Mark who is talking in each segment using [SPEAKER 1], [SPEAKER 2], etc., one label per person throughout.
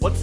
[SPEAKER 1] What's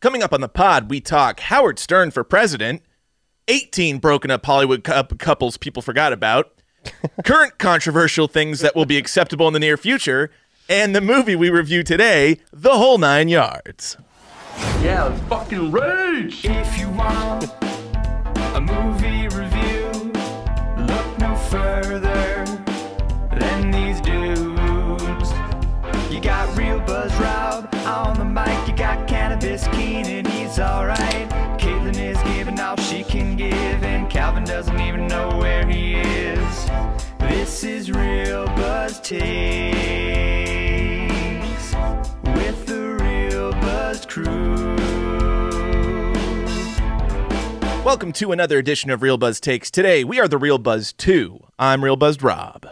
[SPEAKER 1] Coming up on the pod, we talk Howard Stern for president, 18 broken up Hollywood cou- couples people forgot about, current controversial things that will be acceptable in the near future, and the movie we review today, The Whole Nine Yards.
[SPEAKER 2] Yeah, let's fucking rage!
[SPEAKER 3] If you want a movie review, look no further than these dudes. You got real Buzz Rob on the mic, you got Cannabis Keenan, he's alright. Caitlin is giving all she can give, and Calvin doesn't even know where he is. This is Real Buzz Takes with the Real Buzz Crew.
[SPEAKER 1] Welcome to another edition of Real Buzz Takes. Today, we are The Real Buzz 2. I'm Real Buzzed Rob.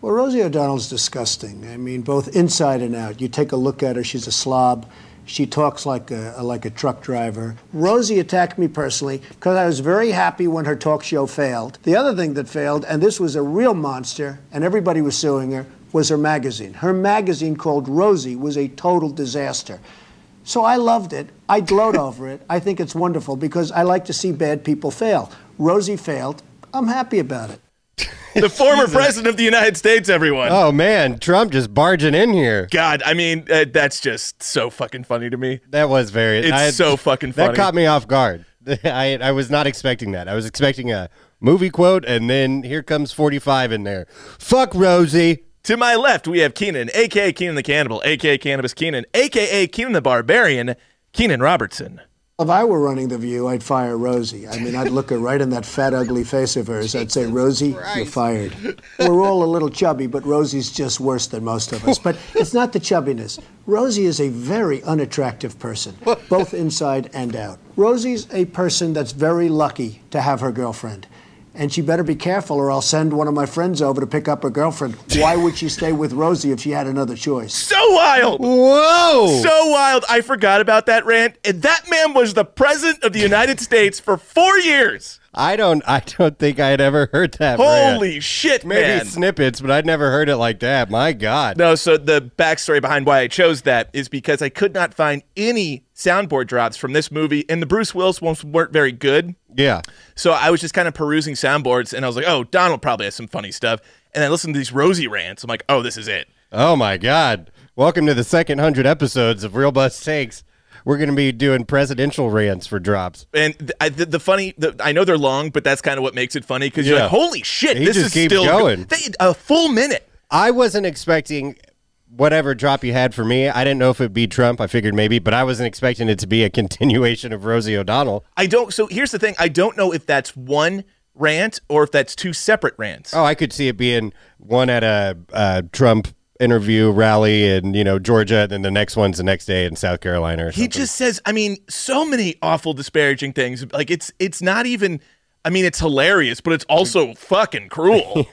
[SPEAKER 4] Well, Rosie O'Donnell's disgusting. I mean, both inside and out. You take a look at her; she's a slob. She talks like a like a truck driver. Rosie attacked me personally because I was very happy when her talk show failed. The other thing that failed, and this was a real monster, and everybody was suing her, was her magazine. Her magazine called Rosie was a total disaster. So I loved it. I gloat over it. I think it's wonderful because I like to see bad people fail. Rosie failed. I'm happy about it.
[SPEAKER 1] The former president of the United States, everyone.
[SPEAKER 5] Oh man, Trump just barging in here.
[SPEAKER 1] God, I mean, uh, that's just so fucking funny to me.
[SPEAKER 5] That was very.
[SPEAKER 1] It's so fucking funny.
[SPEAKER 5] That caught me off guard. I I was not expecting that. I was expecting a movie quote, and then here comes forty five in there. Fuck Rosie.
[SPEAKER 1] To my left, we have Keenan, aka Keenan the Cannibal, aka Cannabis Keenan, aka Keenan the Barbarian, Keenan Robertson.
[SPEAKER 4] If I were running The View, I'd fire Rosie. I mean, I'd look her right in that fat, ugly face of hers. I'd say, Rosie, you're fired. We're all a little chubby, but Rosie's just worse than most of us. But it's not the chubbiness. Rosie is a very unattractive person, both inside and out. Rosie's a person that's very lucky to have her girlfriend. And she better be careful, or I'll send one of my friends over to pick up her girlfriend. Why would she stay with Rosie if she had another choice?
[SPEAKER 1] So wild!
[SPEAKER 5] Whoa.
[SPEAKER 1] So wild. I forgot about that rant. And that man was the president of the United States for four years.
[SPEAKER 5] I don't. I don't think I had ever heard that. rant.
[SPEAKER 1] Holy shit,
[SPEAKER 5] Maybe
[SPEAKER 1] man.
[SPEAKER 5] snippets, but I'd never heard it like that. My God.
[SPEAKER 1] No, so the backstory behind why I chose that is because I could not find any soundboard drops from this movie, and the Bruce Willis ones weren't very good.
[SPEAKER 5] Yeah.
[SPEAKER 1] So I was just kind of perusing soundboards, and I was like, "Oh, Donald probably has some funny stuff." And I listened to these Rosie rants. I'm like, "Oh, this is it."
[SPEAKER 5] Oh my God. Welcome to the second hundred episodes of Real Bus Takes. We're going to be doing presidential rants for drops.
[SPEAKER 1] And th- I, the, the funny, the, I know they're long, but that's kind of what makes it funny because you're
[SPEAKER 5] Yeah.
[SPEAKER 1] like, "Holy shit,
[SPEAKER 5] He
[SPEAKER 1] this
[SPEAKER 5] just
[SPEAKER 1] is
[SPEAKER 5] keeps
[SPEAKER 1] still
[SPEAKER 5] going.
[SPEAKER 1] They, a full minute."
[SPEAKER 5] I wasn't expecting whatever drop you had for me. I didn't know if it'd be Trump. I figured maybe, but I wasn't expecting it to be a continuation of Rosie O'Donnell.
[SPEAKER 1] I don't. So here's the thing: I don't know if that's one rant or if that's two separate rants.
[SPEAKER 5] Oh, I could see it being one at a, uh Trump interview rally in you know Georgia, and then the next one's the next day in South Carolina. Or
[SPEAKER 1] He
[SPEAKER 5] something.
[SPEAKER 1] just says, I mean, so many awful disparaging things. Like it's it's not even I mean, it's hilarious, but it's also fucking cruel.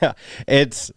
[SPEAKER 5] it's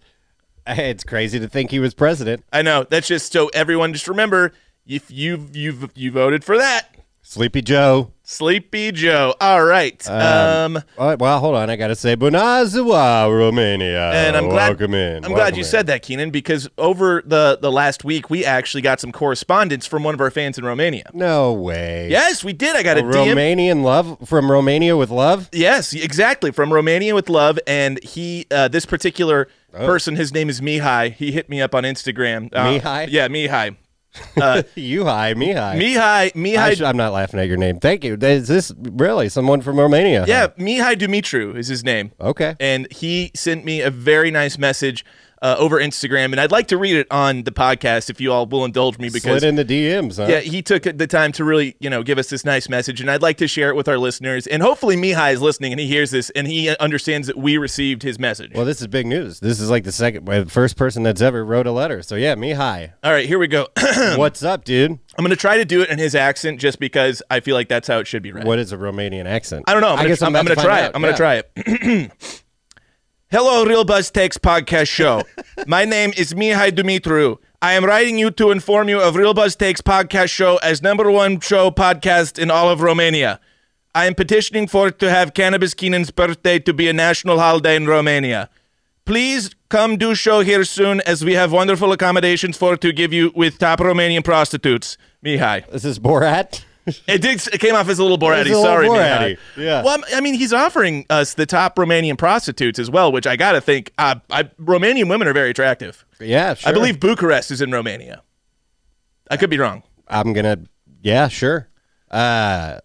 [SPEAKER 5] it's crazy to think he was president.
[SPEAKER 1] I know. That's just so everyone just remember if you you've you voted for that,
[SPEAKER 5] Sleepy Joe.
[SPEAKER 1] Sleepy Joe. All right. Um,
[SPEAKER 5] All right, well, hold on. I gotta say, Bunazawa, Romania.
[SPEAKER 1] and I'm glad
[SPEAKER 5] Welcome in.
[SPEAKER 1] I'm glad you said that, Keenan, because over the the last week we actually got some correspondence from one of our fans in Romania.
[SPEAKER 5] No way.
[SPEAKER 1] Yes, we did. I got a, DM.
[SPEAKER 5] Romanian love from Romania with love.
[SPEAKER 1] Yes, exactly. From Romania with love, and he, uh, this particular
[SPEAKER 5] Oh.
[SPEAKER 1] person, his name is Mihai. He hit me up on Instagram. Uh,
[SPEAKER 5] Mihai?
[SPEAKER 1] yeah, Mihai.
[SPEAKER 5] You hi, me hi.
[SPEAKER 1] Mihai, Mihai.
[SPEAKER 5] I am not laughing at your name. Thank you. Is this really someone from Romania?
[SPEAKER 1] yeah, Mihai Dumitru is his name.
[SPEAKER 5] Okay.
[SPEAKER 1] And he sent me a very nice message uh, over Instagram, and I'd like to read it on the podcast if you all will indulge me because
[SPEAKER 5] Slid in the DMs, huh?
[SPEAKER 1] yeah, he took the time to really, you know, give us this nice message, and I'd like to share it with our listeners. And hopefully, Mihai is listening, and he hears this, and he understands that we received his message.
[SPEAKER 5] Well, this is big news. This is like the second, uh, first person that's ever wrote a letter. So yeah, me hi.
[SPEAKER 1] All right, here we go.
[SPEAKER 5] What's up, dude?
[SPEAKER 1] I'm going to try to do it in his accent just because I feel like that's how it should be read.
[SPEAKER 5] What is a Romanian accent?
[SPEAKER 1] I don't know. I'm gonna,
[SPEAKER 5] guess
[SPEAKER 1] I'm,
[SPEAKER 5] about
[SPEAKER 1] gonna
[SPEAKER 5] to
[SPEAKER 1] try it.
[SPEAKER 5] find out.
[SPEAKER 1] I'm gonna
[SPEAKER 5] Yeah.
[SPEAKER 1] try it. Hello, Real Buzz Takes podcast show. My name is Mihai Dumitru. I am writing you to inform you of Real Buzz Takes podcast show as number one show podcast in all of Romania. I am petitioning for it to have Cannabis Keenan's birthday to be a national holiday in Romania. Please come do show here soon as we have wonderful accommodations for to give you with top Romanian prostitutes. Mihai.
[SPEAKER 5] This is Borat.
[SPEAKER 1] It did. It came off as a little Borat-y.
[SPEAKER 5] It was a little
[SPEAKER 1] Sorry,
[SPEAKER 5] Borat-y,
[SPEAKER 1] Mihai.
[SPEAKER 5] yeah.
[SPEAKER 1] Well, I'm- I mean, he's offering us the top Romanian prostitutes as well, which I gotta think. Uh, I, Romanian women are very attractive.
[SPEAKER 5] Yeah, sure.
[SPEAKER 1] I believe Bucharest is in Romania. I could be wrong.
[SPEAKER 5] I'm gonna. Yeah, sure. Uh,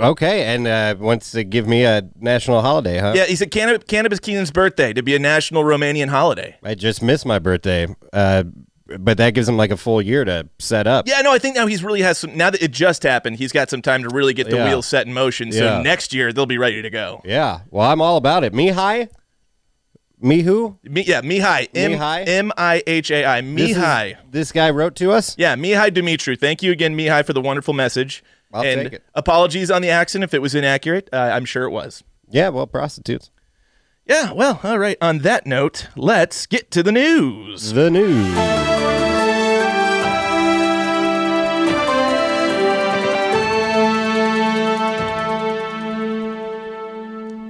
[SPEAKER 5] okay, and uh, wants to give me a national holiday, huh?
[SPEAKER 1] Yeah, he said Cannab- cannabis Keenan's birthday to be a national Romanian holiday.
[SPEAKER 5] I just missed my birthday, uh, but that gives him like a full year to set up.
[SPEAKER 1] Yeah, no, I think now he's really has some. Now that it just happened, he's got some time to really get the
[SPEAKER 5] Yeah.
[SPEAKER 1] wheels set in motion. So
[SPEAKER 5] Yeah.
[SPEAKER 1] next year they'll be ready to go.
[SPEAKER 5] Yeah. Well, I'm all about it. Me hi. Me who?
[SPEAKER 1] Me, yeah, Mihai, M-
[SPEAKER 5] Mihai?
[SPEAKER 1] M-I-H-A-I,
[SPEAKER 5] This is-
[SPEAKER 1] Mihai.
[SPEAKER 5] This guy wrote to us.
[SPEAKER 1] Yeah, Mihai Dumitru. Thank you again, Mihai, for the wonderful message.
[SPEAKER 5] I'll
[SPEAKER 1] and
[SPEAKER 5] take it.
[SPEAKER 1] apologies on the accent if it was inaccurate. Uh, I'm sure it was.
[SPEAKER 5] Yeah. Well, prostitutes.
[SPEAKER 1] Yeah, well, all right. On that note, let's get to the news.
[SPEAKER 5] The news.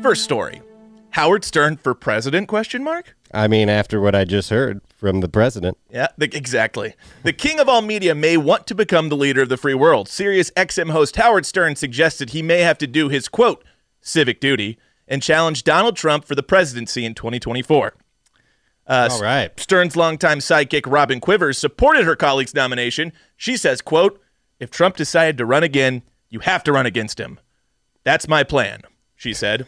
[SPEAKER 1] First story. Howard Stern for president question mark?
[SPEAKER 5] I mean, after what I just heard from the president.
[SPEAKER 1] Yeah, the, exactly. The king of all media may want to become the leader of the free world. Sirius XM host Howard Stern suggested he may have to do his quote civic duty and challenge Donald Trump for the presidency in 2024.
[SPEAKER 5] All right.
[SPEAKER 1] Stern's longtime sidekick Robin Quivers supported her colleague's nomination. She says, quote, if Trump decided to run again, you have to run against him. That's my plan, she said.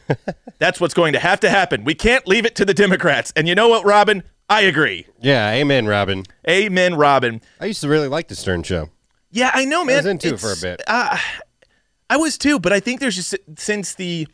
[SPEAKER 1] That's what's going to have to happen. We can't leave it to the Democrats. And you know what, Robin? I agree.
[SPEAKER 5] Yeah. Amen, Robin.
[SPEAKER 1] Amen, Robin.
[SPEAKER 5] I used to really like the Stern Show.
[SPEAKER 1] Yeah, I know, man.
[SPEAKER 5] I was into it for a
[SPEAKER 1] It's-
[SPEAKER 5] bit.
[SPEAKER 1] I was too, but I think there's just since the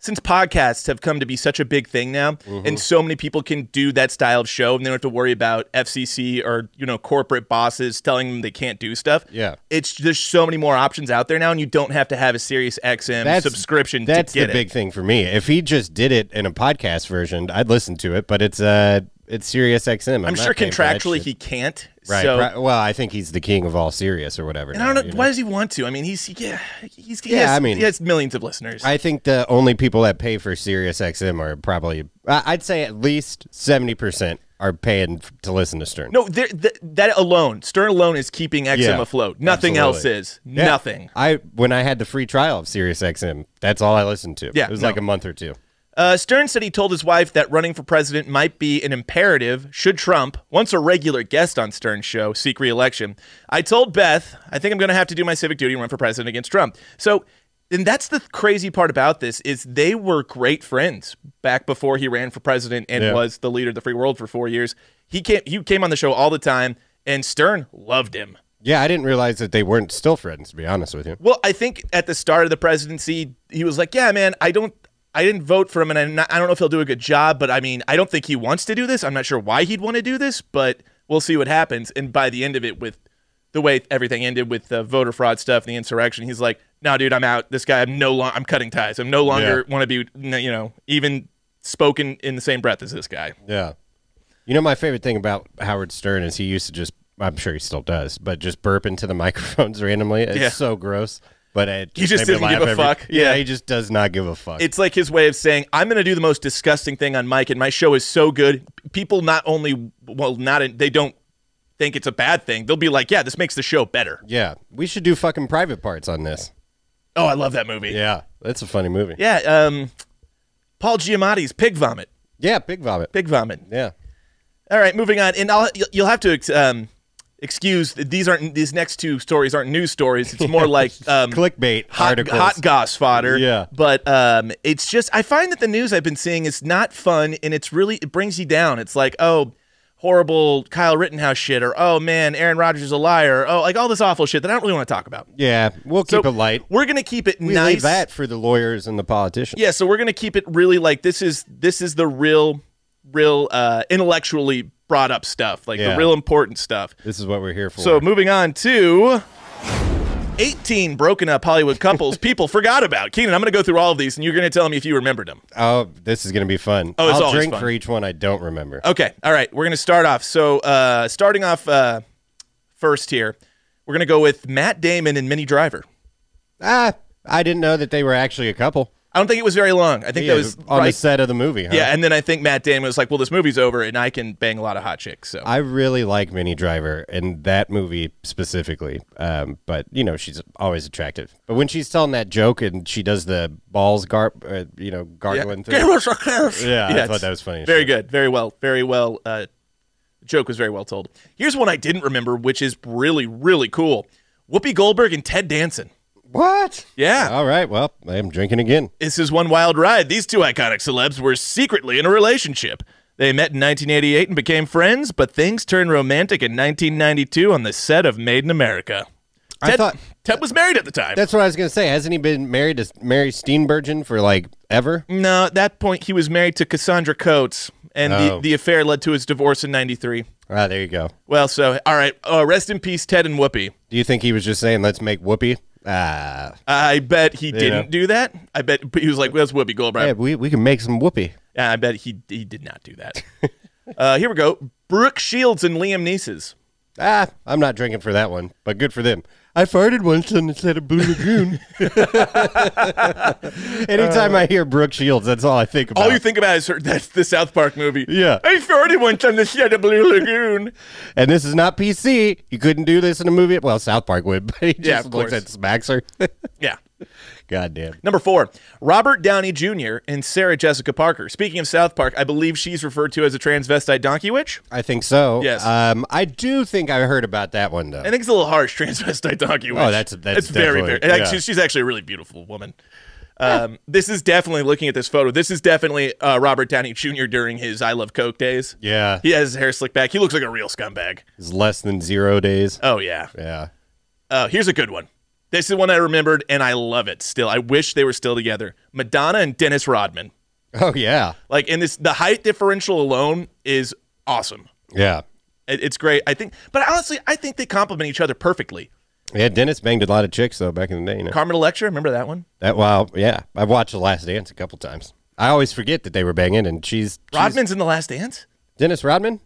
[SPEAKER 1] since podcasts have come to be such a big thing now,
[SPEAKER 5] Mm-hmm.
[SPEAKER 1] and so many people can do that style of show, and they don't have to worry about FCC or you know corporate bosses telling them they can't do stuff.
[SPEAKER 5] Yeah.
[SPEAKER 1] it's there's so many more options out there now, and you don't have to have a Sirius XM subscription.
[SPEAKER 5] That's
[SPEAKER 1] to get
[SPEAKER 5] the
[SPEAKER 1] it.
[SPEAKER 5] big thing for me. If he just did it in a podcast version, I'd listen to it. But it's uh, it's Sirius XM. I'm,
[SPEAKER 1] I'm
[SPEAKER 5] not
[SPEAKER 1] sure
[SPEAKER 5] paying for that
[SPEAKER 1] contractually
[SPEAKER 5] shit.
[SPEAKER 1] he can't.
[SPEAKER 5] Right.
[SPEAKER 1] So,
[SPEAKER 5] pri- well, I think he's the king of all Sirius or whatever.
[SPEAKER 1] and I don't know,
[SPEAKER 5] now, you
[SPEAKER 1] why does he want to? I mean, he's yeah, he's he
[SPEAKER 5] Yeah,
[SPEAKER 1] has,
[SPEAKER 5] I mean-
[SPEAKER 1] he has millions of listeners.
[SPEAKER 5] I think the only people that pay for Sirius XM are probably, I- I'd say at least 70% are paying f- to listen to Stern.
[SPEAKER 1] no, there, th- that alone, Stern alone is keeping XM
[SPEAKER 5] Yeah,
[SPEAKER 1] afloat. Nothing
[SPEAKER 5] absolutely.
[SPEAKER 1] else is.
[SPEAKER 5] Yeah.
[SPEAKER 1] Nothing.
[SPEAKER 5] I When I had the free trial of Sirius XM, that's all I listened to.
[SPEAKER 1] Yeah,
[SPEAKER 5] It was
[SPEAKER 1] no.
[SPEAKER 5] like a month or two.
[SPEAKER 1] Uh, Stern said he told his wife that running for president might be an imperative should Trump, once a regular guest on Stern's show, seek reelection. I told Beth, I think I'm going to have to do my civic duty and run for president against Trump. So, and that's the crazy part about this is they were great friends back before he ran for president and
[SPEAKER 5] Yeah.
[SPEAKER 1] was the leader of the free world for four years. He came, he came on the show all the time, and Stern loved him.
[SPEAKER 5] Yeah, I didn't realize that they weren't still friends, to be honest with you.
[SPEAKER 1] Well, I think at the start of the presidency, he was like, "Yeah, man, I don't, I didn't vote for him, and I'm not, I don't know if he'll do a good job, but I mean, I don't think he wants to do this. I'm not sure why he'd want to do this, but we'll see what happens." And by the end of it, with the way everything ended with the voter fraud stuff and the insurrection, he's like, "No, dude, I'm out. This guy, I'm no, lo- I'm cutting ties. I'm no longer want to be, you know, even spoken in the same breath as this guy."
[SPEAKER 5] Yeah. You know, my favorite thing about Howard Stern is he used to just, I'm sure he still does, but just burp into the microphones randomly. It's
[SPEAKER 1] Yeah.
[SPEAKER 5] so gross. But it
[SPEAKER 1] He just
[SPEAKER 5] made me
[SPEAKER 1] doesn't give
[SPEAKER 5] laugh
[SPEAKER 1] a
[SPEAKER 5] every-
[SPEAKER 1] fuck.
[SPEAKER 5] Yeah.
[SPEAKER 1] Yeah.
[SPEAKER 5] he just does not give a fuck.
[SPEAKER 1] it's like his way of saying i'm going to do the most disgusting thing on mike and my show is so good people not only well not they don't think it's a bad thing they'll be like yeah this makes the show better
[SPEAKER 5] yeah, we should do fucking private parts on this.
[SPEAKER 1] oh i love that movie
[SPEAKER 5] Yeah, that's a funny movie.
[SPEAKER 1] yeah um paul giamatti's pig vomit
[SPEAKER 5] Yeah, Big Vomit.
[SPEAKER 1] pig vomit
[SPEAKER 5] Yeah.
[SPEAKER 1] all right moving on and i'll you'll- you'll have to ex- um excuse these aren't these next two stories aren't news stories it's more like um
[SPEAKER 5] Clickbait
[SPEAKER 1] hot,
[SPEAKER 5] articles.
[SPEAKER 1] hot goss fodder.
[SPEAKER 5] Yeah.
[SPEAKER 1] But um, it's just I find that the news I've been seeing is not fun, and it's really it brings you down. It's like oh. horrible Kyle Rittenhouse shit or oh man, Aaron Rodgers is a liar. Oh, like all this awful shit that I don't really want to talk about.
[SPEAKER 5] Yeah, we'll keep
[SPEAKER 1] So,
[SPEAKER 5] it light.
[SPEAKER 1] We're gonna keep it
[SPEAKER 5] We
[SPEAKER 1] nice.
[SPEAKER 5] leave that for the lawyers and the politicians.
[SPEAKER 1] Yeah, so we're gonna keep it really like this is this is the real, real uh, intellectually brought up stuff, like
[SPEAKER 5] Yeah.
[SPEAKER 1] the real important stuff.
[SPEAKER 5] This is what we're here for.
[SPEAKER 1] So moving on to. 18 broken up Hollywood couples people forgot about. Keenan, I'm going to go through all of these and you're going to tell me if you remembered them.
[SPEAKER 5] oh, this is gonna be fun.
[SPEAKER 1] Oh, it's
[SPEAKER 5] I'll
[SPEAKER 1] always
[SPEAKER 5] drink
[SPEAKER 1] fun. Uh,
[SPEAKER 5] for each one I don't remember.
[SPEAKER 1] Okay. All right. We're going to start off. So, uh, starting off uh, first here, we're going to go with Matt Damon and Minnie Driver.
[SPEAKER 5] Ah, I didn't know that they were actually a couple.
[SPEAKER 1] I don't think it was very long. I think
[SPEAKER 5] Yeah,
[SPEAKER 1] that was
[SPEAKER 5] on
[SPEAKER 1] probably-
[SPEAKER 5] the uh-huh. set of the movie. Huh?
[SPEAKER 1] Yeah. And then I think Matt Damon was like, well, this movie's over and I can bang a lot of hot chicks. So,
[SPEAKER 5] I really like Minnie Driver in that movie specifically. Um, but you know, she's always attractive. But when she's telling that joke and she does the balls gar, uh, you know,
[SPEAKER 1] yeah.
[SPEAKER 5] gargling
[SPEAKER 1] Give
[SPEAKER 5] thing.
[SPEAKER 1] us a kiss.
[SPEAKER 5] Yeah, I
[SPEAKER 1] it's
[SPEAKER 5] thought that was funny as
[SPEAKER 1] Very
[SPEAKER 5] shit.
[SPEAKER 1] good. Very well. Very well. Uh, the joke was very well told. Here's one I didn't remember, which is really, really cool Whoopi Goldberg and Ted Danson.
[SPEAKER 5] What?
[SPEAKER 1] Yeah.
[SPEAKER 5] All right. Well, I am drinking again.
[SPEAKER 1] This is one wild ride. These two iconic celebs were secretly in a relationship. They met in 1988 and became friends, but things turned romantic in 1992 on the set of Made in America.
[SPEAKER 5] I
[SPEAKER 1] Ted,
[SPEAKER 5] thought-
[SPEAKER 1] Ted was married at the time.
[SPEAKER 5] That's what I was gonna say. Hasn't he been married to Mary Steenburgen for like ever?
[SPEAKER 1] no, at that point, he was married to Cassandra Coates, and
[SPEAKER 5] Oh.
[SPEAKER 1] the, the affair led to his divorce in 93.
[SPEAKER 5] Ah, there you go.
[SPEAKER 1] Well, so, all right. Uh, rest in peace, Ted and Whoopi.
[SPEAKER 5] Do you think he was just saying, "Let's make whoopee"? Ah,
[SPEAKER 1] I bet he
[SPEAKER 5] know.
[SPEAKER 1] didn't do that. I bet but he was like, well, that's Whoopi Goldberg.
[SPEAKER 5] yeah, we we can make some whoopee.
[SPEAKER 1] Yeah, I bet he, he did not do that. uh, here we go. Brooke Shields and Liam Neeses.
[SPEAKER 5] Ah, I'm not drinking for that one, but good for them. I farted once on the set of Blue Lagoon. Anytime I hear Brooke Shields, that's all I think about.
[SPEAKER 1] All you think about is her, that's the South Park movie.
[SPEAKER 5] Yeah.
[SPEAKER 1] I farted one time the shit of Blue Lagoon.
[SPEAKER 5] and this is not PC. You couldn't do this in a movie. Well, South Park would, but he just
[SPEAKER 1] Yeah, of
[SPEAKER 5] looks
[SPEAKER 1] course.
[SPEAKER 5] at smacks her.
[SPEAKER 1] yeah.
[SPEAKER 5] Goddamn.
[SPEAKER 1] Number four, Robert Downey Jr. and Sarah Jessica Parker. Speaking of South Park, I believe she's referred to as a transvestite donkey witch.
[SPEAKER 5] I think so.
[SPEAKER 1] Yes.
[SPEAKER 5] Um, I do think I heard about that one though.
[SPEAKER 1] I think it's a little harsh, transvestite donkey witch.
[SPEAKER 5] Oh, that's- that's
[SPEAKER 1] it's very, very.
[SPEAKER 5] definitely-
[SPEAKER 1] and
[SPEAKER 5] yeah.
[SPEAKER 1] actually, she's actually a really beautiful woman. Um, this is definitely looking at this photo. This is definitely uh, Robert Downey Jr. during his I Love Coke days.
[SPEAKER 5] yeah.
[SPEAKER 1] He has his hair slicked back. He looks like a real scumbag.
[SPEAKER 5] It's less than zero days.
[SPEAKER 1] Oh yeah.
[SPEAKER 5] Yeah.
[SPEAKER 1] Uh, here's a good one. This is one I remembered, and I love it still. I wish they were still together. Madonna and Dennis Rodman.
[SPEAKER 5] Oh yeah.
[SPEAKER 1] Like, and this, the height differential alone is awesome.
[SPEAKER 5] Yeah.
[SPEAKER 1] It- it's great. I think, but honestly, I think they complement each other perfectly.
[SPEAKER 5] Yeah, Dennis banged a lot of chicks though back in the day. You know?
[SPEAKER 1] Carmen Electra, remember that one?
[SPEAKER 5] That wow, yeah. I've watched The Last Dance a couple times. I always forget that they were banging, and she's she's-
[SPEAKER 1] Rodman's in The Last Dance.
[SPEAKER 5] Dennis Rodman.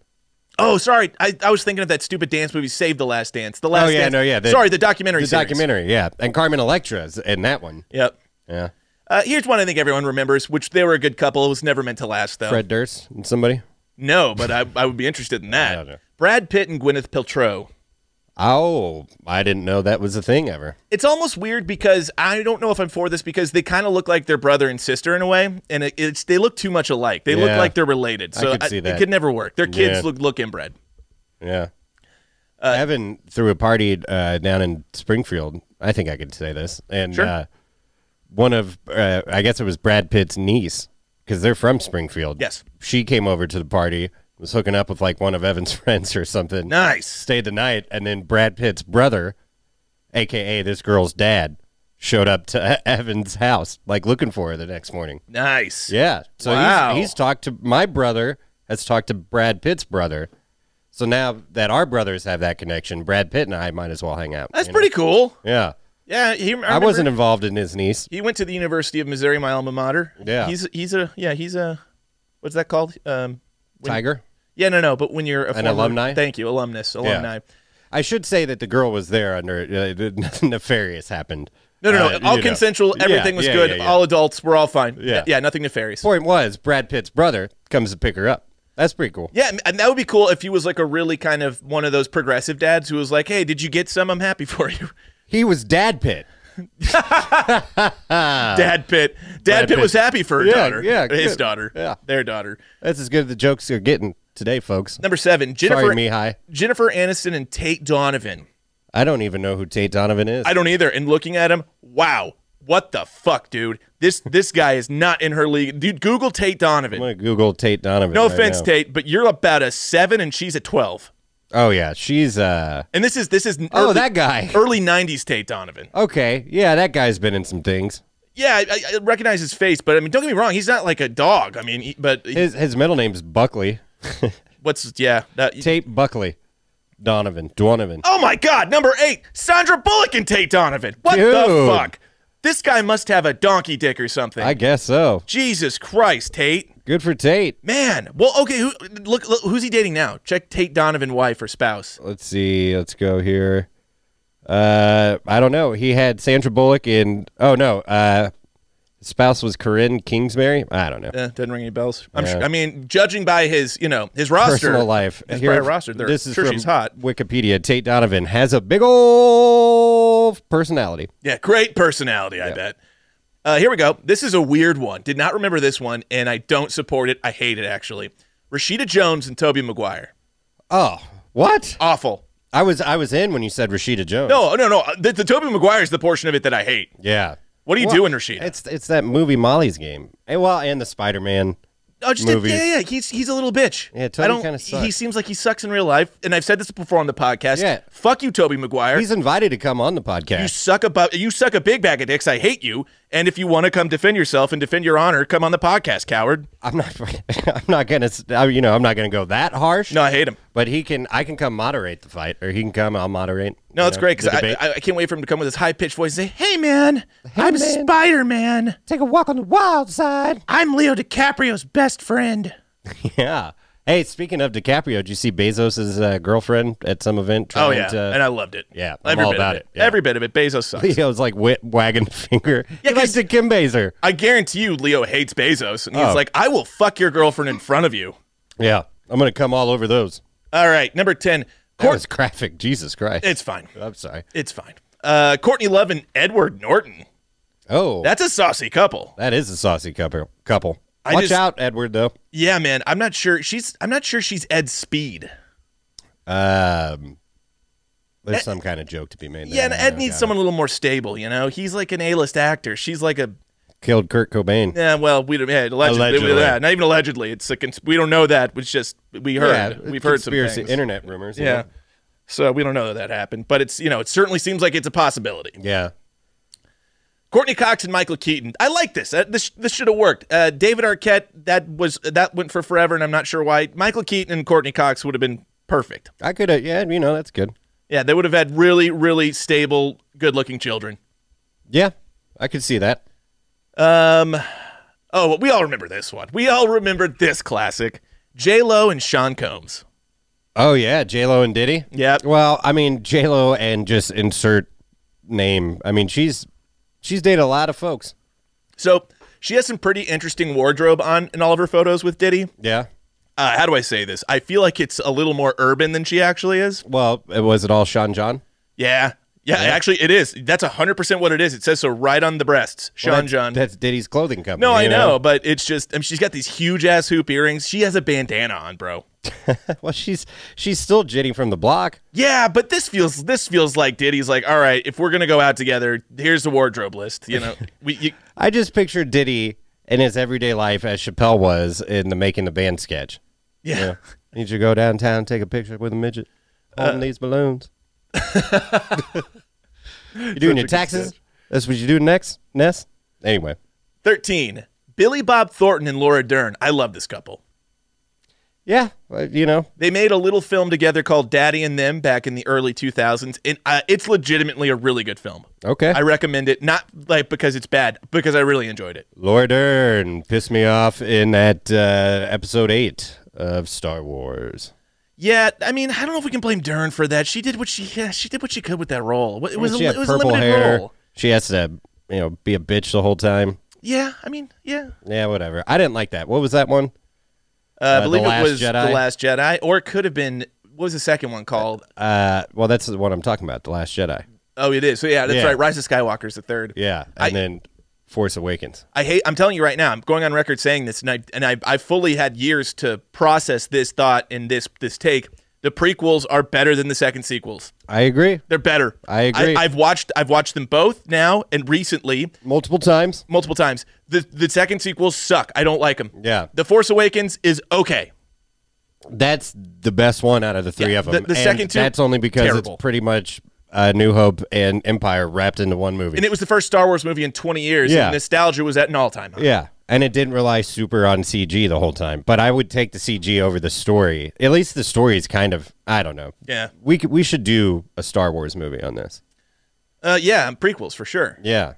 [SPEAKER 1] Oh, sorry. I, I was thinking of that stupid dance movie, Save the Last Dance. The Last
[SPEAKER 5] oh yeah,
[SPEAKER 1] Dance.
[SPEAKER 5] no, yeah.
[SPEAKER 1] sorry, the documentary.
[SPEAKER 5] The
[SPEAKER 1] series.
[SPEAKER 5] documentary, yeah. And Carmen Electra's in that one.
[SPEAKER 1] Yep.
[SPEAKER 5] Yeah,
[SPEAKER 1] Uh, here's one I think everyone remembers, which they were a good couple. It was never meant to last, though.
[SPEAKER 5] Fred Durst and somebody.
[SPEAKER 1] No, but I, I would be interested in
[SPEAKER 5] don't know.
[SPEAKER 1] that. Brad Pitt and Gwyneth Paltrow.
[SPEAKER 5] Oh, I didn't know that was a thing ever.
[SPEAKER 1] It's almost weird because I don't know if I'm for this because they kind of look like they're brother and sister in a way, and it, it's they look too much alike. They look
[SPEAKER 5] Yeah.
[SPEAKER 1] like they're related, so
[SPEAKER 5] could see that.
[SPEAKER 1] it could never work. Their kids
[SPEAKER 5] Yeah.
[SPEAKER 1] look look inbred.
[SPEAKER 5] Yeah.
[SPEAKER 1] Uh,
[SPEAKER 5] Evan threw a party uh, down in Springfield. I think I could say this, and
[SPEAKER 1] Sure.
[SPEAKER 5] uh, one of uh, I guess it was Brad Pitt's niece because they're from Springfield.
[SPEAKER 1] Yes.
[SPEAKER 5] she came over to the party, was hooking up with like one of Evan's friends or something.
[SPEAKER 1] Nice.
[SPEAKER 5] stayed the night, and then Brad Pitt's brother, aka this girl's dad, showed up to Evan's house, like looking for her the next morning.
[SPEAKER 1] Nice.
[SPEAKER 5] Yeah, so
[SPEAKER 1] Wow.
[SPEAKER 5] he's, he's talked to my brother has talked to Brad Pitt's brother. So now that our brothers have that connection, Brad Pitt and I might as well hang out.
[SPEAKER 1] That's
[SPEAKER 5] you know?
[SPEAKER 1] pretty cool.
[SPEAKER 5] Yeah,
[SPEAKER 1] Yeah, he, I,
[SPEAKER 5] I,
[SPEAKER 1] remember-
[SPEAKER 5] wasn't involved in his niece.
[SPEAKER 1] He went to the University of Missouri, my alma mater.
[SPEAKER 5] Yeah.
[SPEAKER 1] He's he's a yeah he's a what's that called? Um, when-
[SPEAKER 5] Tiger.
[SPEAKER 1] Yeah, no, no. But when you're a former-
[SPEAKER 5] alumni?
[SPEAKER 1] thank you, alumnus, alumni.
[SPEAKER 5] I should say that the girl was there under uh, nothing nefarious happened.
[SPEAKER 1] No, no, no.
[SPEAKER 5] Uh, you
[SPEAKER 1] all
[SPEAKER 5] know.
[SPEAKER 1] consensual.
[SPEAKER 5] Yeah,
[SPEAKER 1] Everything was
[SPEAKER 5] yeah,
[SPEAKER 1] good.
[SPEAKER 5] yeah, yeah.
[SPEAKER 1] All adults. We're all fine.
[SPEAKER 5] Yeah.
[SPEAKER 1] Yeah. Yeah. Nothing nefarious.
[SPEAKER 5] Point was, Brad Pitt's brother comes to pick her up. That's pretty cool.
[SPEAKER 1] yeah, and- and that would be cool if he was like a really kind of one of those progressive dads who was like, "Hey, did you get some? I'm happy for you."
[SPEAKER 5] He was Dad Pitt.
[SPEAKER 1] Dad Pitt. Dad Pitt,
[SPEAKER 5] Uh, Pitt.
[SPEAKER 1] was happy for her
[SPEAKER 5] Yeah,
[SPEAKER 1] daughter.
[SPEAKER 5] yeah,
[SPEAKER 1] his
[SPEAKER 5] good.
[SPEAKER 1] daughter.
[SPEAKER 5] Yeah.
[SPEAKER 1] their daughter.
[SPEAKER 5] That's as good as the jokes you're getting today, folks.
[SPEAKER 1] Number seven, Jennifer
[SPEAKER 5] Sorry, Mihai.
[SPEAKER 1] Jennifer Aniston and Tate Donovan.
[SPEAKER 5] I don't even know who Tate Donovan is.
[SPEAKER 1] I don't either. And looking at him, wow, what the fuck, dude? This this guy is not in her league. Dude, Google Tate Donovan.
[SPEAKER 5] I'm gonna Google Tate Donovan.
[SPEAKER 1] no
[SPEAKER 5] right
[SPEAKER 1] offense,
[SPEAKER 5] now.
[SPEAKER 1] Tate, but you're about a seven and she's a twelve.
[SPEAKER 5] Oh yeah, she's uh.
[SPEAKER 1] And this is this is
[SPEAKER 5] Oh,
[SPEAKER 1] early-
[SPEAKER 5] that guy.
[SPEAKER 1] early '90s Tate Donovan.
[SPEAKER 5] Okay, yeah, that guy's been in some things.
[SPEAKER 1] Yeah, I, I- I recognize his face, but I mean, don't get me wrong, he's not like a dog. I mean, he, but he-
[SPEAKER 5] His his middle name's Buckley.
[SPEAKER 1] what's yeah? That,
[SPEAKER 5] Tate Buckley, Donovan, Donovan.
[SPEAKER 1] oh my God, number eight, Sandra Bullock and Tate Donovan. What the
[SPEAKER 5] Dude.
[SPEAKER 1] fuck? This guy must have a donkey dick or something.
[SPEAKER 5] I guess so.
[SPEAKER 1] Jesus Christ, Tate.
[SPEAKER 5] Good for Tate.
[SPEAKER 1] Man, well, okay. Who, look, look, who's he dating now? Check Tate Donovan, wife or spouse.
[SPEAKER 5] Let's see. Let's go here. Uh, I don't know. He had Sandra Bullock in. Oh no. Uh, spouse was Corinne Kingsbury. I don't know.
[SPEAKER 1] Eh, doesn't ring any bells. I'm
[SPEAKER 5] Yeah.
[SPEAKER 1] sure, I mean, judging by his, you know, his roster,
[SPEAKER 5] Personal life.
[SPEAKER 1] his
[SPEAKER 5] Here-
[SPEAKER 1] prior roster, they're-
[SPEAKER 5] this is
[SPEAKER 1] sure
[SPEAKER 5] from
[SPEAKER 1] she's hot.
[SPEAKER 5] Wikipedia. Tate Donovan has a big old personality.
[SPEAKER 1] Yeah, great personality, I bet. Uh, here we go. This is a weird one. Did not remember this one, and I don't support it. I hate it, actually. Rashida Jones and Toby Maguire.
[SPEAKER 5] Oh, what?
[SPEAKER 1] Awful.
[SPEAKER 5] I was I was in when you said Rashida Jones.
[SPEAKER 1] No, no, no. The, the Toby Maguire is the portion of it that I hate.
[SPEAKER 5] Yeah.
[SPEAKER 1] What are you
[SPEAKER 5] Well,
[SPEAKER 1] doing, Rashida?
[SPEAKER 5] It's it's that movie Molly's Game. And, well, and the Spider Man.
[SPEAKER 1] oh, just a-
[SPEAKER 5] movies.
[SPEAKER 1] yeah, yeah. He's he's a little bitch.
[SPEAKER 5] Yeah, Toby
[SPEAKER 1] I don't-
[SPEAKER 5] kinda sucks.
[SPEAKER 1] He seems like he sucks in real life, and I've said this before on the podcast.
[SPEAKER 5] Yeah.
[SPEAKER 1] Fuck you, Toby Maguire.
[SPEAKER 5] He's invited to come on the
[SPEAKER 1] you
[SPEAKER 5] podcast.
[SPEAKER 1] suck a bu- you suck a big bag of dicks. I hate you. And if you want to come defend yourself and defend your honor, come on the podcast, coward.
[SPEAKER 5] I'm not I'm not gonna s- I- you know I'm not gonna go that harsh.
[SPEAKER 1] No, I hate him.
[SPEAKER 5] but he can I can come moderate the fight, or he can come. I'll moderate.
[SPEAKER 1] No,
[SPEAKER 5] you
[SPEAKER 1] that's
[SPEAKER 5] know,
[SPEAKER 1] great 'cause
[SPEAKER 5] the
[SPEAKER 1] great
[SPEAKER 5] debate.
[SPEAKER 1] because I, I, I can't wait for him to come with his high pitched voice and say, Hey, man, I'm
[SPEAKER 5] man."
[SPEAKER 1] Spider Man.
[SPEAKER 5] take a walk on the wild side.
[SPEAKER 1] I'm Leo DiCaprio's best friend.
[SPEAKER 5] Yeah. Hey, speaking of DiCaprio, did you see Bezos' uh, girlfriend at some event?
[SPEAKER 1] Oh,
[SPEAKER 5] trying
[SPEAKER 1] yeah.
[SPEAKER 5] to-
[SPEAKER 1] and I loved it.
[SPEAKER 5] uh, yeah, I'm
[SPEAKER 1] Every
[SPEAKER 5] all
[SPEAKER 1] bit
[SPEAKER 5] about
[SPEAKER 1] of it.
[SPEAKER 5] it, yeah.
[SPEAKER 1] Every bit of it. Bezos sucks.
[SPEAKER 5] Leo was like wit, wagging the finger.
[SPEAKER 1] Yeah,
[SPEAKER 5] Yeah,
[SPEAKER 1] 'cause-
[SPEAKER 5] like the Kim Baser.
[SPEAKER 1] I guarantee you, Leo hates Bezos. And he's
[SPEAKER 5] Oh.
[SPEAKER 1] like, I will fuck your girlfriend in front of you.
[SPEAKER 5] Yeah, I'm gonna come all over those.
[SPEAKER 1] All right. Number 10.
[SPEAKER 5] That
[SPEAKER 1] Court-
[SPEAKER 5] was graphic. Jesus Christ.
[SPEAKER 1] it's fine.
[SPEAKER 5] I'm sorry.
[SPEAKER 1] It's fine. Uh, Courtney Love and Edward Norton.
[SPEAKER 5] Oh,
[SPEAKER 1] That's a saucy couple.
[SPEAKER 5] that is a saucy couple. Couple.
[SPEAKER 1] I
[SPEAKER 5] Watch
[SPEAKER 1] just-
[SPEAKER 5] out, Edward. Though.
[SPEAKER 1] Yeah, man. I'm not sure. She's. I'm not sure she's Ed Speed.
[SPEAKER 5] Um, there's some kind of joke to be made. There.
[SPEAKER 1] Yeah, and
[SPEAKER 5] I
[SPEAKER 1] Ed
[SPEAKER 5] know,
[SPEAKER 1] needs
[SPEAKER 5] got
[SPEAKER 1] someone a little more stable. You know, he's like an A-list actor. She's like a
[SPEAKER 5] it. Killed Kurt Cobain.
[SPEAKER 1] Yeah, well, we don't. Yeah, allegedly,
[SPEAKER 5] Allegedly.
[SPEAKER 1] yeah, not even allegedly. It's a cons- we don't know that. It's just we heard.
[SPEAKER 5] Yeah,
[SPEAKER 1] We've heard some
[SPEAKER 5] conspiracy
[SPEAKER 1] things.
[SPEAKER 5] internet rumors. you
[SPEAKER 1] yeah.
[SPEAKER 5] know?
[SPEAKER 1] So we don't know that that happened, but it's you know it certainly seems like it's a possibility.
[SPEAKER 5] yeah.
[SPEAKER 1] Courtney Cox and Michael Keaton. I like this. Uh, this this should have worked. Uh, David Arquette. That was that went for forever, and I'm not sure why. Michael Keaton and Courtney Cox would have been perfect.
[SPEAKER 5] I could have. Yeah, you know that's good.
[SPEAKER 1] Yeah, they would have had really really stable, good looking children.
[SPEAKER 5] Yeah, I could see that.
[SPEAKER 1] Um, oh, well, we all remember this one. We all remember this classic. J Lo and Sean Combs.
[SPEAKER 5] Oh yeah, J Lo and Diddy.
[SPEAKER 1] Yep.
[SPEAKER 5] Well, I mean J Lo and just insert name. I mean she's she's dated a lot of folks.
[SPEAKER 1] So she has some pretty interesting wardrobe on in all of her photos with Diddy.
[SPEAKER 5] Yeah.
[SPEAKER 1] Uh, how do I say this? I feel like it's a little more urban than she actually is.
[SPEAKER 5] Well, it was it all Sean John?
[SPEAKER 1] Yeah. Yeah, actually, it is. That's 100% what it is. It says so right on the breasts. Sean
[SPEAKER 5] Well, that's-
[SPEAKER 1] John.
[SPEAKER 5] That's Diddy's clothing company.
[SPEAKER 1] no, I
[SPEAKER 5] you
[SPEAKER 1] know, but it's just, I mean, she's got these huge ass hoop earrings. She has a bandana on, bro.
[SPEAKER 5] Well, she's she's still Jenny from the block.
[SPEAKER 1] Yeah, but this feels this feels like Diddy's like, all right, if we're gonna go out together, here's the wardrobe list. You know, we you,
[SPEAKER 5] I just picture Diddy in his everyday life as Chappelle was in the making the band sketch.
[SPEAKER 1] yeah.
[SPEAKER 5] Need you to go downtown, take a picture with a midget
[SPEAKER 1] Uh,
[SPEAKER 5] holding these balloons. you doing your taxes? That's what you do next, Ness? Anyway.
[SPEAKER 1] Thirteen. Billy Bob Thornton and Laura Dern. I love this couple.
[SPEAKER 5] Yeah, well, you know,
[SPEAKER 1] They made a little film together called Daddy and Them back in the early 2000s, and uh, it's legitimately a really good film.
[SPEAKER 5] Okay.
[SPEAKER 1] I recommend it, not like because it's bad, because I really enjoyed it.
[SPEAKER 5] Laura Dern pissed me off in that uh, episode eight of Star Wars.
[SPEAKER 1] Yeah, I mean, I don't know if we can blame Dern for that. She did what she yeah, she did what she could with that role. It was
[SPEAKER 5] she
[SPEAKER 1] a,
[SPEAKER 5] had
[SPEAKER 1] it was a
[SPEAKER 5] purple
[SPEAKER 1] limited
[SPEAKER 5] hair.
[SPEAKER 1] role.
[SPEAKER 5] She has to, you know, be a bitch the whole time.
[SPEAKER 1] Yeah, I mean, yeah.
[SPEAKER 5] Yeah, whatever. I didn't like that. What was that one?
[SPEAKER 1] Uh, I
[SPEAKER 5] The
[SPEAKER 1] believe it
[SPEAKER 5] Last
[SPEAKER 1] was
[SPEAKER 5] Jedi?
[SPEAKER 1] The Last Jedi, or it could have been what was the second one called?
[SPEAKER 5] Uh, well, that's the one I'm talking about, The Last Jedi.
[SPEAKER 1] oh, it is. So yeah, that's
[SPEAKER 5] yeah.
[SPEAKER 1] right. Rise of Skywalker is the third.
[SPEAKER 5] Yeah, and
[SPEAKER 1] I-
[SPEAKER 5] then Force Awakens.
[SPEAKER 1] I hate. I'm telling you right now. I'm going on record saying this, and I and I, I fully had years to process this thought and this this take. the prequels are better than the second sequels.
[SPEAKER 5] I agree.
[SPEAKER 1] They're better.
[SPEAKER 5] I agree.
[SPEAKER 1] I, have watched I've watched them both now and recently
[SPEAKER 5] Multiple times.
[SPEAKER 1] multiple times. The the second sequels suck. I don't like them.
[SPEAKER 5] Yeah.
[SPEAKER 1] The Force Awakens is okay.
[SPEAKER 5] That's the best one out of the three
[SPEAKER 1] Yeah,
[SPEAKER 5] of
[SPEAKER 1] the-
[SPEAKER 5] them.
[SPEAKER 1] the
[SPEAKER 5] And
[SPEAKER 1] second two,
[SPEAKER 5] That's only because
[SPEAKER 1] terrible.
[SPEAKER 5] it's pretty much uh, New Hope and Empire wrapped into one movie.
[SPEAKER 1] And it was the first Star Wars movie in 20 years.
[SPEAKER 5] Yeah.
[SPEAKER 1] And nostalgia was at an all time high.
[SPEAKER 5] yeah. And it didn't rely super on CG the whole time, but I would take the CG over the story. At least the story is kind of I don't know.
[SPEAKER 1] Yeah.
[SPEAKER 5] we could, we should do a Star Wars movie on this.
[SPEAKER 1] Uh, yeah, prequels for sure.
[SPEAKER 5] Yeah,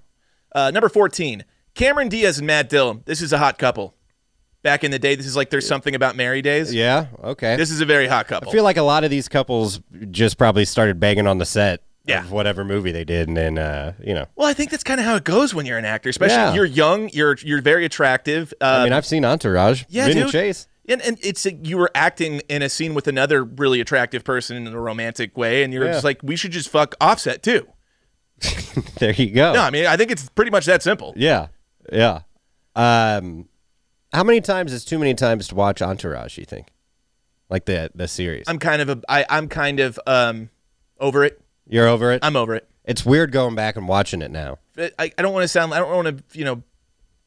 [SPEAKER 1] Uh, number 14, Cameron Diaz and Matt Dillon. This is a hot couple. Back in the day, this is like there's something about Mary days.
[SPEAKER 5] yeah, okay.
[SPEAKER 1] This is a very hot couple.
[SPEAKER 5] I feel like a lot of these couples just probably started banging on the set
[SPEAKER 1] Yeah.
[SPEAKER 5] of whatever movie they did, and then uh, you know,
[SPEAKER 1] well, I think that's kind of how it goes when you're an actor, especially
[SPEAKER 5] Yeah.
[SPEAKER 1] you're young, you're you're very attractive. Uh,
[SPEAKER 5] I mean, I've seen Entourage,
[SPEAKER 1] yeah,
[SPEAKER 5] Vin and
[SPEAKER 1] dude.
[SPEAKER 5] Chase.
[SPEAKER 1] And, and it's a, you were acting in a scene with another really attractive person in a romantic way, and you're
[SPEAKER 5] Yeah.
[SPEAKER 1] just like, we should just fuck Offset too.
[SPEAKER 5] There you go.
[SPEAKER 1] No, I mean, I think it's pretty much that simple.
[SPEAKER 5] Yeah, yeah. Um, how many times is too many times to watch Entourage? You think, like the the series?
[SPEAKER 1] I'm kind of a, I, I'm kind of um, over it.
[SPEAKER 5] You're over it.
[SPEAKER 1] I'm over it.
[SPEAKER 5] it's weird going back and watching it now.
[SPEAKER 1] I, I don't want to sound. I don't want to you know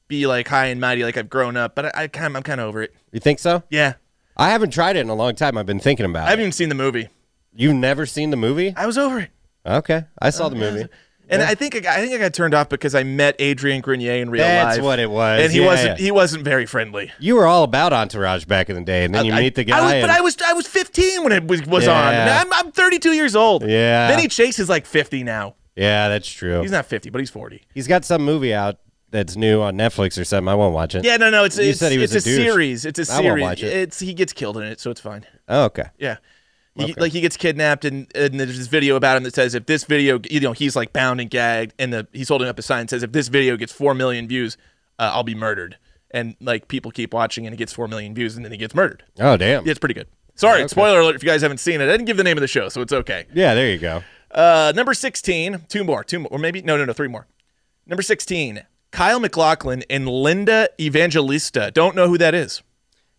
[SPEAKER 1] be like high and mighty like I've grown up, but I, I kind I'm kind of over it.
[SPEAKER 5] You think so?
[SPEAKER 1] Yeah,
[SPEAKER 5] I haven't tried it in a long time. I've been thinking about
[SPEAKER 1] I haven't
[SPEAKER 5] it.
[SPEAKER 1] even seen the movie.
[SPEAKER 5] You've never seen the movie?
[SPEAKER 1] I was over it.
[SPEAKER 5] Okay, I Uh, saw the movie.
[SPEAKER 1] And I think I, got- I think I got turned off because I met Adrian Grenier in real life.
[SPEAKER 5] That's what it was,
[SPEAKER 1] And he
[SPEAKER 5] yeah.
[SPEAKER 1] wasn't he wasn't very friendly.
[SPEAKER 5] You were all about Entourage back in the day, and then you
[SPEAKER 1] I-
[SPEAKER 5] meet the
[SPEAKER 1] I
[SPEAKER 5] guy.
[SPEAKER 1] was, but
[SPEAKER 5] and-
[SPEAKER 1] I was I was 15 when it was, was on.
[SPEAKER 5] Yeah.
[SPEAKER 1] I'm, I'm 32 years old.
[SPEAKER 5] Yeah.
[SPEAKER 1] Vinny Chase is like 50 now.
[SPEAKER 5] yeah, that's true.
[SPEAKER 1] He's not 50, but he's 40.
[SPEAKER 5] He's got some movie out that's new on Netflix or something. I won't watch it.
[SPEAKER 1] Yeah, no, no. It's
[SPEAKER 5] You
[SPEAKER 1] it's,
[SPEAKER 5] said he was
[SPEAKER 1] it's
[SPEAKER 5] a
[SPEAKER 1] a,
[SPEAKER 5] douche.
[SPEAKER 1] series. It's a
[SPEAKER 5] I won't
[SPEAKER 1] series.
[SPEAKER 5] watch it.
[SPEAKER 1] It's he gets killed in it, so it's fine.
[SPEAKER 5] Oh, okay.
[SPEAKER 1] Yeah. He, Like he gets kidnapped and, and there's this video about him that says if this video you know he's like bound and gagged and the he's holding up a sign that says if this video gets four million views uh, I'll be murdered and like people keep watching and it gets four million views and then he gets murdered.
[SPEAKER 5] Oh, damn.
[SPEAKER 1] Yeah, it's pretty good. Sorry, spoiler alert if you guys haven't seen it. I didn't give the name of the show, so it's okay.
[SPEAKER 5] Yeah, there you go.
[SPEAKER 1] Uh, number sixteen, two more, two more, or maybe no, no, no, three more. Number sixteen, Kyle McLaughlin and Linda Evangelista. Don't know who that is.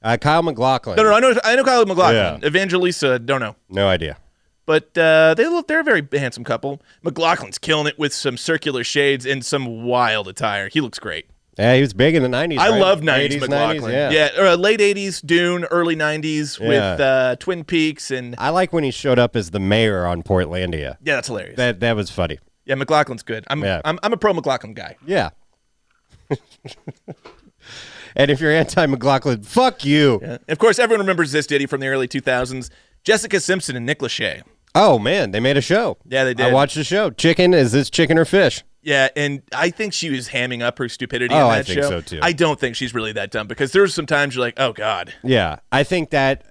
[SPEAKER 5] Uh, Kyle McLaughlin.
[SPEAKER 1] No, no, I know I know Kyle McLaughlin.
[SPEAKER 5] Yeah.
[SPEAKER 1] Evangelista, don't know.
[SPEAKER 5] No idea.
[SPEAKER 1] But uh, they look, they're a very handsome couple. McLaughlin's killing it with some circular shades and some wild attire. He looks great.
[SPEAKER 5] Yeah, he was big in the nineties.
[SPEAKER 1] I love 90s McLaughlin.
[SPEAKER 5] yeah.
[SPEAKER 1] or, uh, late 80s Dune, early 90s with
[SPEAKER 5] Yeah.
[SPEAKER 1] uh, Twin Peaks. And
[SPEAKER 5] I like when he showed up as the mayor on Portlandia.
[SPEAKER 1] yeah, that's hilarious.
[SPEAKER 5] That that was funny.
[SPEAKER 1] yeah, McLaughlin's good. I'm,
[SPEAKER 5] Yeah.
[SPEAKER 1] I'm, I'm a pro McLaughlin guy.
[SPEAKER 5] Yeah. and if you're anti McLaughlin, fuck you.
[SPEAKER 1] And of course, everyone remembers this ditty from the early 2000s Jessica Simpson and Nick Lachey.
[SPEAKER 5] Oh man, they made a show.
[SPEAKER 1] Yeah, they
[SPEAKER 5] I
[SPEAKER 1] did.
[SPEAKER 5] watched the show. Chicken is this chicken or fish?
[SPEAKER 1] Yeah, and I think she was hamming up her stupidity in
[SPEAKER 5] Oh, I
[SPEAKER 1] that
[SPEAKER 5] think
[SPEAKER 1] show.
[SPEAKER 5] so, too.
[SPEAKER 1] I don't think she's really that dumb because there's some times you're like, oh, God.
[SPEAKER 5] Yeah, I think that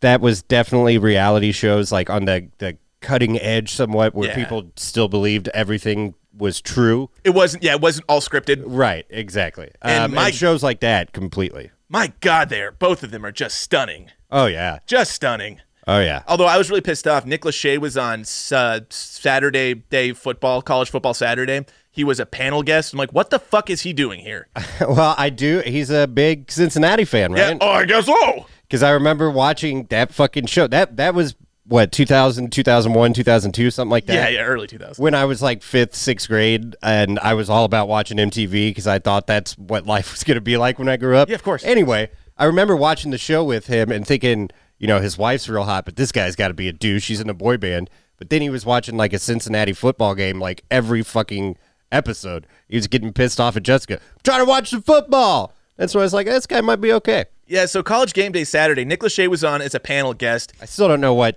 [SPEAKER 5] that was definitely reality shows like on the the cutting edge somewhat, where
[SPEAKER 1] Yeah.
[SPEAKER 5] people still believed everything was true.
[SPEAKER 1] It wasn't, yeah, it wasn't all scripted.
[SPEAKER 5] Right, exactly.
[SPEAKER 1] And
[SPEAKER 5] um,
[SPEAKER 1] my-
[SPEAKER 5] and shows like that completely.
[SPEAKER 1] My God, they are both of them are just stunning,
[SPEAKER 5] Oh yeah,
[SPEAKER 1] just stunning.
[SPEAKER 5] oh yeah.
[SPEAKER 1] Although I was really pissed off. Nick Lachey was on uh, Saturday Day Football, College Football Saturday. He was a panel guest. I'm like, what the fuck is he doing here?
[SPEAKER 5] Well, I do. He's a big Cincinnati fan,
[SPEAKER 1] Yeah,
[SPEAKER 5] right?
[SPEAKER 1] oh, I guess so.
[SPEAKER 5] Because I remember watching that fucking show. That that was what 2000, 2001, 2002, something like that.
[SPEAKER 1] Yeah, yeah, early 2000s.
[SPEAKER 5] When I was like fifth, sixth grade, and I was all about watching MTV because I thought that's what life was going to be like when I grew up.
[SPEAKER 1] Yeah, of course.
[SPEAKER 5] Anyway, I remember watching the show with him and thinking, you know, his wife's real hot, but this guy's got to be a douche. He's in a boy band. But then he was watching like a Cincinnati football game, like every fucking episode. He was getting pissed off at Jessica. I'm trying to watch the football. That's when I was like, this guy might be okay.
[SPEAKER 1] Yeah, so College Game Day Saturday, Nick Lachey was on as a panel guest
[SPEAKER 5] I still don't know what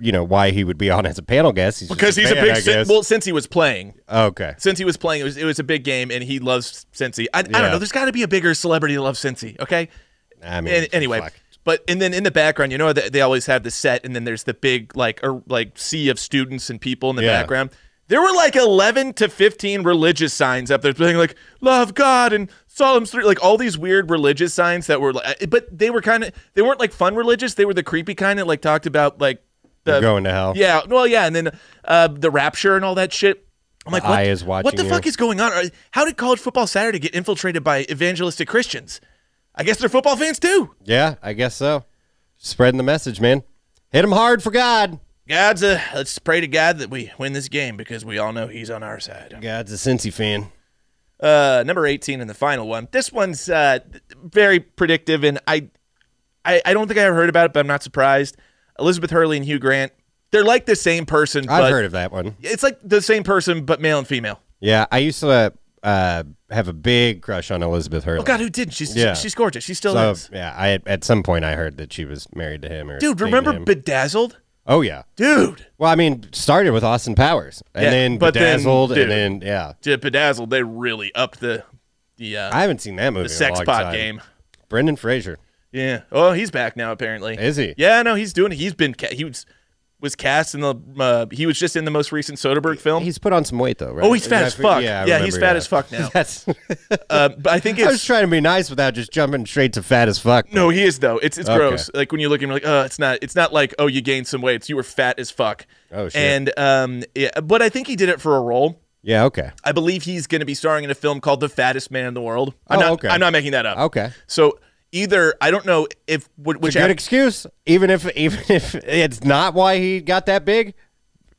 [SPEAKER 5] you know why he would be on as a panel guest. He's just
[SPEAKER 1] because he's a
[SPEAKER 5] fan,
[SPEAKER 1] big.
[SPEAKER 5] I
[SPEAKER 1] Cin-
[SPEAKER 5] guess.
[SPEAKER 1] well, since he was playing,
[SPEAKER 5] okay.
[SPEAKER 1] since he was playing, it was it was a big game, and he loves Cincy. I, I
[SPEAKER 5] Yeah.
[SPEAKER 1] don't know. There's got to be a bigger celebrity that loves Cincy. Okay.
[SPEAKER 5] I mean,
[SPEAKER 1] And- anyway,
[SPEAKER 5] fuck.
[SPEAKER 1] but and then in the background, you know, they, they always have the set, and then there's the big like or like sea of students and people in the
[SPEAKER 5] Yeah.
[SPEAKER 1] background. There were like eleven to fifteen religious signs up there, being like "Love God" and Psalms three, like all these weird religious signs that were like, but they were kind of they weren't like fun religious. They were the creepy kind that like talked about like the
[SPEAKER 5] You're going to hell.
[SPEAKER 1] uh, Yeah, well, yeah, and then uh, the rapture and all that shit. I'm like,
[SPEAKER 5] The
[SPEAKER 1] what,
[SPEAKER 5] eye is
[SPEAKER 1] what
[SPEAKER 5] watching
[SPEAKER 1] the
[SPEAKER 5] you.
[SPEAKER 1] fuck is going on? Are- How did college football Saturday get infiltrated by evangelistic Christians? I guess they're football fans too.
[SPEAKER 5] yeah, I guess so. Spreading the message, man. Hit him hard for God.
[SPEAKER 1] God's a. Let's pray to God that we win this game because we all know He's on our side.
[SPEAKER 5] God's a Cincy fan.
[SPEAKER 1] Uh, number eighteen in the final one. This one's uh, very predictive, and I, I, I don't think I ever heard about it, but I'm not surprised. Elizabeth Hurley and Hugh Grant. They're like the same person.
[SPEAKER 5] I've
[SPEAKER 1] but
[SPEAKER 5] heard of that one.
[SPEAKER 1] It's like the same person, but male and female.
[SPEAKER 5] Yeah, I used to uh, uh, have a big crush on Elizabeth Hurley.
[SPEAKER 1] Oh God, who didn't? She's
[SPEAKER 5] Yeah.
[SPEAKER 1] she's gorgeous. She still
[SPEAKER 5] So,
[SPEAKER 1] is.
[SPEAKER 5] yeah, I at some point I heard that she was married to him. Or
[SPEAKER 1] Dude,
[SPEAKER 5] dating
[SPEAKER 1] remember
[SPEAKER 5] him.
[SPEAKER 1] Bedazzled?
[SPEAKER 5] oh yeah.
[SPEAKER 1] Dude,
[SPEAKER 5] Well, I mean, started with Austin Powers, and
[SPEAKER 1] Yeah,
[SPEAKER 5] then
[SPEAKER 1] but then,
[SPEAKER 5] Bedazzled,
[SPEAKER 1] dude.
[SPEAKER 5] and then yeah.
[SPEAKER 1] Dude, Bedazzled. They really upped the the uh,
[SPEAKER 5] I haven't seen that movie.
[SPEAKER 1] the
[SPEAKER 5] in a
[SPEAKER 1] sex
[SPEAKER 5] long
[SPEAKER 1] pot
[SPEAKER 5] time.
[SPEAKER 1] game.
[SPEAKER 5] Brendan Fraser.
[SPEAKER 1] Yeah. Oh, he's back now. Apparently,
[SPEAKER 5] Is he?
[SPEAKER 1] Yeah. No, he's doing. it. He's been. Ca- he was was cast in the. Uh, he was just in the most recent Soderbergh film.
[SPEAKER 5] He's put on some weight though, right?
[SPEAKER 1] oh, he's fat
[SPEAKER 5] Isn't
[SPEAKER 1] as
[SPEAKER 5] that-
[SPEAKER 1] fuck.
[SPEAKER 5] I
[SPEAKER 1] Yeah, he's fat
[SPEAKER 5] remember that.
[SPEAKER 1] as fuck now.
[SPEAKER 5] That's.
[SPEAKER 1] uh, but I think
[SPEAKER 5] I
[SPEAKER 1] it's.
[SPEAKER 5] was trying to be nice without just jumping straight to fat as fuck.
[SPEAKER 1] no, he is though. It's it's
[SPEAKER 5] Okay.
[SPEAKER 1] gross. Like when you look at him, like, oh, it's not. It's not like, oh, you gained some weight. It's you were fat as fuck.
[SPEAKER 5] Oh, shit.
[SPEAKER 1] And um, yeah, but I think he did it for a role.
[SPEAKER 5] Yeah. Okay.
[SPEAKER 1] I believe he's going to be starring in a film called The Fattest Man in the World. I'm
[SPEAKER 5] Oh,
[SPEAKER 1] not,
[SPEAKER 5] okay.
[SPEAKER 1] I'm not making that up.
[SPEAKER 5] Okay.
[SPEAKER 1] So either I don't know if wh- which
[SPEAKER 5] It's a good
[SPEAKER 1] act-
[SPEAKER 5] excuse, even if even if it's not why he got that big.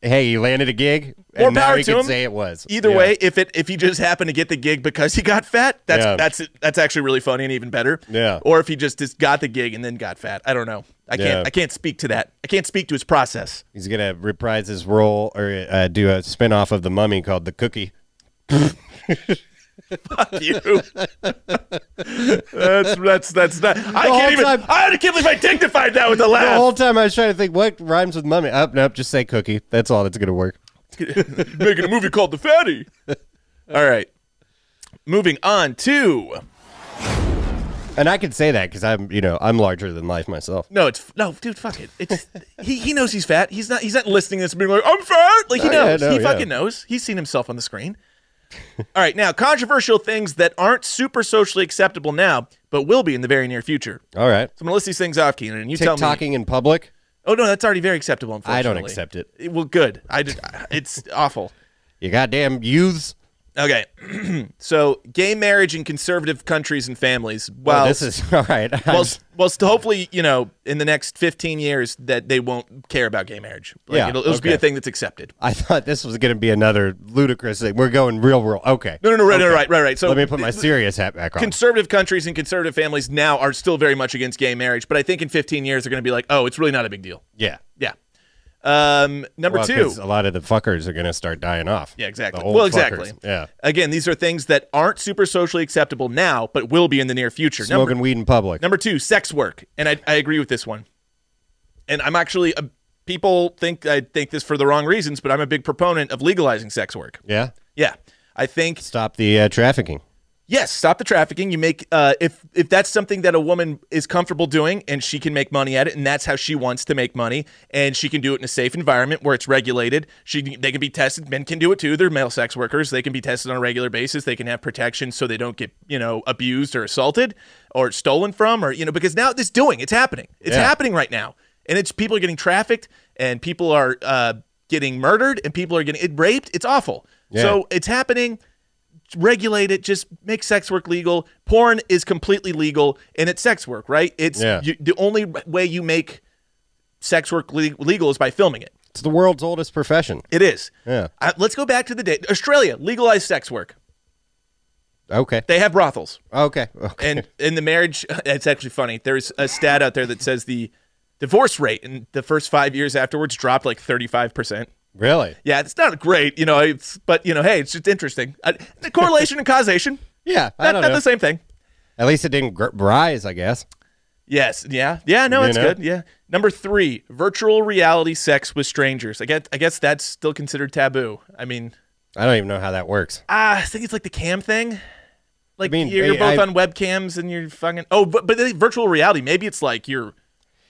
[SPEAKER 5] Hey, he landed a gig, and
[SPEAKER 1] More
[SPEAKER 5] now
[SPEAKER 1] power
[SPEAKER 5] he
[SPEAKER 1] to
[SPEAKER 5] can
[SPEAKER 1] him.
[SPEAKER 5] say it was.
[SPEAKER 1] Either
[SPEAKER 5] Yeah.
[SPEAKER 1] way, if it if he just happened to get the gig because he got fat, that's
[SPEAKER 5] Yeah.
[SPEAKER 1] that's that's actually really funny and even better.
[SPEAKER 5] Yeah.
[SPEAKER 1] Or if he just, just got the gig and then got fat, I don't know. I can't
[SPEAKER 5] Yeah.
[SPEAKER 1] I can't speak to that. I can't speak to his process.
[SPEAKER 5] he's gonna reprise his role or uh, do a spinoff of the Mummy called The Cookie.
[SPEAKER 1] You. that's that's that's not. I
[SPEAKER 5] whole
[SPEAKER 1] can't even.
[SPEAKER 5] time-
[SPEAKER 1] I can't believe I dignified that with a
[SPEAKER 5] The
[SPEAKER 1] laugh.
[SPEAKER 5] whole time I was trying to think what rhymes with mummy. Up, nope, just say cookie. That's all that's gonna work.
[SPEAKER 1] making a movie called The Fatty. All right. Moving on to
[SPEAKER 5] And I can say that because I'm, you know, I'm larger than life myself.
[SPEAKER 1] no, it's no, dude, fuck it. It's he, he knows he's fat. He's not he's not listening to this and being like I'm fat. Like he
[SPEAKER 5] Oh, yeah,
[SPEAKER 1] knows.
[SPEAKER 5] no,
[SPEAKER 1] he
[SPEAKER 5] yeah.
[SPEAKER 1] fucking knows. He's seen himself on the screen. All right, now controversial things that aren't super socially acceptable now, but will be in the very near future.
[SPEAKER 5] All right,
[SPEAKER 1] So I'm gonna list these things off, Keenan, and you tell me.
[SPEAKER 5] TikToking in public.
[SPEAKER 1] Oh no, that's already very acceptable.
[SPEAKER 5] I
[SPEAKER 1] Unfortunately,
[SPEAKER 5] don't accept it.
[SPEAKER 1] Well, good. I just, it's awful.
[SPEAKER 5] You goddamn youths.
[SPEAKER 1] Okay, so gay marriage in conservative countries and families. Well,
[SPEAKER 5] oh, this is all right. I'm-
[SPEAKER 1] well, s- well, st- hopefully, you know, in the next 15 years, that they won't care about gay marriage. Like,
[SPEAKER 5] Yeah,
[SPEAKER 1] it'll, it'll just be a
[SPEAKER 5] okay.
[SPEAKER 1] thing that's accepted.
[SPEAKER 5] I thought this was gonna be another ludicrous thing. We're going real world. Okay.
[SPEAKER 1] No, no, no, right, no, right, right, right. So
[SPEAKER 5] Let me put my serious hat back on.
[SPEAKER 1] conservative countries and conservative families now are still very much against gay marriage, but I think in 15 years they're going to be like, oh, it's really not a big deal.
[SPEAKER 5] yeah.
[SPEAKER 1] Yeah. Um, number
[SPEAKER 5] Well,
[SPEAKER 1] two.
[SPEAKER 5] 'cause a lot of the fuckers are gonna start dying off.
[SPEAKER 1] Yeah, exactly.
[SPEAKER 5] The old
[SPEAKER 1] Well,
[SPEAKER 5] fuckers.
[SPEAKER 1] exactly.
[SPEAKER 5] Yeah.
[SPEAKER 1] Again, these are things that aren't super socially acceptable now, but will be in the near future.
[SPEAKER 5] Smoking
[SPEAKER 1] Number-
[SPEAKER 5] weed in public.
[SPEAKER 1] Number two, sex work, and I, I agree with this one. And I'm actually a, people think I think this for the wrong reasons, but I'm a big proponent of legalizing sex work.
[SPEAKER 5] yeah.
[SPEAKER 1] Yeah, I think
[SPEAKER 5] Stop the uh, trafficking.
[SPEAKER 1] yes, stop the trafficking. You make uh, if if that's something that a woman is comfortable doing and she can make money at it, and that's how she wants to make money, and she can do it in a safe environment where it's regulated. She can- they can be tested. Men can do it too. They're male sex workers. They can be tested on a regular basis. They can have protection so they don't get you know abused or assaulted or stolen from or you know because now this doing it's happening. It's
[SPEAKER 5] Yeah.
[SPEAKER 1] happening right now, and it's people are getting trafficked and people are uh, getting murdered and people are getting raped. It's awful.
[SPEAKER 5] Yeah.
[SPEAKER 1] So it's happening regulate it just make sex work legal porn is completely legal and it's sex work right it's
[SPEAKER 5] Yeah.
[SPEAKER 1] you, the only way you make sex work le- legal is by filming it
[SPEAKER 5] It's the world's oldest profession.
[SPEAKER 1] it is
[SPEAKER 5] Yeah.
[SPEAKER 1] Uh, let's go back to the day australia legalized sex work
[SPEAKER 5] Okay.
[SPEAKER 1] they have brothels
[SPEAKER 5] Okay. Okay.
[SPEAKER 1] and in the marriage it's actually funny there's a stat out there that says the divorce rate in the first five years afterwards dropped like 35%
[SPEAKER 5] really?
[SPEAKER 1] yeah, it's not great, you know. It's, but you know, hey, it's just interesting. Uh, the correlation and causation,
[SPEAKER 5] Yeah. I
[SPEAKER 1] not,
[SPEAKER 5] don't
[SPEAKER 1] not
[SPEAKER 5] know.
[SPEAKER 1] the same thing.
[SPEAKER 5] At least it didn't gr- rise, I guess.
[SPEAKER 1] Yes. Yeah. Yeah. No,
[SPEAKER 5] You
[SPEAKER 1] it's
[SPEAKER 5] know?
[SPEAKER 1] good. Yeah. Number three, virtual reality sex with strangers. I guess, I guess that's still considered taboo. I mean,
[SPEAKER 5] I don't even know how that works.
[SPEAKER 1] ah, I think it's like the cam thing. Like
[SPEAKER 5] mean,
[SPEAKER 1] you're, you're
[SPEAKER 5] I-
[SPEAKER 1] both
[SPEAKER 5] I-
[SPEAKER 1] on webcams and you're fucking. Oh, but but then virtual reality. Maybe it's like you're.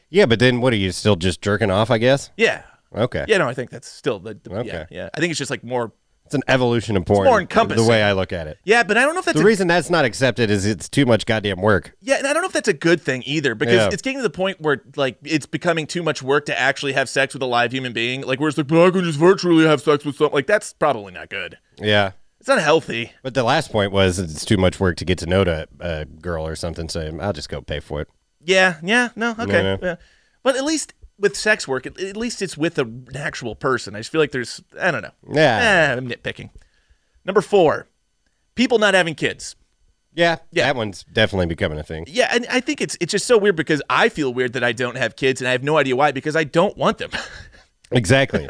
[SPEAKER 5] Yeah, but then what are you still just jerking off? I guess.
[SPEAKER 1] Yeah.
[SPEAKER 5] Okay.
[SPEAKER 1] Yeah. No, I think that's still the. the Yeah.
[SPEAKER 5] Okay.
[SPEAKER 1] Yeah. I think it's just like more.
[SPEAKER 5] It's an evolution of porn.
[SPEAKER 1] more encompassing.
[SPEAKER 5] The way I look at it.
[SPEAKER 1] Yeah, but I don't know if that's
[SPEAKER 5] The
[SPEAKER 1] a,
[SPEAKER 5] reason that's not accepted is it's too much goddamn work.
[SPEAKER 1] yeah, and I don't know if that's a good thing either because
[SPEAKER 5] Yeah.
[SPEAKER 1] it's getting to the point where like it's becoming too much work to actually have sex with a live human being. Like whereas like, but I can just virtually have sex with something. Like that's probably not good.
[SPEAKER 5] Yeah.
[SPEAKER 1] It's not healthy.
[SPEAKER 5] But the last point was it's too much work to get to know uh, to a girl or something. So I'll just go pay for it.
[SPEAKER 1] Yeah, yeah, no, okay.
[SPEAKER 5] no.
[SPEAKER 1] yeah. But at least with sex work, at, at least it's with a, an actual person. I just feel like there's, I don't know.
[SPEAKER 5] Yeah.
[SPEAKER 1] Eh, I'm nitpicking. Number four, people not having kids.
[SPEAKER 5] Yeah,
[SPEAKER 1] Yeah.
[SPEAKER 5] that one's definitely becoming a thing.
[SPEAKER 1] Yeah, and I think it's it's just so weird because I feel weird that I don't have kids, and I have no idea why because I don't want them.
[SPEAKER 5] Exactly.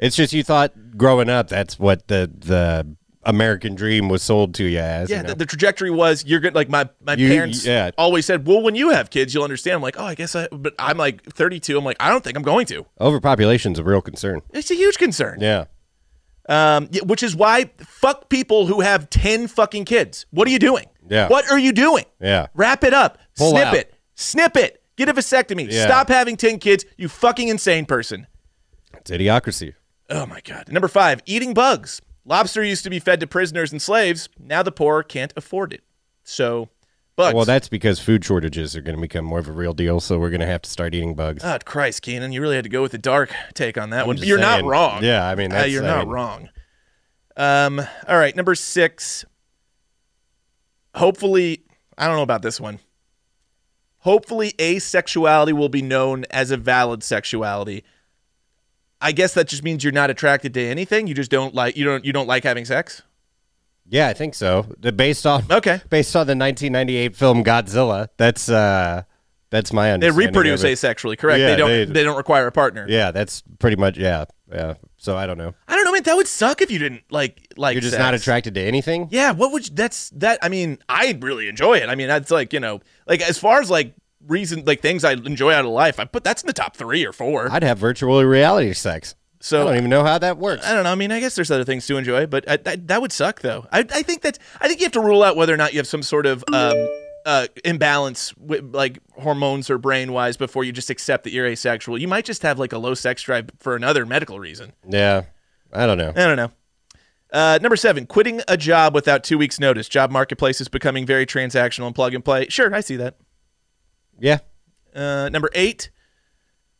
[SPEAKER 5] it's just you thought growing up that's what the the American dream was sold to you as.
[SPEAKER 1] yeah,
[SPEAKER 5] you know?
[SPEAKER 1] the, the trajectory was you're good. Like my my
[SPEAKER 5] You-
[SPEAKER 1] parents
[SPEAKER 5] yeah.
[SPEAKER 1] always said, well, when you have kids, you'll understand. I'm like, oh, I guess I. But I'm like 32. I'm like, I don't think I'm going to.
[SPEAKER 5] Overpopulation's a real concern.
[SPEAKER 1] It's a huge concern.
[SPEAKER 5] Yeah.
[SPEAKER 1] Um, yeah, which is why fuck people who have 10 fucking kids. What are you doing?
[SPEAKER 5] Yeah.
[SPEAKER 1] What are you doing?
[SPEAKER 5] Yeah.
[SPEAKER 1] Wrap it up.
[SPEAKER 5] Pull
[SPEAKER 1] Snip
[SPEAKER 5] out.
[SPEAKER 1] it. Snip it. Get a vasectomy.
[SPEAKER 5] Yeah.
[SPEAKER 1] Stop having 10 kids. You fucking insane person.
[SPEAKER 5] It's idiocracy.
[SPEAKER 1] Oh my God. Number five, eating bugs. Lobster used to be fed to prisoners and slaves. Now the poor can't afford it. So, bugs.
[SPEAKER 5] Well, that's because food shortages are going to become more of a real deal, so we're going to have to start eating bugs.
[SPEAKER 1] God, Christ, Keenan, you really had to go with the dark take on that one.
[SPEAKER 5] just
[SPEAKER 1] You're
[SPEAKER 5] saying.
[SPEAKER 1] not wrong.
[SPEAKER 5] Yeah, I mean,
[SPEAKER 1] Uh,
[SPEAKER 5] that's-
[SPEAKER 1] you're
[SPEAKER 5] I
[SPEAKER 1] not
[SPEAKER 5] mean-
[SPEAKER 1] wrong. Um, all right, number six. Hopefully, I don't know about this one. Hopefully, asexuality will be known as a valid sexuality. I guess that just means you're not attracted to anything. You just don't like you don't you don't like having sex.
[SPEAKER 5] yeah, I think so. The based off
[SPEAKER 1] Okay.
[SPEAKER 5] based on the 1998 film Godzilla. That's uh that's my
[SPEAKER 1] They
[SPEAKER 5] understanding. of
[SPEAKER 1] reproduce
[SPEAKER 5] it.
[SPEAKER 1] asexually, correct?
[SPEAKER 5] Yeah,
[SPEAKER 1] they don't. They,
[SPEAKER 5] they-
[SPEAKER 1] don't require a partner.
[SPEAKER 5] Yeah, that's pretty much yeah. Yeah. So I don't know.
[SPEAKER 1] I don't know, man. That would suck if you didn't like like.
[SPEAKER 5] You're just not
[SPEAKER 1] sex.
[SPEAKER 5] attracted to anything?
[SPEAKER 1] Yeah, what would you, that's that? I mean, I really enjoy it. I mean, that's like you know, like as far as like reason, like things I enjoy out of life, I put that's in the top three or four.
[SPEAKER 5] I'd have virtual reality sex.
[SPEAKER 1] So-
[SPEAKER 5] I don't even know how that works.
[SPEAKER 1] I don't know. I mean, I guess there's other things to enjoy, but I, that that would suck though. I, I think that's I think you have to rule out whether or not you have some sort of um, uh, imbalance with like hormones or brain wise before you just accept that you're asexual. You might just have like a low sex drive for another medical reason.
[SPEAKER 5] Yeah. I don't know.
[SPEAKER 1] I don't know. Uh, number seven, quitting a job without two weeks' notice. Job marketplace is becoming very transactional and plug and play. Sure, I see that.
[SPEAKER 5] Yeah.
[SPEAKER 1] Uh, number eight,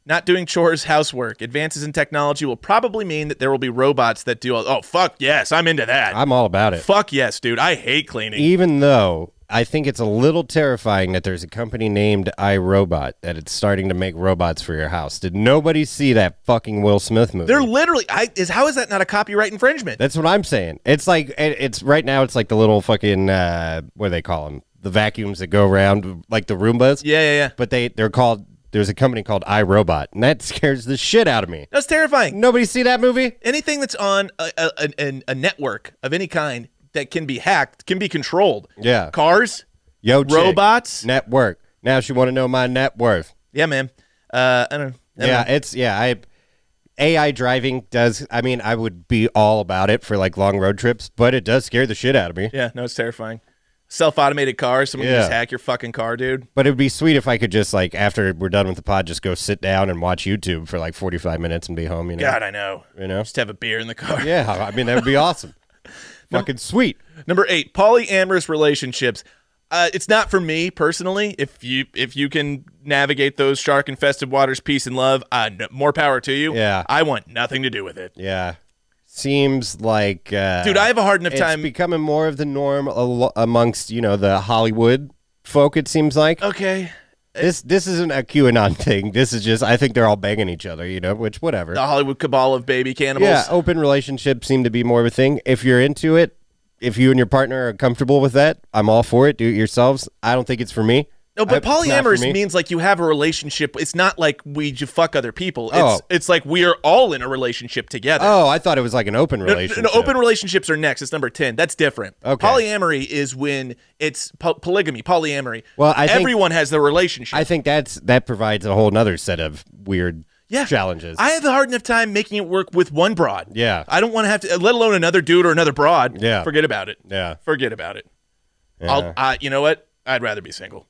[SPEAKER 1] not doing chores, housework. Advances in technology will probably mean that there will be robots that do all. Oh, fuck yes, I'm into that.
[SPEAKER 5] I'm all about it.
[SPEAKER 1] fuck yes, dude. I hate cleaning.
[SPEAKER 5] Even though I think it's a little terrifying that there's a company named iRobot that it's starting to make robots for your house. Did nobody see that fucking Will Smith movie?
[SPEAKER 1] They're literally. I is how is that not a copyright infringement?
[SPEAKER 5] That's what I'm saying. It's like it- it's right now. It's like the little fucking uh, what do they call them? The vacuums that go around, like the Roombas.
[SPEAKER 1] yeah, yeah, yeah.
[SPEAKER 5] But they they're called. There's a company called iRobot, and that scares the shit out of me.
[SPEAKER 1] That's terrifying.
[SPEAKER 5] Nobody see that movie?
[SPEAKER 1] anything that's on a, a, a, a network of any kind that can be hacked can be controlled.
[SPEAKER 5] Yeah.
[SPEAKER 1] Cars.
[SPEAKER 5] Yo, chick.
[SPEAKER 1] Robots?
[SPEAKER 5] network. Now she want to know my net worth.
[SPEAKER 1] Yeah, man. Uh, I don't. I don't
[SPEAKER 5] yeah,
[SPEAKER 1] know.
[SPEAKER 5] it's yeah. I AI driving does. I mean, I would be all about it for like long road trips, but it does scare the shit out of me.
[SPEAKER 1] Yeah. No, it's terrifying. Self-automated cars. Someone can just
[SPEAKER 5] Yeah.
[SPEAKER 1] hack your fucking car, dude.
[SPEAKER 5] But it would be sweet if I could just like after we're done with the pod, just go sit down and watch YouTube for like forty five minutes and be home. You know.
[SPEAKER 1] God, I know.
[SPEAKER 5] You know?
[SPEAKER 1] Just have a beer in the car.
[SPEAKER 5] Yeah, I mean that would be awesome. Fucking sweet.
[SPEAKER 1] Number eight, polyamorous relationships. Uh, it's not for me personally. If you if you can navigate those shark infested waters, peace and love, uh, n- more power to you.
[SPEAKER 5] Yeah.
[SPEAKER 1] I want nothing to do with it,
[SPEAKER 5] Yeah. Seems like uh,
[SPEAKER 1] dude. I have a hard enough
[SPEAKER 5] it's
[SPEAKER 1] time.
[SPEAKER 5] becoming more of the norm al- amongst you know the Hollywood folk. It seems like
[SPEAKER 1] okay,
[SPEAKER 5] this this isn't a QAnon thing. This is just I think they're all banging each other. You know, which whatever.
[SPEAKER 1] the Hollywood cabal of baby cannibals.
[SPEAKER 5] Yeah, open relationships seem to be more of a thing. If you're into it, if you and your partner are comfortable with that, I'm all for it. Do it yourselves. I don't think it's for me.
[SPEAKER 1] No, but
[SPEAKER 5] I- it's not for
[SPEAKER 1] polyamorous
[SPEAKER 5] me.
[SPEAKER 1] means like you have a relationship. It's not like we j- fuck other people. It's
[SPEAKER 5] Oh.
[SPEAKER 1] it's like we are all in a relationship together.
[SPEAKER 5] Oh, I thought it was like an open
[SPEAKER 1] No, no,
[SPEAKER 5] relationship.
[SPEAKER 1] no, open relationships are next. It's number ten. That's different.
[SPEAKER 5] Okay.
[SPEAKER 1] Polyamory is when it's po- polygamy, polyamory.
[SPEAKER 5] Well, I think-
[SPEAKER 1] everyone has their relationship.
[SPEAKER 5] I think that's that provides a whole nother set of weird
[SPEAKER 1] yeah.
[SPEAKER 5] challenges.
[SPEAKER 1] I have a hard enough time making it work with one broad.
[SPEAKER 5] Yeah.
[SPEAKER 1] I don't want to have to, let alone another dude or another broad.
[SPEAKER 5] Yeah.
[SPEAKER 1] Forget about it.
[SPEAKER 5] Yeah.
[SPEAKER 1] Forget about it.
[SPEAKER 5] Yeah.
[SPEAKER 1] I'll, I, you know what? I'd rather be single.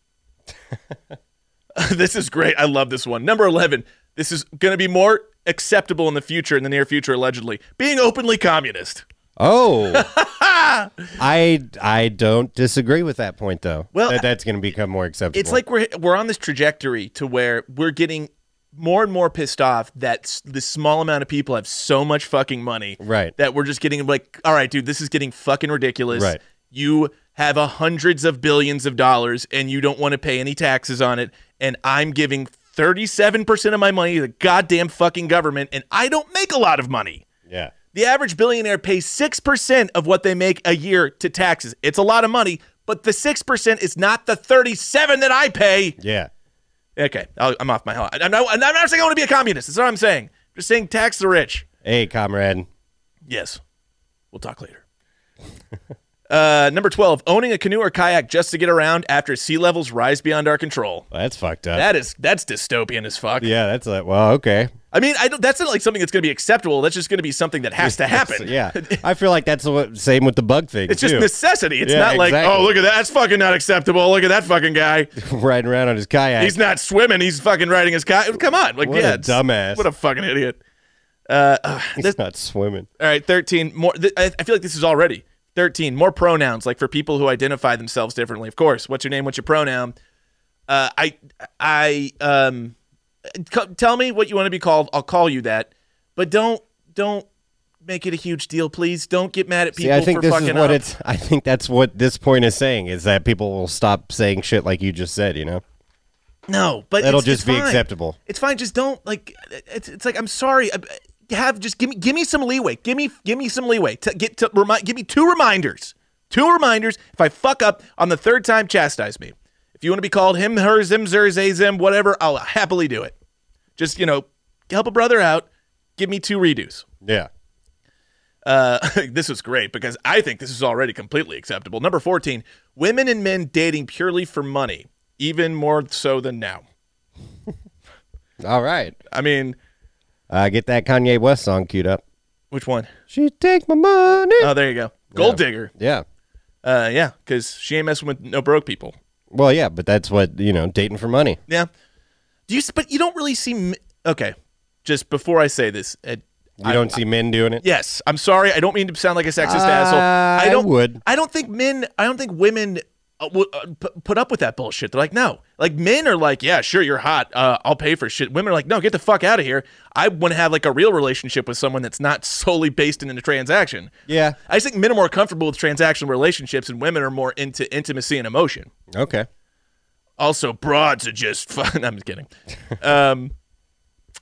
[SPEAKER 1] this is great. I love this one. Number 11. This is going to be more acceptable in the future, in the near future, allegedly. Being openly communist.
[SPEAKER 5] oh, I I don't disagree with that point though.
[SPEAKER 1] Well,
[SPEAKER 5] that, that's going to become more acceptable.
[SPEAKER 1] It's like we're we're on this trajectory to where we're getting more and more pissed off that s- this small amount of people have so much fucking money,
[SPEAKER 5] Right.
[SPEAKER 1] That we're just getting like, all right, dude, this is getting fucking ridiculous.
[SPEAKER 5] Right.
[SPEAKER 1] You have a hundreds of billions of dollars and you don't want to pay any taxes on it, and I'm giving 37% of my money to the goddamn fucking government, and I don't make a lot of money.
[SPEAKER 5] Yeah.
[SPEAKER 1] The average billionaire pays 6% of what they make a year to taxes. It's a lot of money, but the 6% is not the 37 that I pay.
[SPEAKER 5] Yeah.
[SPEAKER 1] Okay, I'll, I'm off my high. I'm not, I'm not saying I want to be a communist. That's not what I'm saying. I'm just saying tax the rich.
[SPEAKER 5] Hey, comrade.
[SPEAKER 1] Yes. We'll talk later. uh, number 12, owning a canoe or kayak just to get around after sea levels rise beyond our control.
[SPEAKER 5] Well, that's fucked up.
[SPEAKER 1] That is that's dystopian as fuck.
[SPEAKER 5] yeah, that's like, well, okay.
[SPEAKER 1] I mean, I don't, that's not like something that's going to be acceptable. That's just going to be something that has to happen.
[SPEAKER 5] yeah. I feel like that's the same with the bug thing.
[SPEAKER 1] It's just
[SPEAKER 5] too.
[SPEAKER 1] necessity. It's
[SPEAKER 5] Yeah,
[SPEAKER 1] not like,
[SPEAKER 5] exactly.
[SPEAKER 1] oh, look at that. That's fucking not acceptable. Look at that fucking guy.
[SPEAKER 5] riding around on his kayak.
[SPEAKER 1] He's not swimming. He's fucking riding his kayak. Come on. Like,
[SPEAKER 5] What a
[SPEAKER 1] yeah, it's-
[SPEAKER 5] dumbass.
[SPEAKER 1] What a fucking idiot.
[SPEAKER 5] He's not swimming.
[SPEAKER 1] All right, 13 more th- I I feel like this is already 13 more pronouns like for people who identify themselves differently. Of course, what's your name, what's your pronoun? Uh I I um c- tell me what you want to be called. I'll call you that. But don't don't make it a huge deal, please. Don't get mad at people
[SPEAKER 5] See, I think
[SPEAKER 1] for
[SPEAKER 5] this
[SPEAKER 1] fucking
[SPEAKER 5] is
[SPEAKER 1] up.
[SPEAKER 5] what it's. I think that's what this point is saying is that people will stop saying shit like you just said. You know,
[SPEAKER 1] no, but
[SPEAKER 5] that'll
[SPEAKER 1] it's-
[SPEAKER 5] just
[SPEAKER 1] it's
[SPEAKER 5] be
[SPEAKER 1] fine.
[SPEAKER 5] acceptable.
[SPEAKER 1] It's fine. Just don't like. It's, it's like I'm sorry. I- I- Have just give me give me some leeway. Give me give me some leeway. To get to remind. Give me two reminders. Two reminders. If I fuck up on the third time, chastise me. If you want to be called him, her, zim, zer, zay, zim, whatever, I'll happily do it. Just you know, help a brother out. Give me two redos.
[SPEAKER 5] Yeah.
[SPEAKER 1] Uh, this was great because I think this is already completely acceptable. Number 14, women and men dating purely for money, even more so than now.
[SPEAKER 5] All right.
[SPEAKER 1] I mean,
[SPEAKER 5] Uh, get that Kanye West song queued up.
[SPEAKER 1] which one?
[SPEAKER 5] She take my money.
[SPEAKER 1] Oh, there you go. Gold digger.
[SPEAKER 5] yeah.
[SPEAKER 1] Uh, yeah, because she ain't messing with no broke people.
[SPEAKER 5] Well, yeah, but that's what you know, dating for money.
[SPEAKER 1] Yeah. Do you? s- But you don't really see. m- Okay, just before I say this, uh,
[SPEAKER 5] You don't see men doing it.
[SPEAKER 1] yes, I'm sorry. I don't mean to sound like a sexist asshole.
[SPEAKER 5] I
[SPEAKER 1] I don't.
[SPEAKER 5] would.
[SPEAKER 1] I don't think men. I don't think women uh, w- uh, p- put up with that bullshit. They're like, no. Like men are like, yeah, sure, you're hot. Uh, I'll pay for shit. Women are like, no, get the fuck out of here. I want to have like a real relationship with someone that's not solely based in a transaction.
[SPEAKER 5] Yeah.
[SPEAKER 1] I just think men are more comfortable with transactional relationships, and women are more into intimacy and emotion.
[SPEAKER 5] Okay.
[SPEAKER 1] Also, broads are just fun. I'm just kidding. Um,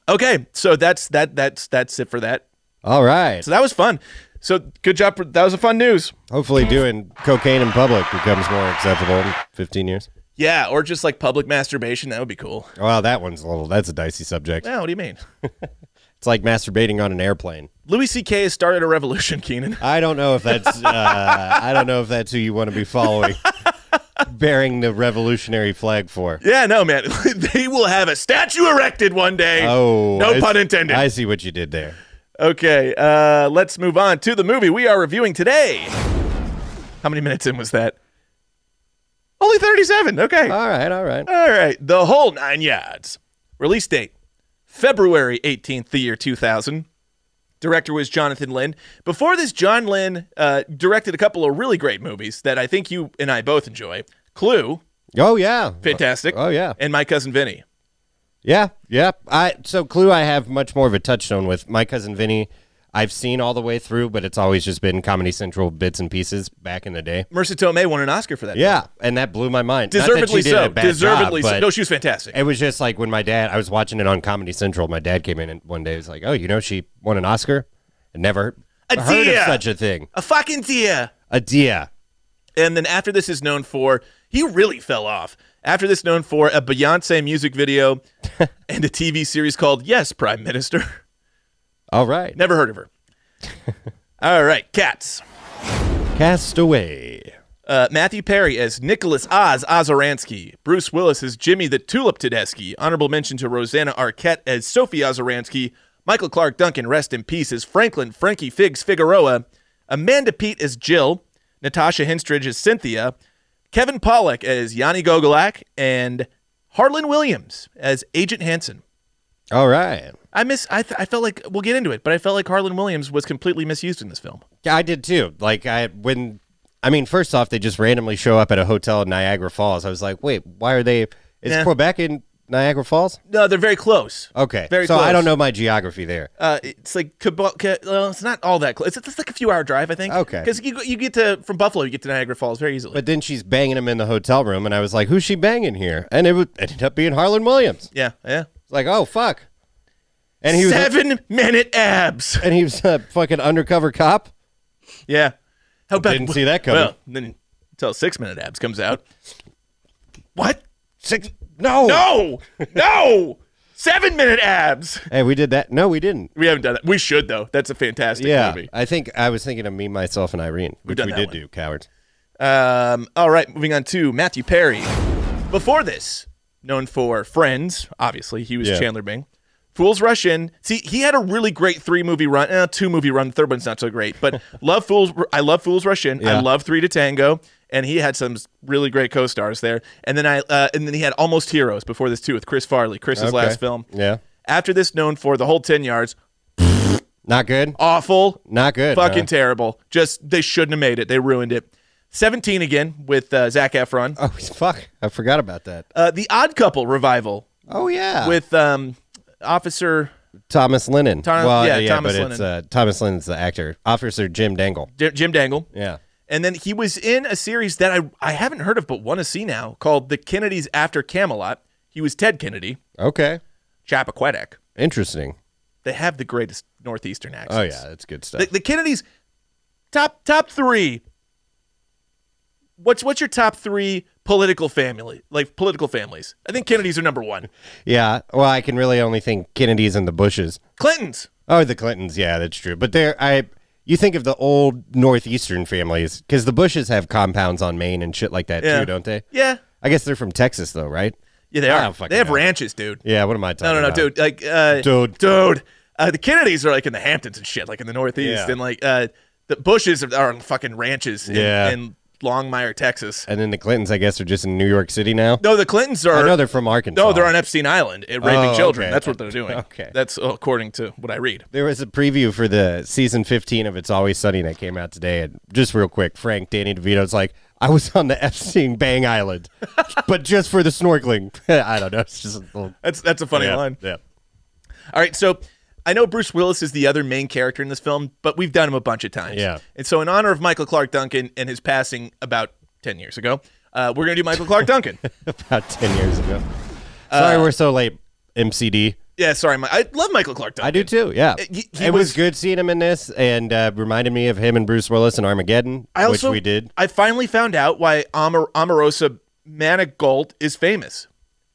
[SPEAKER 1] okay, so that's that. That's that's it for that.
[SPEAKER 5] All right.
[SPEAKER 1] So that was fun. So good job. For, that was a fun news.
[SPEAKER 5] Hopefully, doing cocaine in public becomes more acceptable in 15 years.
[SPEAKER 1] Yeah, or just like public masturbation. That would be cool.
[SPEAKER 5] Wow, that one's a little. That's a dicey subject.
[SPEAKER 1] Yeah, what do you mean?
[SPEAKER 5] It's like masturbating on an airplane.
[SPEAKER 1] Louis C.K. has started a revolution, Keenan.
[SPEAKER 5] I don't know if that's. Uh, I don't know if that's who you want to be following, bearing the revolutionary flag for.
[SPEAKER 1] Yeah, no, man. they will have a statue erected one day.
[SPEAKER 5] Oh,
[SPEAKER 1] no
[SPEAKER 5] I
[SPEAKER 1] pun
[SPEAKER 5] see-
[SPEAKER 1] intended.
[SPEAKER 5] I see what you did there.
[SPEAKER 1] Okay, uh, let's move on to the movie we are reviewing today. How many minutes in was that? Only 37. Okay.
[SPEAKER 5] All right, all right.
[SPEAKER 1] All right. The whole nine yards. Release date February 18th, the year 2000. Director was Jonathan Lynn. Before this, John Lynn uh, directed a couple of really great movies that I think you and I both enjoy Clue,
[SPEAKER 5] Oh yeah,
[SPEAKER 1] fantastic.
[SPEAKER 5] Oh, yeah.
[SPEAKER 1] And My Cousin Vinny.
[SPEAKER 5] yeah, yeah. I so Clue. I have much more of a touchstone with my cousin Vinny. I've seen all the way through, but it's always just been Comedy Central bits and pieces back in the day.
[SPEAKER 1] Marissa Tomei won an Oscar for that.
[SPEAKER 5] Yeah, and that blew my mind. Not that she
[SPEAKER 1] Deservedly
[SPEAKER 5] did a
[SPEAKER 1] so.
[SPEAKER 5] bad
[SPEAKER 1] Deservedly
[SPEAKER 5] job,
[SPEAKER 1] so.
[SPEAKER 5] but
[SPEAKER 1] No, she was fantastic.
[SPEAKER 5] It was just like when my dad, I was watching it on Comedy Central. My dad came in and one day was like, "Oh, you know, she won an Oscar. I never
[SPEAKER 1] A
[SPEAKER 5] heard
[SPEAKER 1] deer.
[SPEAKER 5] of such a thing.
[SPEAKER 1] a fucking dear.
[SPEAKER 5] A dia.
[SPEAKER 1] And then after this is known for, he really fell off. After this, known for a Beyonce music video and a TV series called Yes, Prime Minister.
[SPEAKER 5] All right,
[SPEAKER 1] Never heard of her. All right, cats.
[SPEAKER 5] Castaway.
[SPEAKER 1] Uh, Matthew Perry as Nicholas Oz Ozaransky. Bruce Willis as Jimmy the Tulip Tedeschi. Honorable mention to Rosanna Arquette as Sophie Ozaransky. Michael Clark Duncan, rest in peace, as Franklin Frankie Figs Figueroa. Amanda Pete as Jill. Natasha Henstridge as Cynthia. Kevin Pollak as Yanni Gogolak. And Harlan Williams as Agent Hanson.
[SPEAKER 5] All right.
[SPEAKER 1] I miss. I, th- I felt like we'll get into it, but I felt like Harlan Williams was completely misused in this film.
[SPEAKER 5] Yeah, I did too. Like I when I mean, first off, they just randomly show up at a hotel in Niagara Falls. I was like, wait, why are they? Is
[SPEAKER 1] Yeah.
[SPEAKER 5] Quebec in Niagara Falls?
[SPEAKER 1] No, they're very close.
[SPEAKER 5] Okay.
[SPEAKER 1] Very
[SPEAKER 5] so
[SPEAKER 1] close.
[SPEAKER 5] I don't know my geography there.
[SPEAKER 1] Uh, it's like Cabo- Ca- well, it's not all that close. It's, it's like a few hour drive, I think.
[SPEAKER 5] Okay.
[SPEAKER 1] Because you, go- you get to from Buffalo, you get to Niagara Falls very easily.
[SPEAKER 5] But then she's banging him in the hotel room, and I was like, "Who's she banging here?" And it would, ended up being Harlan Williams.
[SPEAKER 1] yeah, yeah.
[SPEAKER 5] It's like, "Oh fuck!" And he was
[SPEAKER 1] Seven minute abs.
[SPEAKER 5] and he was a fucking undercover cop.
[SPEAKER 1] Yeah. How about
[SPEAKER 5] Didn't see that coming.
[SPEAKER 1] Well, then until six minute abs comes out. What?
[SPEAKER 5] Six? No,
[SPEAKER 1] No, no. Seven minute abs.
[SPEAKER 5] Hey, we did that. No, we didn't.
[SPEAKER 1] We haven't done that. We should though. That's a fantastic
[SPEAKER 5] Yeah,
[SPEAKER 1] movie.
[SPEAKER 5] I think I was thinking of me, myself, and Irene, which
[SPEAKER 1] done
[SPEAKER 5] we
[SPEAKER 1] that
[SPEAKER 5] did
[SPEAKER 1] one.
[SPEAKER 5] do. Cowards.
[SPEAKER 1] Um, all right, moving on to Matthew Perry. Before this, known for Friends, obviously he was
[SPEAKER 5] Yeah.
[SPEAKER 1] Chandler Bing. Fools Rush In. See, he had a really great three movie run, eh, two movie run. The third one's not so great, but love Fools. I love Fools Rush In. I
[SPEAKER 5] Yeah.
[SPEAKER 1] love Three to Tango, and he had some really great co-stars there. And then I, uh, and then he had Almost Heroes before this too with Chris Farley, Chris's
[SPEAKER 5] Okay.
[SPEAKER 1] last film.
[SPEAKER 5] Yeah.
[SPEAKER 1] After this, known for the whole ten yards,
[SPEAKER 5] Not good.
[SPEAKER 1] awful,
[SPEAKER 5] Not good.
[SPEAKER 1] fucking
[SPEAKER 5] huh?
[SPEAKER 1] terrible. Just they shouldn't have made it. They ruined it. Seventeen again with uh, Zach Efron.
[SPEAKER 5] oh fuck! I forgot about that.
[SPEAKER 1] Uh, the Odd Couple revival
[SPEAKER 5] Oh yeah.
[SPEAKER 1] with um, Officer
[SPEAKER 5] Thomas Lennon.
[SPEAKER 1] Tom-
[SPEAKER 5] well,
[SPEAKER 1] yeah,
[SPEAKER 5] yeah,
[SPEAKER 1] Thomas
[SPEAKER 5] but it's uh, Thomas Lennon's the actor, Officer Jim Dangle.
[SPEAKER 1] J- Jim Dangle.
[SPEAKER 5] Yeah.
[SPEAKER 1] And then he was in a series that I I haven't heard of but want to see now called The Kennedys After Camelot. He was Ted Kennedy,
[SPEAKER 5] Okay.
[SPEAKER 1] Chappaquiddick.
[SPEAKER 5] Interesting.
[SPEAKER 1] They have the greatest northeastern accents.
[SPEAKER 5] Oh yeah, that's good stuff.
[SPEAKER 1] The, the Kennedys, top top three. What's what's your top three political family like political families? I think Kennedys are number one.
[SPEAKER 5] yeah. Well, I can really only think Kennedy's and the Bushes.
[SPEAKER 1] Clintons.
[SPEAKER 5] Oh, the Clintons. Yeah, that's true. But there, I you think of the old northeastern families because the Bushes have compounds on Maine and shit like that
[SPEAKER 1] Yeah.
[SPEAKER 5] too, don't they?
[SPEAKER 1] Yeah.
[SPEAKER 5] I guess they're from Texas though, right?
[SPEAKER 1] Yeah, they
[SPEAKER 5] I
[SPEAKER 1] are.
[SPEAKER 5] don't fucking
[SPEAKER 1] They have
[SPEAKER 5] know.
[SPEAKER 1] ranches, dude.
[SPEAKER 5] Yeah. What am I talking?
[SPEAKER 1] No, no, no,
[SPEAKER 5] about?
[SPEAKER 1] dude. Like, uh,
[SPEAKER 5] Dude.
[SPEAKER 1] dude. Uh, the Kennedys are like in the Hamptons and shit, like in the Northeast,
[SPEAKER 5] Yeah.
[SPEAKER 1] and like uh, the Bushes are, are on fucking ranches in,
[SPEAKER 5] Yeah.
[SPEAKER 1] in Longmire, Texas.
[SPEAKER 5] And then the Clintons, I guess, are just in New York City now.
[SPEAKER 1] No, the Clintons are.
[SPEAKER 5] I know they're from Arkansas.
[SPEAKER 1] no, they're on Epstein Island uh, raping
[SPEAKER 5] Oh,
[SPEAKER 1] children.
[SPEAKER 5] okay.
[SPEAKER 1] That's what they're doing.
[SPEAKER 5] Okay.
[SPEAKER 1] That's uh, according to what I read.
[SPEAKER 5] There was a preview for the season 15 of It's Always Sunny that came out today. And just real quick, Frank, Danny DeVito's like, I was on the Epstein Bang Island, but just for the snorkeling. I don't know. It's just a little
[SPEAKER 1] That's that's a funny
[SPEAKER 5] yeah,
[SPEAKER 1] line.
[SPEAKER 5] Yeah.
[SPEAKER 1] All right, so I know Bruce Willis is the other main character in this film, but we've done him a bunch of times.
[SPEAKER 5] Yeah.
[SPEAKER 1] And so, in honor of Michael Clark Duncan and his passing about 10 years ago, uh, we're going to do Michael Clark Duncan.
[SPEAKER 5] About 10 years ago.
[SPEAKER 1] Uh,
[SPEAKER 5] Sorry we're so late, MCD.
[SPEAKER 1] yeah, sorry. Mi- I love Michael Clark Duncan.
[SPEAKER 5] I do too. Yeah. It,
[SPEAKER 1] he- he
[SPEAKER 5] was,
[SPEAKER 1] was-
[SPEAKER 5] good seeing him in this and uh, reminded me of him and Bruce Willis in Armageddon,
[SPEAKER 1] I also,
[SPEAKER 5] which we did.
[SPEAKER 1] I finally found out why Amor- Omarosa Manigault is famous.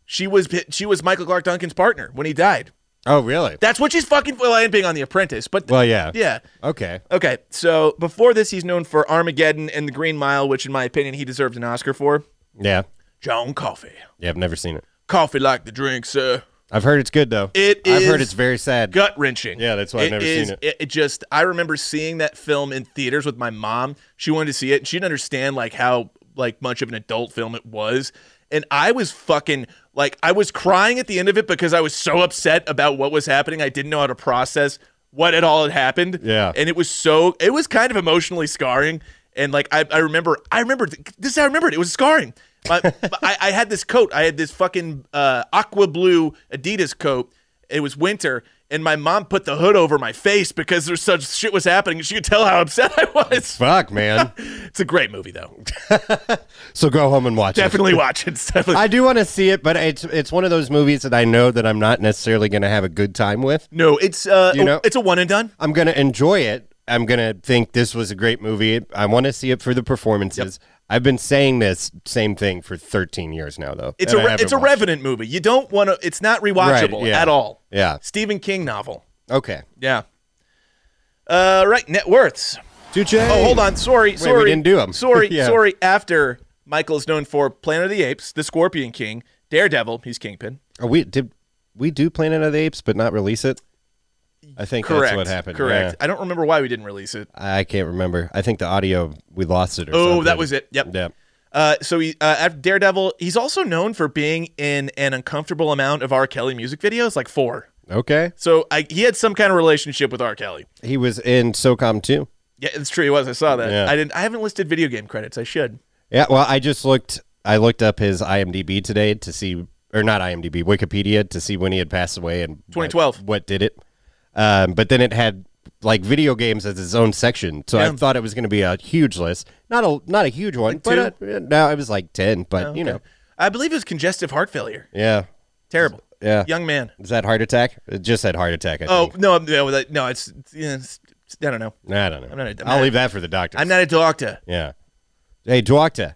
[SPEAKER 1] She was she was Michael Clark Duncan's partner when he died.
[SPEAKER 5] Oh, really?
[SPEAKER 1] That's what she's fucking. Well, I am being on The Apprentice, but
[SPEAKER 5] Well, yeah.
[SPEAKER 1] yeah.
[SPEAKER 5] Okay.
[SPEAKER 1] Okay, so before this, he's known for Armageddon and The Green Mile, which, in my opinion, he deserved an Oscar for.
[SPEAKER 5] Yeah.
[SPEAKER 1] John Coffee.
[SPEAKER 5] Yeah, I've never seen it.
[SPEAKER 1] Coffee like the drink, sir.
[SPEAKER 5] I've heard it's good, though.
[SPEAKER 1] It
[SPEAKER 5] I've heard
[SPEAKER 1] is
[SPEAKER 5] it's very sad.
[SPEAKER 1] Gut wrenching.
[SPEAKER 5] Yeah, that's why I've never seen it.
[SPEAKER 1] it. It just, I remember seeing that film in theaters with my mom. She wanted to see it, and she didn't understand like how like much of an adult film it was. And I was fucking like, I was crying at the end of it because I was so upset about what was happening. I didn't know how to process what at all had happened.
[SPEAKER 5] Yeah.
[SPEAKER 1] and it was so, it was kind of emotionally scarring. And like, I, I remember, I remember this. is how I remembered it, it was scarring. My, I, I had this coat. I had this fucking uh, aqua blue Adidas coat it was winter and my mom put the hood over my face because there's such shit was happening and she could tell how upset i was
[SPEAKER 5] Fuck, man.
[SPEAKER 1] it's a great movie though
[SPEAKER 5] So go home and watch it.
[SPEAKER 1] definitely watch it It's definitely
[SPEAKER 5] I do want to see it, but it's it's one of those movies that I know that I'm not necessarily going to have a good time with.
[SPEAKER 1] no it's uh
[SPEAKER 5] You know-
[SPEAKER 1] it's a one and done
[SPEAKER 5] I'm going to enjoy it. I'm going to think this was a great movie. I want to see it for the performances. I've been saying this same thing for 13 years now, though.
[SPEAKER 1] it's
[SPEAKER 5] and
[SPEAKER 1] a re-
[SPEAKER 5] I
[SPEAKER 1] it's a
[SPEAKER 5] haven't watched
[SPEAKER 1] revenant movie you don't want to it's not rewatchable
[SPEAKER 5] Right, yeah.
[SPEAKER 1] at all
[SPEAKER 5] Yeah.
[SPEAKER 1] stephen king novel
[SPEAKER 5] it. Okay.
[SPEAKER 1] yeah uh right net worths
[SPEAKER 5] Touche.
[SPEAKER 1] oh hold on sorry sorry
[SPEAKER 5] didn't do 'em.
[SPEAKER 1] sorry
[SPEAKER 5] Yeah.
[SPEAKER 1] sorry after michael's known for planet of the apes the scorpion king daredevil he's kingpin
[SPEAKER 5] Are we did we do Planet of the Apes, but not release it? I think
[SPEAKER 1] correct
[SPEAKER 5] that's what happened.
[SPEAKER 1] correct
[SPEAKER 5] Yeah.
[SPEAKER 1] i don't remember why we didn't release it
[SPEAKER 5] I can't remember. I think the audio we lost it. or
[SPEAKER 1] Oh,
[SPEAKER 5] something.
[SPEAKER 1] that was it. Yep.
[SPEAKER 5] Yeah.
[SPEAKER 1] Uh, so he, uh, after Daredevil, he's also known for being in an uncomfortable amount of R. Kelly music videos, like four.
[SPEAKER 5] Okay.
[SPEAKER 1] So I, he had some kind of relationship with R. Kelly.
[SPEAKER 5] He was in SOCOM too.
[SPEAKER 1] Yeah, it's true. He was. I saw that.
[SPEAKER 5] Yeah.
[SPEAKER 1] I didn't. I haven't listed video game credits. I should.
[SPEAKER 5] Yeah, well, I just looked. I looked up his IMDb today to see or not IMDb, Wikipedia to see when he had passed away and what-
[SPEAKER 1] 2012.
[SPEAKER 5] What, did it? Um, but then it had like video games as its own section, so I
[SPEAKER 1] Yeah.
[SPEAKER 5] thought it was going to be a huge list, not a not a huge one, but uh no, it was like ten. But
[SPEAKER 1] Oh,
[SPEAKER 5] you know,
[SPEAKER 1] I believe it was congestive heart failure.
[SPEAKER 5] yeah,
[SPEAKER 1] Terrible.
[SPEAKER 5] yeah.
[SPEAKER 1] Young man.
[SPEAKER 5] Is that heart attack? It just said heart attack. I
[SPEAKER 1] Oh
[SPEAKER 5] think.
[SPEAKER 1] no, no, that- no. It's, yeah, it's I don't know.
[SPEAKER 5] I don't know. i
[SPEAKER 1] I'm not a- I'm
[SPEAKER 5] will
[SPEAKER 1] not-
[SPEAKER 5] leave that for the doctor.
[SPEAKER 1] I'm not a doctor.
[SPEAKER 5] Yeah. Hey, Duakta.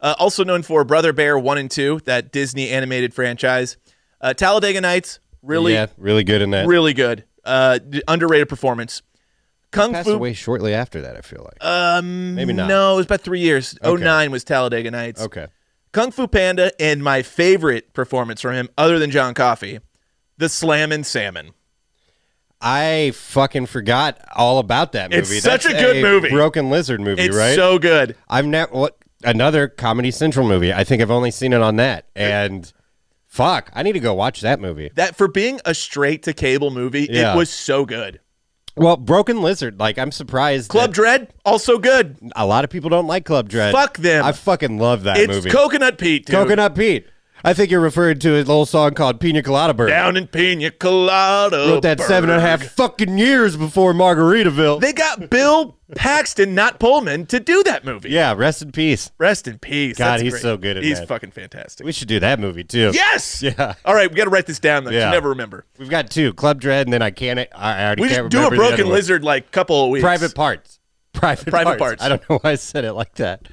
[SPEAKER 1] Uh, also known for Brother Bear One and Two, that Disney animated franchise. Uh, Talladega Nights, really,
[SPEAKER 5] yeah, really good in that.
[SPEAKER 1] really good. Uh, d- underrated performance. Kung
[SPEAKER 5] passed
[SPEAKER 1] Fu.
[SPEAKER 5] away shortly after that. I feel like. Um, maybe not.
[SPEAKER 1] No, it was about three years. Oh nine was Talladega Nights.
[SPEAKER 5] Okay.
[SPEAKER 1] Kung Fu Panda, and my favorite performance from him, other than John Coffey, the Slammin' Salmon.
[SPEAKER 5] I fucking forgot all about that movie.
[SPEAKER 1] It's such a good movie.
[SPEAKER 5] Broken Lizard movie,
[SPEAKER 1] It's
[SPEAKER 5] right?
[SPEAKER 1] so good.
[SPEAKER 5] I've never what another Comedy Central movie. I think I've only seen it on that. And fuck, I need to go watch that movie.
[SPEAKER 1] That for being a straight to cable movie,
[SPEAKER 5] Yeah.
[SPEAKER 1] it was so good.
[SPEAKER 5] Well, Broken Lizard. Like, I'm surprised.
[SPEAKER 1] Club
[SPEAKER 5] that
[SPEAKER 1] Dread, also good.
[SPEAKER 5] a lot of people don't like Club Dread.
[SPEAKER 1] Fuck them.
[SPEAKER 5] I fucking love that
[SPEAKER 1] it's
[SPEAKER 5] movie.
[SPEAKER 1] Coconut Pete, dude.
[SPEAKER 5] Coconut Pete. I think you're referring to a little song called Pina Colada Bird.
[SPEAKER 1] Down in Pina Colada.
[SPEAKER 5] wrote that seven and a half fucking years before Margaritaville.
[SPEAKER 1] They got Bill Paxton, not Pullman, to do that movie.
[SPEAKER 5] yeah, rest in peace.
[SPEAKER 1] Rest in peace.
[SPEAKER 5] God,
[SPEAKER 1] That's
[SPEAKER 5] he's
[SPEAKER 1] great.
[SPEAKER 5] so good at
[SPEAKER 1] He's
[SPEAKER 5] that.
[SPEAKER 1] fucking fantastic.
[SPEAKER 5] We should do that movie too.
[SPEAKER 1] yes.
[SPEAKER 5] Yeah.
[SPEAKER 1] All right, we got to write this down. Though.
[SPEAKER 5] Yeah.
[SPEAKER 1] You never remember.
[SPEAKER 5] we've got two: Club Dread, and then I can't. I I already
[SPEAKER 1] We just
[SPEAKER 5] can't
[SPEAKER 1] do a
[SPEAKER 5] remember the other
[SPEAKER 1] broken
[SPEAKER 5] one.
[SPEAKER 1] lizard like couple of weeks.
[SPEAKER 5] Private parts. Private,
[SPEAKER 1] Private
[SPEAKER 5] parts.
[SPEAKER 1] Parts.
[SPEAKER 5] I don't know why I said it like that.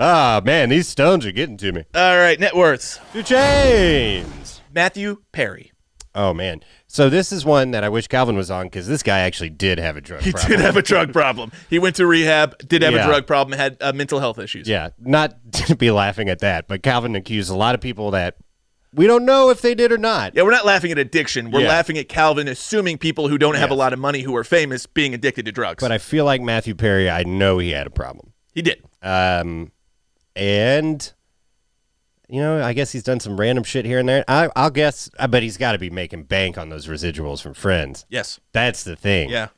[SPEAKER 5] Ah man, these stones are getting to me.
[SPEAKER 1] All right, net worths.
[SPEAKER 5] Two chains.
[SPEAKER 1] Matthew Perry.
[SPEAKER 5] Oh man. So this is one that I wish Calvin was on because this guy actually did have a drug
[SPEAKER 1] He
[SPEAKER 5] problem.
[SPEAKER 1] did have a drug problem. He went to rehab, did have
[SPEAKER 5] Yeah.
[SPEAKER 1] a drug problem, had uh, mental health issues.
[SPEAKER 5] Yeah, not to be laughing at that, but Calvin accused a lot of people that we don't know if they did or not.
[SPEAKER 1] Yeah, we're not laughing at addiction. We're
[SPEAKER 5] Yeah.
[SPEAKER 1] laughing at Calvin assuming people who don't have a lot of money who are famous being addicted to drugs.
[SPEAKER 5] But I feel like Matthew Perry, I know he had a problem.
[SPEAKER 1] he did.
[SPEAKER 5] Um, and you know, I guess he's done some random shit here and there. I, I'll guess. I bet he's got to be making bank on those residuals from Friends.
[SPEAKER 1] Yes.
[SPEAKER 5] That's the thing.
[SPEAKER 1] Yeah.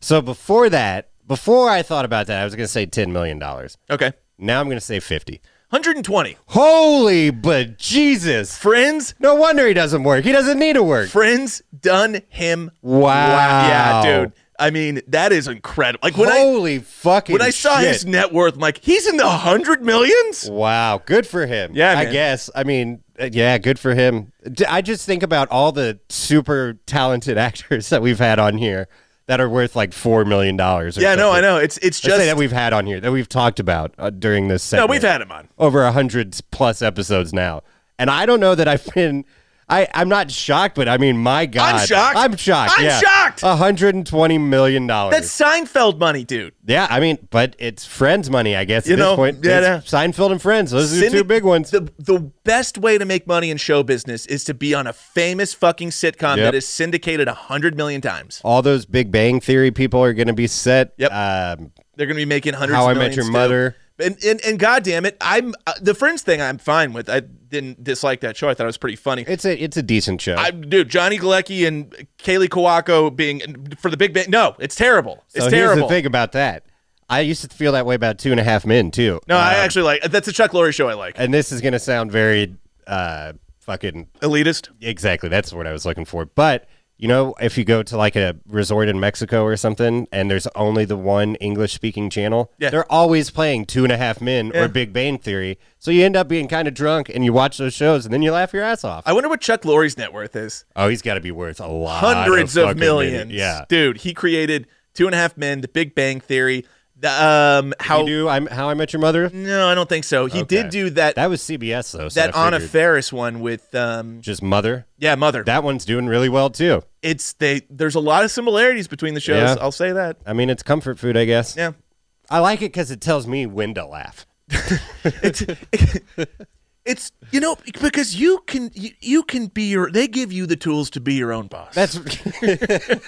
[SPEAKER 5] So before that, before I thought about that, I was gonna say ten million dollars.
[SPEAKER 1] Okay.
[SPEAKER 5] Now I'm gonna say fifty.
[SPEAKER 1] 120.
[SPEAKER 5] Holy, but Jesus!
[SPEAKER 1] Friends,
[SPEAKER 5] No wonder he doesn't work. He doesn't need to work.
[SPEAKER 1] friends done him.
[SPEAKER 5] Wow.
[SPEAKER 1] Yeah, dude. I mean, that is incredible. Like when I
[SPEAKER 5] Holy fucking
[SPEAKER 1] when I saw
[SPEAKER 5] shit.
[SPEAKER 1] his net worth, I'm like, he's in the hundred millions?
[SPEAKER 5] Wow, good for him.
[SPEAKER 1] Yeah,
[SPEAKER 5] I
[SPEAKER 1] man.
[SPEAKER 5] guess. I mean, uh, yeah, good for him. D- I just think about all the super talented actors that we've had on here that are worth like four million dollars.
[SPEAKER 1] Yeah, no, I know. It's it's
[SPEAKER 5] Just
[SPEAKER 1] just
[SPEAKER 5] say that we've had on here that we've talked about uh, during this.
[SPEAKER 1] No,
[SPEAKER 5] Segment.
[SPEAKER 1] we've had him on.
[SPEAKER 5] over a hundred plus episodes now, and I don't know that I've been. I, I'm not shocked, but I mean, my God,
[SPEAKER 1] shocked.
[SPEAKER 5] I'm shocked.
[SPEAKER 1] I'm
[SPEAKER 5] yeah.
[SPEAKER 1] shocked.
[SPEAKER 5] 120 million dollars.
[SPEAKER 1] That's Seinfeld money, dude.
[SPEAKER 5] Yeah, I mean, but it's Friends money, I guess.
[SPEAKER 1] You
[SPEAKER 5] at this
[SPEAKER 1] know,
[SPEAKER 5] point,
[SPEAKER 1] yeah,
[SPEAKER 5] It's Seinfeld and Friends. Those are the two
[SPEAKER 1] Syndi-
[SPEAKER 5] big ones.
[SPEAKER 1] The the best way to make money in show business is to be on a famous fucking sitcom
[SPEAKER 5] Yep.
[SPEAKER 1] that is syndicated a hundred million times.
[SPEAKER 5] All those Big Bang Theory people are going to be set.
[SPEAKER 1] Yep.
[SPEAKER 5] Um,
[SPEAKER 1] They're gonna be making hundreds.
[SPEAKER 5] How
[SPEAKER 1] of
[SPEAKER 5] I Met
[SPEAKER 1] millions
[SPEAKER 5] Your
[SPEAKER 1] too.
[SPEAKER 5] Mother.
[SPEAKER 1] And and and goddamn it, I'm uh, the Friends thing. I'm fine with. I didn't dislike that show. I thought it was pretty funny.
[SPEAKER 5] it's a it's a decent show.
[SPEAKER 1] I, dude, Johnny Galecki and Kaylee Kowako being for the Big Bang. No, it's terrible. It's
[SPEAKER 5] so
[SPEAKER 1] terrible.
[SPEAKER 5] here's the thing about that. I used to feel that way about Two and a Half Men too.
[SPEAKER 1] No, I
[SPEAKER 5] Um,
[SPEAKER 1] actually like that's a Chuck Lorre show. I like
[SPEAKER 5] and this is going to sound very uh, fucking
[SPEAKER 1] elitist.
[SPEAKER 5] exactly. That's what I was looking for. But you know, if you go to like a resort in Mexico or something, and there's only the one English speaking channel,
[SPEAKER 1] Yeah.
[SPEAKER 5] they're always playing Two and a Half Men
[SPEAKER 1] Yeah.
[SPEAKER 5] or Big Bang Theory. So you end up being kind of drunk, and you watch those shows, and then you laugh your ass off.
[SPEAKER 1] I wonder what Chuck Lorre's net worth is.
[SPEAKER 5] oh, he's got to be worth a lot,
[SPEAKER 1] Hundreds of,
[SPEAKER 5] fucking
[SPEAKER 1] millions.
[SPEAKER 5] Yeah.
[SPEAKER 1] dude, he created Two and a Half Men, The Big Bang Theory. The, um, how?
[SPEAKER 5] You do I'm How I Met Your Mother?
[SPEAKER 1] No, I don't think so. He
[SPEAKER 5] Okay.
[SPEAKER 1] did do that
[SPEAKER 5] That
[SPEAKER 1] that,
[SPEAKER 5] was CBS though. So I
[SPEAKER 1] Anna
[SPEAKER 5] figured
[SPEAKER 1] Ferris one with um,
[SPEAKER 5] just Mother.
[SPEAKER 1] yeah, Mother.
[SPEAKER 5] That one's doing really well too.
[SPEAKER 1] it's they. There's a lot of similarities between the shows.
[SPEAKER 5] Yeah.
[SPEAKER 1] I'll say that.
[SPEAKER 5] I mean, it's comfort food, I guess.
[SPEAKER 1] Yeah.
[SPEAKER 5] I like it because it tells me when to laugh.
[SPEAKER 1] it's it's you know because you can you, you can be your they give you the tools to be your own boss
[SPEAKER 5] That's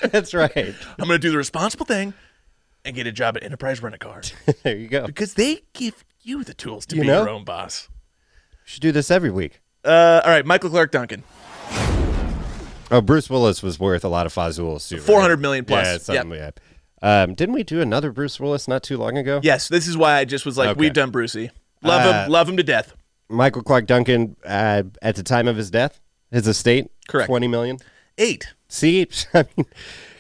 [SPEAKER 5] that's right.
[SPEAKER 1] i'm going to do the responsible thing and get a job at enterprise rent a car
[SPEAKER 5] There you go. We
[SPEAKER 1] because they give you the tools to
[SPEAKER 5] You
[SPEAKER 1] be
[SPEAKER 5] know?
[SPEAKER 1] your own boss
[SPEAKER 5] should do this every week.
[SPEAKER 1] uh, all right michael clark duncan
[SPEAKER 5] Oh, Bruce Willis was worth a lot of Fazul's too.
[SPEAKER 1] Four hundred million plus.
[SPEAKER 5] Yeah, something like that. Um, didn't we do another Bruce Willis not too long ago?
[SPEAKER 1] yes this is why i just was like
[SPEAKER 5] Okay.
[SPEAKER 1] we've done brucey love
[SPEAKER 5] Uh,
[SPEAKER 1] him love him to death
[SPEAKER 5] Michael Clark Duncan uh, at the time of his death, his estate,
[SPEAKER 1] Correct.
[SPEAKER 5] twenty million.
[SPEAKER 1] Eight.
[SPEAKER 5] See, I mean,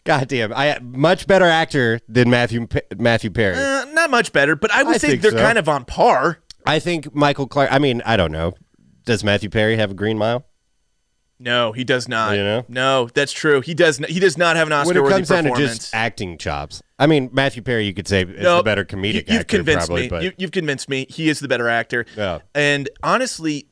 [SPEAKER 5] goddamn, I much better actor than Matthew P- Matthew Perry.
[SPEAKER 1] Uh, not much better, but I would
[SPEAKER 5] I
[SPEAKER 1] say
[SPEAKER 5] think
[SPEAKER 1] they're
[SPEAKER 5] so.
[SPEAKER 1] kind of on par.
[SPEAKER 5] I think Michael Clark. I mean, I don't know. Does Matthew Perry have a Green Mile?
[SPEAKER 1] No, he does not.
[SPEAKER 5] You know?
[SPEAKER 1] No, that's true. He does. Not, he does not have an
[SPEAKER 5] When it
[SPEAKER 1] Oscar-worthy
[SPEAKER 5] comes down to
[SPEAKER 1] performance.
[SPEAKER 5] just acting chops, I mean, Matthew Perry, you could say is
[SPEAKER 1] No,
[SPEAKER 5] the better
[SPEAKER 1] you-
[SPEAKER 5] comedic
[SPEAKER 1] You've
[SPEAKER 5] actor,
[SPEAKER 1] convinced
[SPEAKER 5] probably.
[SPEAKER 1] me.
[SPEAKER 5] But
[SPEAKER 1] You, have convinced me. He is the better actor.
[SPEAKER 5] Yeah.
[SPEAKER 1] And honestly,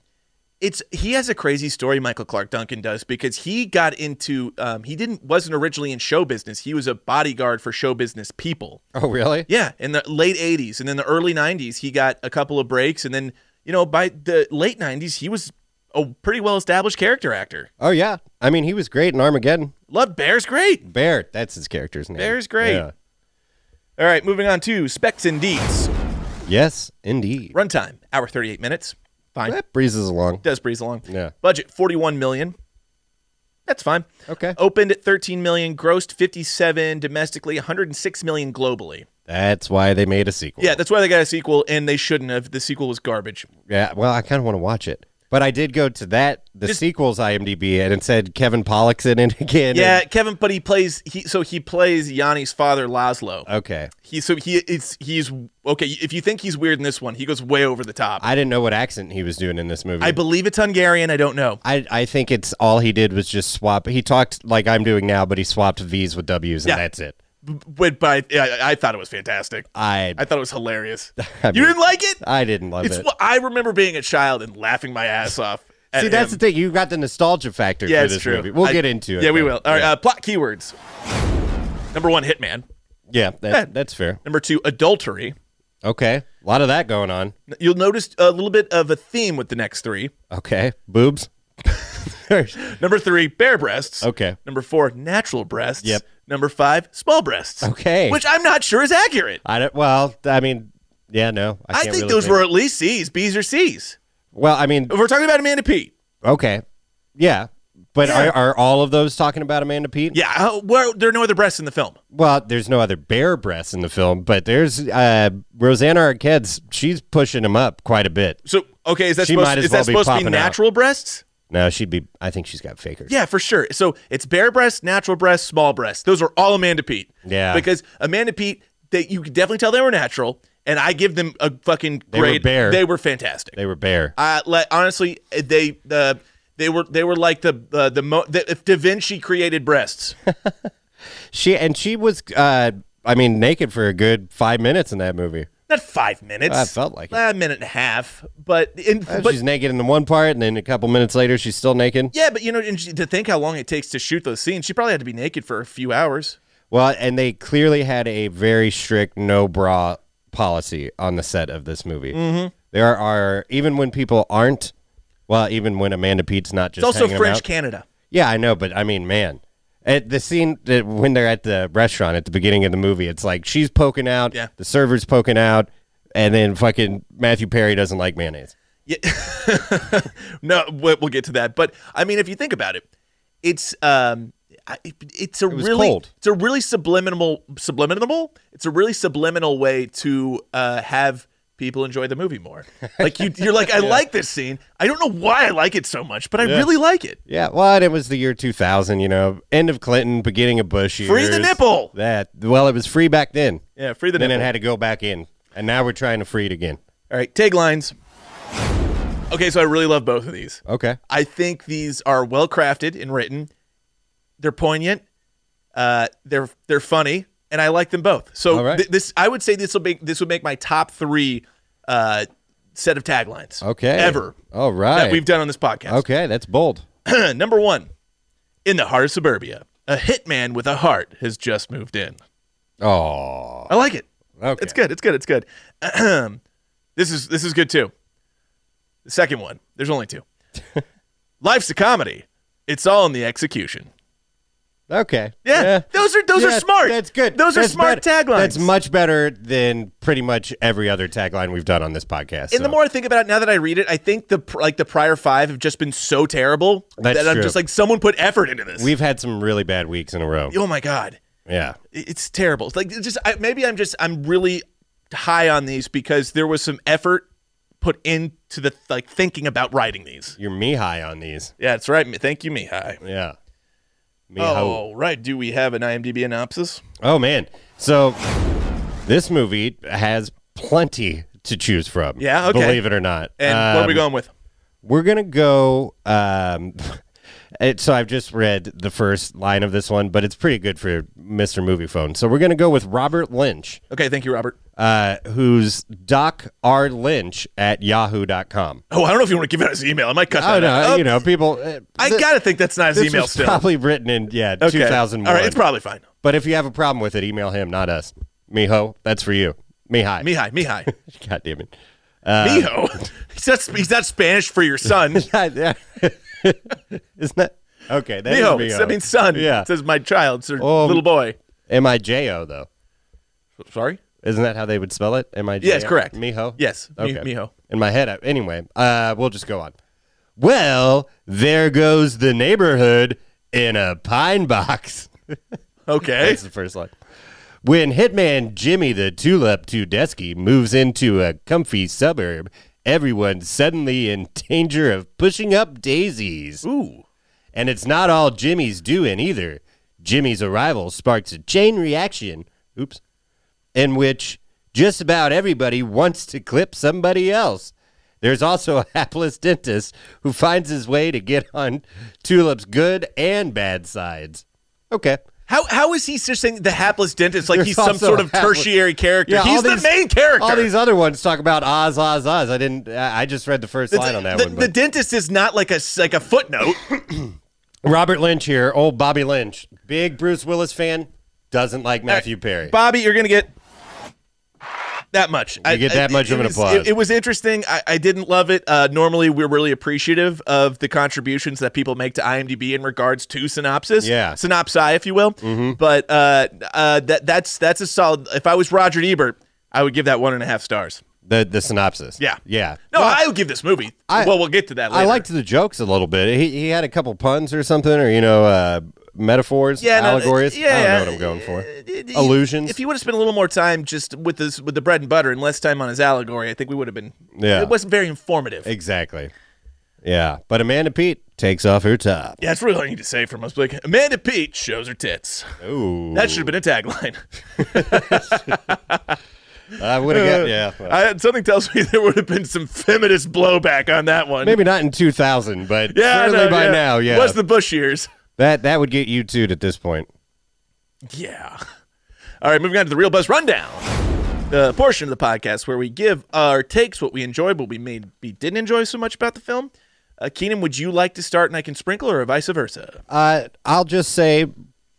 [SPEAKER 1] it's he has a crazy story. Michael Clark Duncan does because he got into um, he didn't wasn't originally in show business. He was a bodyguard for show business people.
[SPEAKER 5] oh, really?
[SPEAKER 1] Yeah, in the late '80s and then the early '90s, he got a couple of breaks, and then you know by the late '90s, he was a pretty well established character actor.
[SPEAKER 5] Oh, yeah. I mean, he was great in Armageddon.
[SPEAKER 1] Love Bear's great.
[SPEAKER 5] Bear, that's his character's name.
[SPEAKER 1] Bear's great.
[SPEAKER 5] Yeah.
[SPEAKER 1] All right, moving on to specs and deeds.
[SPEAKER 5] Yes, indeed.
[SPEAKER 1] Runtime hour 38 minutes. Fine.
[SPEAKER 5] That breezes along.
[SPEAKER 1] does breeze along.
[SPEAKER 5] Yeah.
[SPEAKER 1] Budget 41 million. That's fine.
[SPEAKER 5] Okay.
[SPEAKER 1] Opened at 13 million, grossed 57 domestically, 106 million globally.
[SPEAKER 5] That's why they made a sequel.
[SPEAKER 1] Yeah, that's why they got a sequel and they shouldn't have. The sequel was garbage.
[SPEAKER 5] Yeah, well, I kind of want to watch it. But I did go to that, the
[SPEAKER 1] Just-
[SPEAKER 5] sequel's IMDb, and it said Kevin Pollock's in it again.
[SPEAKER 1] Yeah,
[SPEAKER 5] and-
[SPEAKER 1] Kevin, but he plays he so he plays Yanni's father Laszlo.
[SPEAKER 5] okay.
[SPEAKER 1] He so he it's he's okay, if you think he's weird in this one, he goes way over the top. I,
[SPEAKER 5] I didn't know what accent he was doing in this movie.
[SPEAKER 1] believe it's Hungarian, I don't know.
[SPEAKER 5] I, I think it's all he did was just swap. He talked like I'm doing now, but he swapped V's with W's, and
[SPEAKER 1] Yeah.
[SPEAKER 5] that's it.
[SPEAKER 1] But, but I, I, I thought it was fantastic.
[SPEAKER 5] I
[SPEAKER 1] I thought it was hilarious.
[SPEAKER 5] I
[SPEAKER 1] you
[SPEAKER 5] mean-
[SPEAKER 1] didn't like it?
[SPEAKER 5] I didn't love
[SPEAKER 1] It's
[SPEAKER 5] it.
[SPEAKER 1] what I remember being a child and laughing my ass off. at
[SPEAKER 5] See, that's
[SPEAKER 1] him.
[SPEAKER 5] the thing. You got the nostalgia factor
[SPEAKER 1] Yeah,
[SPEAKER 5] for
[SPEAKER 1] it's
[SPEAKER 5] this
[SPEAKER 1] true.
[SPEAKER 5] movie. We'll
[SPEAKER 1] I-
[SPEAKER 5] get into it.
[SPEAKER 1] Yeah, we
[SPEAKER 5] though.
[SPEAKER 1] will. All right,
[SPEAKER 5] Yeah,
[SPEAKER 1] uh, plot keywords. Number one, hitman.
[SPEAKER 5] Yeah, that, that's fair.
[SPEAKER 1] Number two, adultery.
[SPEAKER 5] Okay, a lot of that going on.
[SPEAKER 1] You'll notice a little bit of a theme with the next three.
[SPEAKER 5] Okay, boobs.
[SPEAKER 1] Number three, bare breasts.
[SPEAKER 5] Okay.
[SPEAKER 1] Number four, natural breasts.
[SPEAKER 5] Yep.
[SPEAKER 1] Number five, small breasts.
[SPEAKER 5] Okay.
[SPEAKER 1] Which I'm not sure is accurate.
[SPEAKER 5] I don't. Well, I mean, yeah, no.
[SPEAKER 1] I,
[SPEAKER 5] can't
[SPEAKER 1] think
[SPEAKER 5] really
[SPEAKER 1] those were at least C's, B's, or C's.
[SPEAKER 5] Well, I mean,
[SPEAKER 1] If we're talking about Amanda Pete.
[SPEAKER 5] okay, yeah, but
[SPEAKER 1] Yeah.
[SPEAKER 5] Are, are all of those talking about Amanda Pete?
[SPEAKER 1] Yeah. uh, Well, there are no other breasts in the film.
[SPEAKER 5] Well, there's no other bare breasts in the film, but there's uh, Rosanna Arquette's. She's pushing him up quite a bit.
[SPEAKER 1] So, okay, is that
[SPEAKER 5] She
[SPEAKER 1] supposed,
[SPEAKER 5] might as
[SPEAKER 1] is
[SPEAKER 5] well
[SPEAKER 1] that
[SPEAKER 5] be
[SPEAKER 1] supposed to be
[SPEAKER 5] popping out.
[SPEAKER 1] natural breasts?
[SPEAKER 5] No, she'd be. I think she's got fakers.
[SPEAKER 1] Yeah, for sure. So it's bare breast, natural breast, small breast. Those are all Amanda Pete.
[SPEAKER 5] Yeah.
[SPEAKER 1] Because Amanda Pete, they you could definitely tell they were natural, and I give them a fucking
[SPEAKER 5] were
[SPEAKER 1] grade.
[SPEAKER 5] bare.
[SPEAKER 1] They were fantastic.
[SPEAKER 5] they were bare.
[SPEAKER 1] uh, like, honestly, they the they were they were like the uh, the mo- the, if Da Vinci created breasts.
[SPEAKER 5] She and she was. Uh, I mean, naked for a good five minutes in that movie.
[SPEAKER 1] Not five minutes.
[SPEAKER 5] I felt like it.
[SPEAKER 1] a minute and a half, but in, but
[SPEAKER 5] Uh, she's naked in the one part, and then a couple minutes later, she's still naked.
[SPEAKER 1] yeah, but you know, and she- to think how long it takes to shoot those scenes, she probably had to be naked for a few hours.
[SPEAKER 5] Well, and they clearly had a very strict no bra policy on the set of this movie. Mm-hmm. There are even when people aren't, well, even when Amanda Pete's not just
[SPEAKER 1] It's also
[SPEAKER 5] hanging 'em
[SPEAKER 1] French
[SPEAKER 5] out.
[SPEAKER 1] Canada.
[SPEAKER 5] Yeah, I know, but I mean, man, at the scene that when they're at the restaurant at the beginning of the movie, it's like she's poking out,
[SPEAKER 1] Yeah.
[SPEAKER 5] the server's poking out, and then fucking Matthew Perry doesn't like mayonnaise.
[SPEAKER 1] Yeah. no, we- we'll get to that. But I mean, if you think about it, it's um, I- it- it's a
[SPEAKER 5] was
[SPEAKER 1] really
[SPEAKER 5] cold.
[SPEAKER 1] it's a really subliminal subliminal. It's a really subliminal way to uh, have people enjoy the movie more. Like you, you're like, I like this scene. I don't know why I like it so much, but I really like it.
[SPEAKER 5] Yeah, well, and it was the year 2000, you know, end of Clinton, beginning of Bush years.
[SPEAKER 1] Free the nipple!
[SPEAKER 5] That well, it was free back then.
[SPEAKER 1] Yeah, free the
[SPEAKER 5] then
[SPEAKER 1] nipple.
[SPEAKER 5] it had to go back in, and now we're trying to free it again.
[SPEAKER 1] All right, taglines. Okay, so I really love both of these.
[SPEAKER 5] Okay,
[SPEAKER 1] I think these are well crafted and written. They're poignant. Uh, they're they're funny, and I like them both. So
[SPEAKER 5] All right.
[SPEAKER 1] th- this I would say this will make this would make my top three uh, set of taglines.
[SPEAKER 5] okay,
[SPEAKER 1] ever
[SPEAKER 5] All right,
[SPEAKER 1] that we've done on this podcast.
[SPEAKER 5] okay, that's bold.
[SPEAKER 1] Number one, in the heart of suburbia, a hitman with a heart has just moved in.
[SPEAKER 5] Oh,
[SPEAKER 1] I like it.
[SPEAKER 5] okay,
[SPEAKER 1] It's good. It's good. It's good. this is this is good too. The second one. There's only two. Life's a comedy. It's all in the execution.
[SPEAKER 5] Okay,
[SPEAKER 1] Yeah, those are those
[SPEAKER 5] Yeah,
[SPEAKER 1] are smart.
[SPEAKER 5] That's good.
[SPEAKER 1] Those
[SPEAKER 5] That's
[SPEAKER 1] are smart
[SPEAKER 5] better-
[SPEAKER 1] taglines.
[SPEAKER 5] That's much better than pretty much every other tagline we've done on this podcast.
[SPEAKER 1] And the
[SPEAKER 5] so.
[SPEAKER 1] more I think about it, now that I read it, I think the pr- like the prior five have just been so terrible
[SPEAKER 5] That's
[SPEAKER 1] that I'm
[SPEAKER 5] true.
[SPEAKER 1] just like someone put effort into this.
[SPEAKER 5] we've had some really bad weeks in a row.
[SPEAKER 1] oh my god,
[SPEAKER 5] Yeah,
[SPEAKER 1] It- it's terrible. It's Like it's just I, maybe I'm just I'm really high on these because there was some effort put into the like thinking about writing these.
[SPEAKER 5] You're me high on these.
[SPEAKER 1] Yeah, that's right. Thank you, Mihai.
[SPEAKER 5] Yeah. Me ho.
[SPEAKER 1] Oh, right. Do we have an IMDb synopsis?
[SPEAKER 5] Oh man. So this movie has plenty to choose from.
[SPEAKER 1] Yeah, okay.
[SPEAKER 5] Believe it or not.
[SPEAKER 1] And what are we
[SPEAKER 5] Um,
[SPEAKER 1] going with?
[SPEAKER 5] We're gonna go. Um, it, so I've just read the first line of this one, but it's pretty good for Mr. Movie Phone. So we're gonna go with Robert Lynch,
[SPEAKER 1] Okay, thank you, Robert.
[SPEAKER 5] uh, who's Doc R. Lynch at Yahoo.com.
[SPEAKER 1] Oh, I don't know if you want to give out his email. I might cut
[SPEAKER 5] Oh
[SPEAKER 1] that out.
[SPEAKER 5] no,
[SPEAKER 1] Oh,
[SPEAKER 5] you know people. uh,
[SPEAKER 1] I
[SPEAKER 5] th-
[SPEAKER 1] gotta think that's not his
[SPEAKER 5] this
[SPEAKER 1] email
[SPEAKER 5] was
[SPEAKER 1] still.
[SPEAKER 5] probably written in yeah
[SPEAKER 1] okay.
[SPEAKER 5] 2001.
[SPEAKER 1] All right, it's probably fine.
[SPEAKER 5] but if you have a problem with it, email him, not us. Miho, that's for you. Mihai.
[SPEAKER 1] Mihai, Mihai.
[SPEAKER 5] God damn it.
[SPEAKER 1] Mijo. he's, not, he's not Spanish for your son. Mijo.
[SPEAKER 5] Isn't that okay? That is
[SPEAKER 1] It's-
[SPEAKER 5] Miho.
[SPEAKER 1] I mean, son.
[SPEAKER 5] Yeah.
[SPEAKER 1] It says my child, sir,
[SPEAKER 5] Um,
[SPEAKER 1] little boy.
[SPEAKER 5] M I J O though.
[SPEAKER 1] Sorry?
[SPEAKER 5] Isn't that how they would spell it? M I J.
[SPEAKER 1] Yes, correct.
[SPEAKER 5] Miho.
[SPEAKER 1] Yes, Mi- Miho.
[SPEAKER 5] In my head, I, anyway. Uh, we'll just go on. Well, there goes the neighborhood in a pine box.
[SPEAKER 1] Okay.
[SPEAKER 5] That's the first line. When Hitman Jimmy the Tulip Tudesky moves into a comfy suburb, everyone's suddenly in danger of pushing up daisies.
[SPEAKER 1] Ooh.
[SPEAKER 5] And it's not all Jimmy's doing either. Jimmy's arrival sparks a chain reaction, oops, in which just about everybody wants to clip somebody else. There's also a hapless dentist who finds his way to get on Tulip's good and bad sides. Okay.
[SPEAKER 1] How, how is he just saying the hapless dentist like
[SPEAKER 5] There's
[SPEAKER 1] he's some
[SPEAKER 5] also
[SPEAKER 1] sort
[SPEAKER 5] a
[SPEAKER 1] of
[SPEAKER 5] hapless-
[SPEAKER 1] tertiary character?
[SPEAKER 5] Yeah, all
[SPEAKER 1] he's the
[SPEAKER 5] these-
[SPEAKER 1] main character.
[SPEAKER 5] All these other ones talk about Oz, Oz, Oz. I didn't. I I just read the first line on that
[SPEAKER 1] the,
[SPEAKER 5] one.
[SPEAKER 1] the
[SPEAKER 5] but-
[SPEAKER 1] dentist is not like a s- like a footnote.
[SPEAKER 5] Robert Lynch here, old Bobby Lynch, big Bruce Willis fan, doesn't like Matthew Perry.
[SPEAKER 1] Bobby, you're gonna get that much. You
[SPEAKER 5] get that much of an applause.
[SPEAKER 1] It, it was interesting. I, I didn't love it. Uh, normally, we're really appreciative of the contributions that people make to IMDb in regards to synopsis,
[SPEAKER 5] Yeah. Mm-hmm.
[SPEAKER 1] synopsi, if you will. But uh, uh, that that's that's a solid. If I was Roger Ebert, I would give that one and a half stars.
[SPEAKER 5] the the synopsis.
[SPEAKER 1] Yeah.
[SPEAKER 5] yeah.
[SPEAKER 1] No,
[SPEAKER 5] Well,
[SPEAKER 1] I would give this movie.
[SPEAKER 5] I-
[SPEAKER 1] well, we'll get to that. later.
[SPEAKER 5] I liked the jokes a little bit. He he had a couple puns or something, or you know, uh, metaphors,
[SPEAKER 1] Yeah, no,
[SPEAKER 5] allegories.
[SPEAKER 1] yeah,
[SPEAKER 5] I don't know
[SPEAKER 1] yeah.
[SPEAKER 5] what I'm going for.
[SPEAKER 1] Uh,
[SPEAKER 5] Illusions.
[SPEAKER 1] If you would have spent a little more time just with this with the bread and butter and less time on his allegory, I think we would have been.
[SPEAKER 5] Yeah.
[SPEAKER 1] it wasn't very informative.
[SPEAKER 5] exactly. Yeah, but Amanda Pete takes off her top.
[SPEAKER 1] Yeah, that's really all you need to say from us. Like Amanda Pete shows her tits.
[SPEAKER 5] Ooh,
[SPEAKER 1] That should have been a tagline.
[SPEAKER 5] I would have
[SPEAKER 1] Uh,
[SPEAKER 5] got yeah. well,
[SPEAKER 1] I, something tells me there would have been some feminist blowback on that one.
[SPEAKER 5] Maybe not in 2000, but
[SPEAKER 1] Yeah, I
[SPEAKER 5] certainly
[SPEAKER 1] know,
[SPEAKER 5] by now, yeah.
[SPEAKER 1] Was the Bush years?
[SPEAKER 5] that that would get you too at this point.
[SPEAKER 1] Yeah. All right, moving on to the Real Buzz Rundown, the portion of the podcast where we give our takes, what we enjoyed, what we maybe didn't enjoy so much about the film. Uh, Keenan, would you like to start and I can sprinkle, or vice versa?
[SPEAKER 5] Uh, I'll just say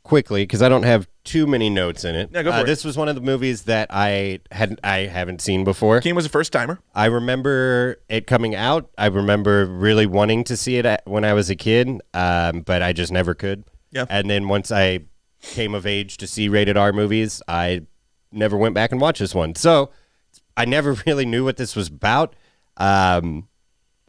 [SPEAKER 5] quickly because I don't have too many notes in it.
[SPEAKER 1] Yeah, go
[SPEAKER 5] Uh,
[SPEAKER 1] for it.
[SPEAKER 5] This was one of the movies that I hadn't, I haven't seen before.
[SPEAKER 1] Keenan was a first timer.
[SPEAKER 5] I remember it coming out. I remember really wanting to see it at, when I was a kid, um, but I just never could.
[SPEAKER 1] Yeah.
[SPEAKER 5] And then once I came of age to see rated R movies, I never went back and watched this one. So I never really knew what this was about. Um,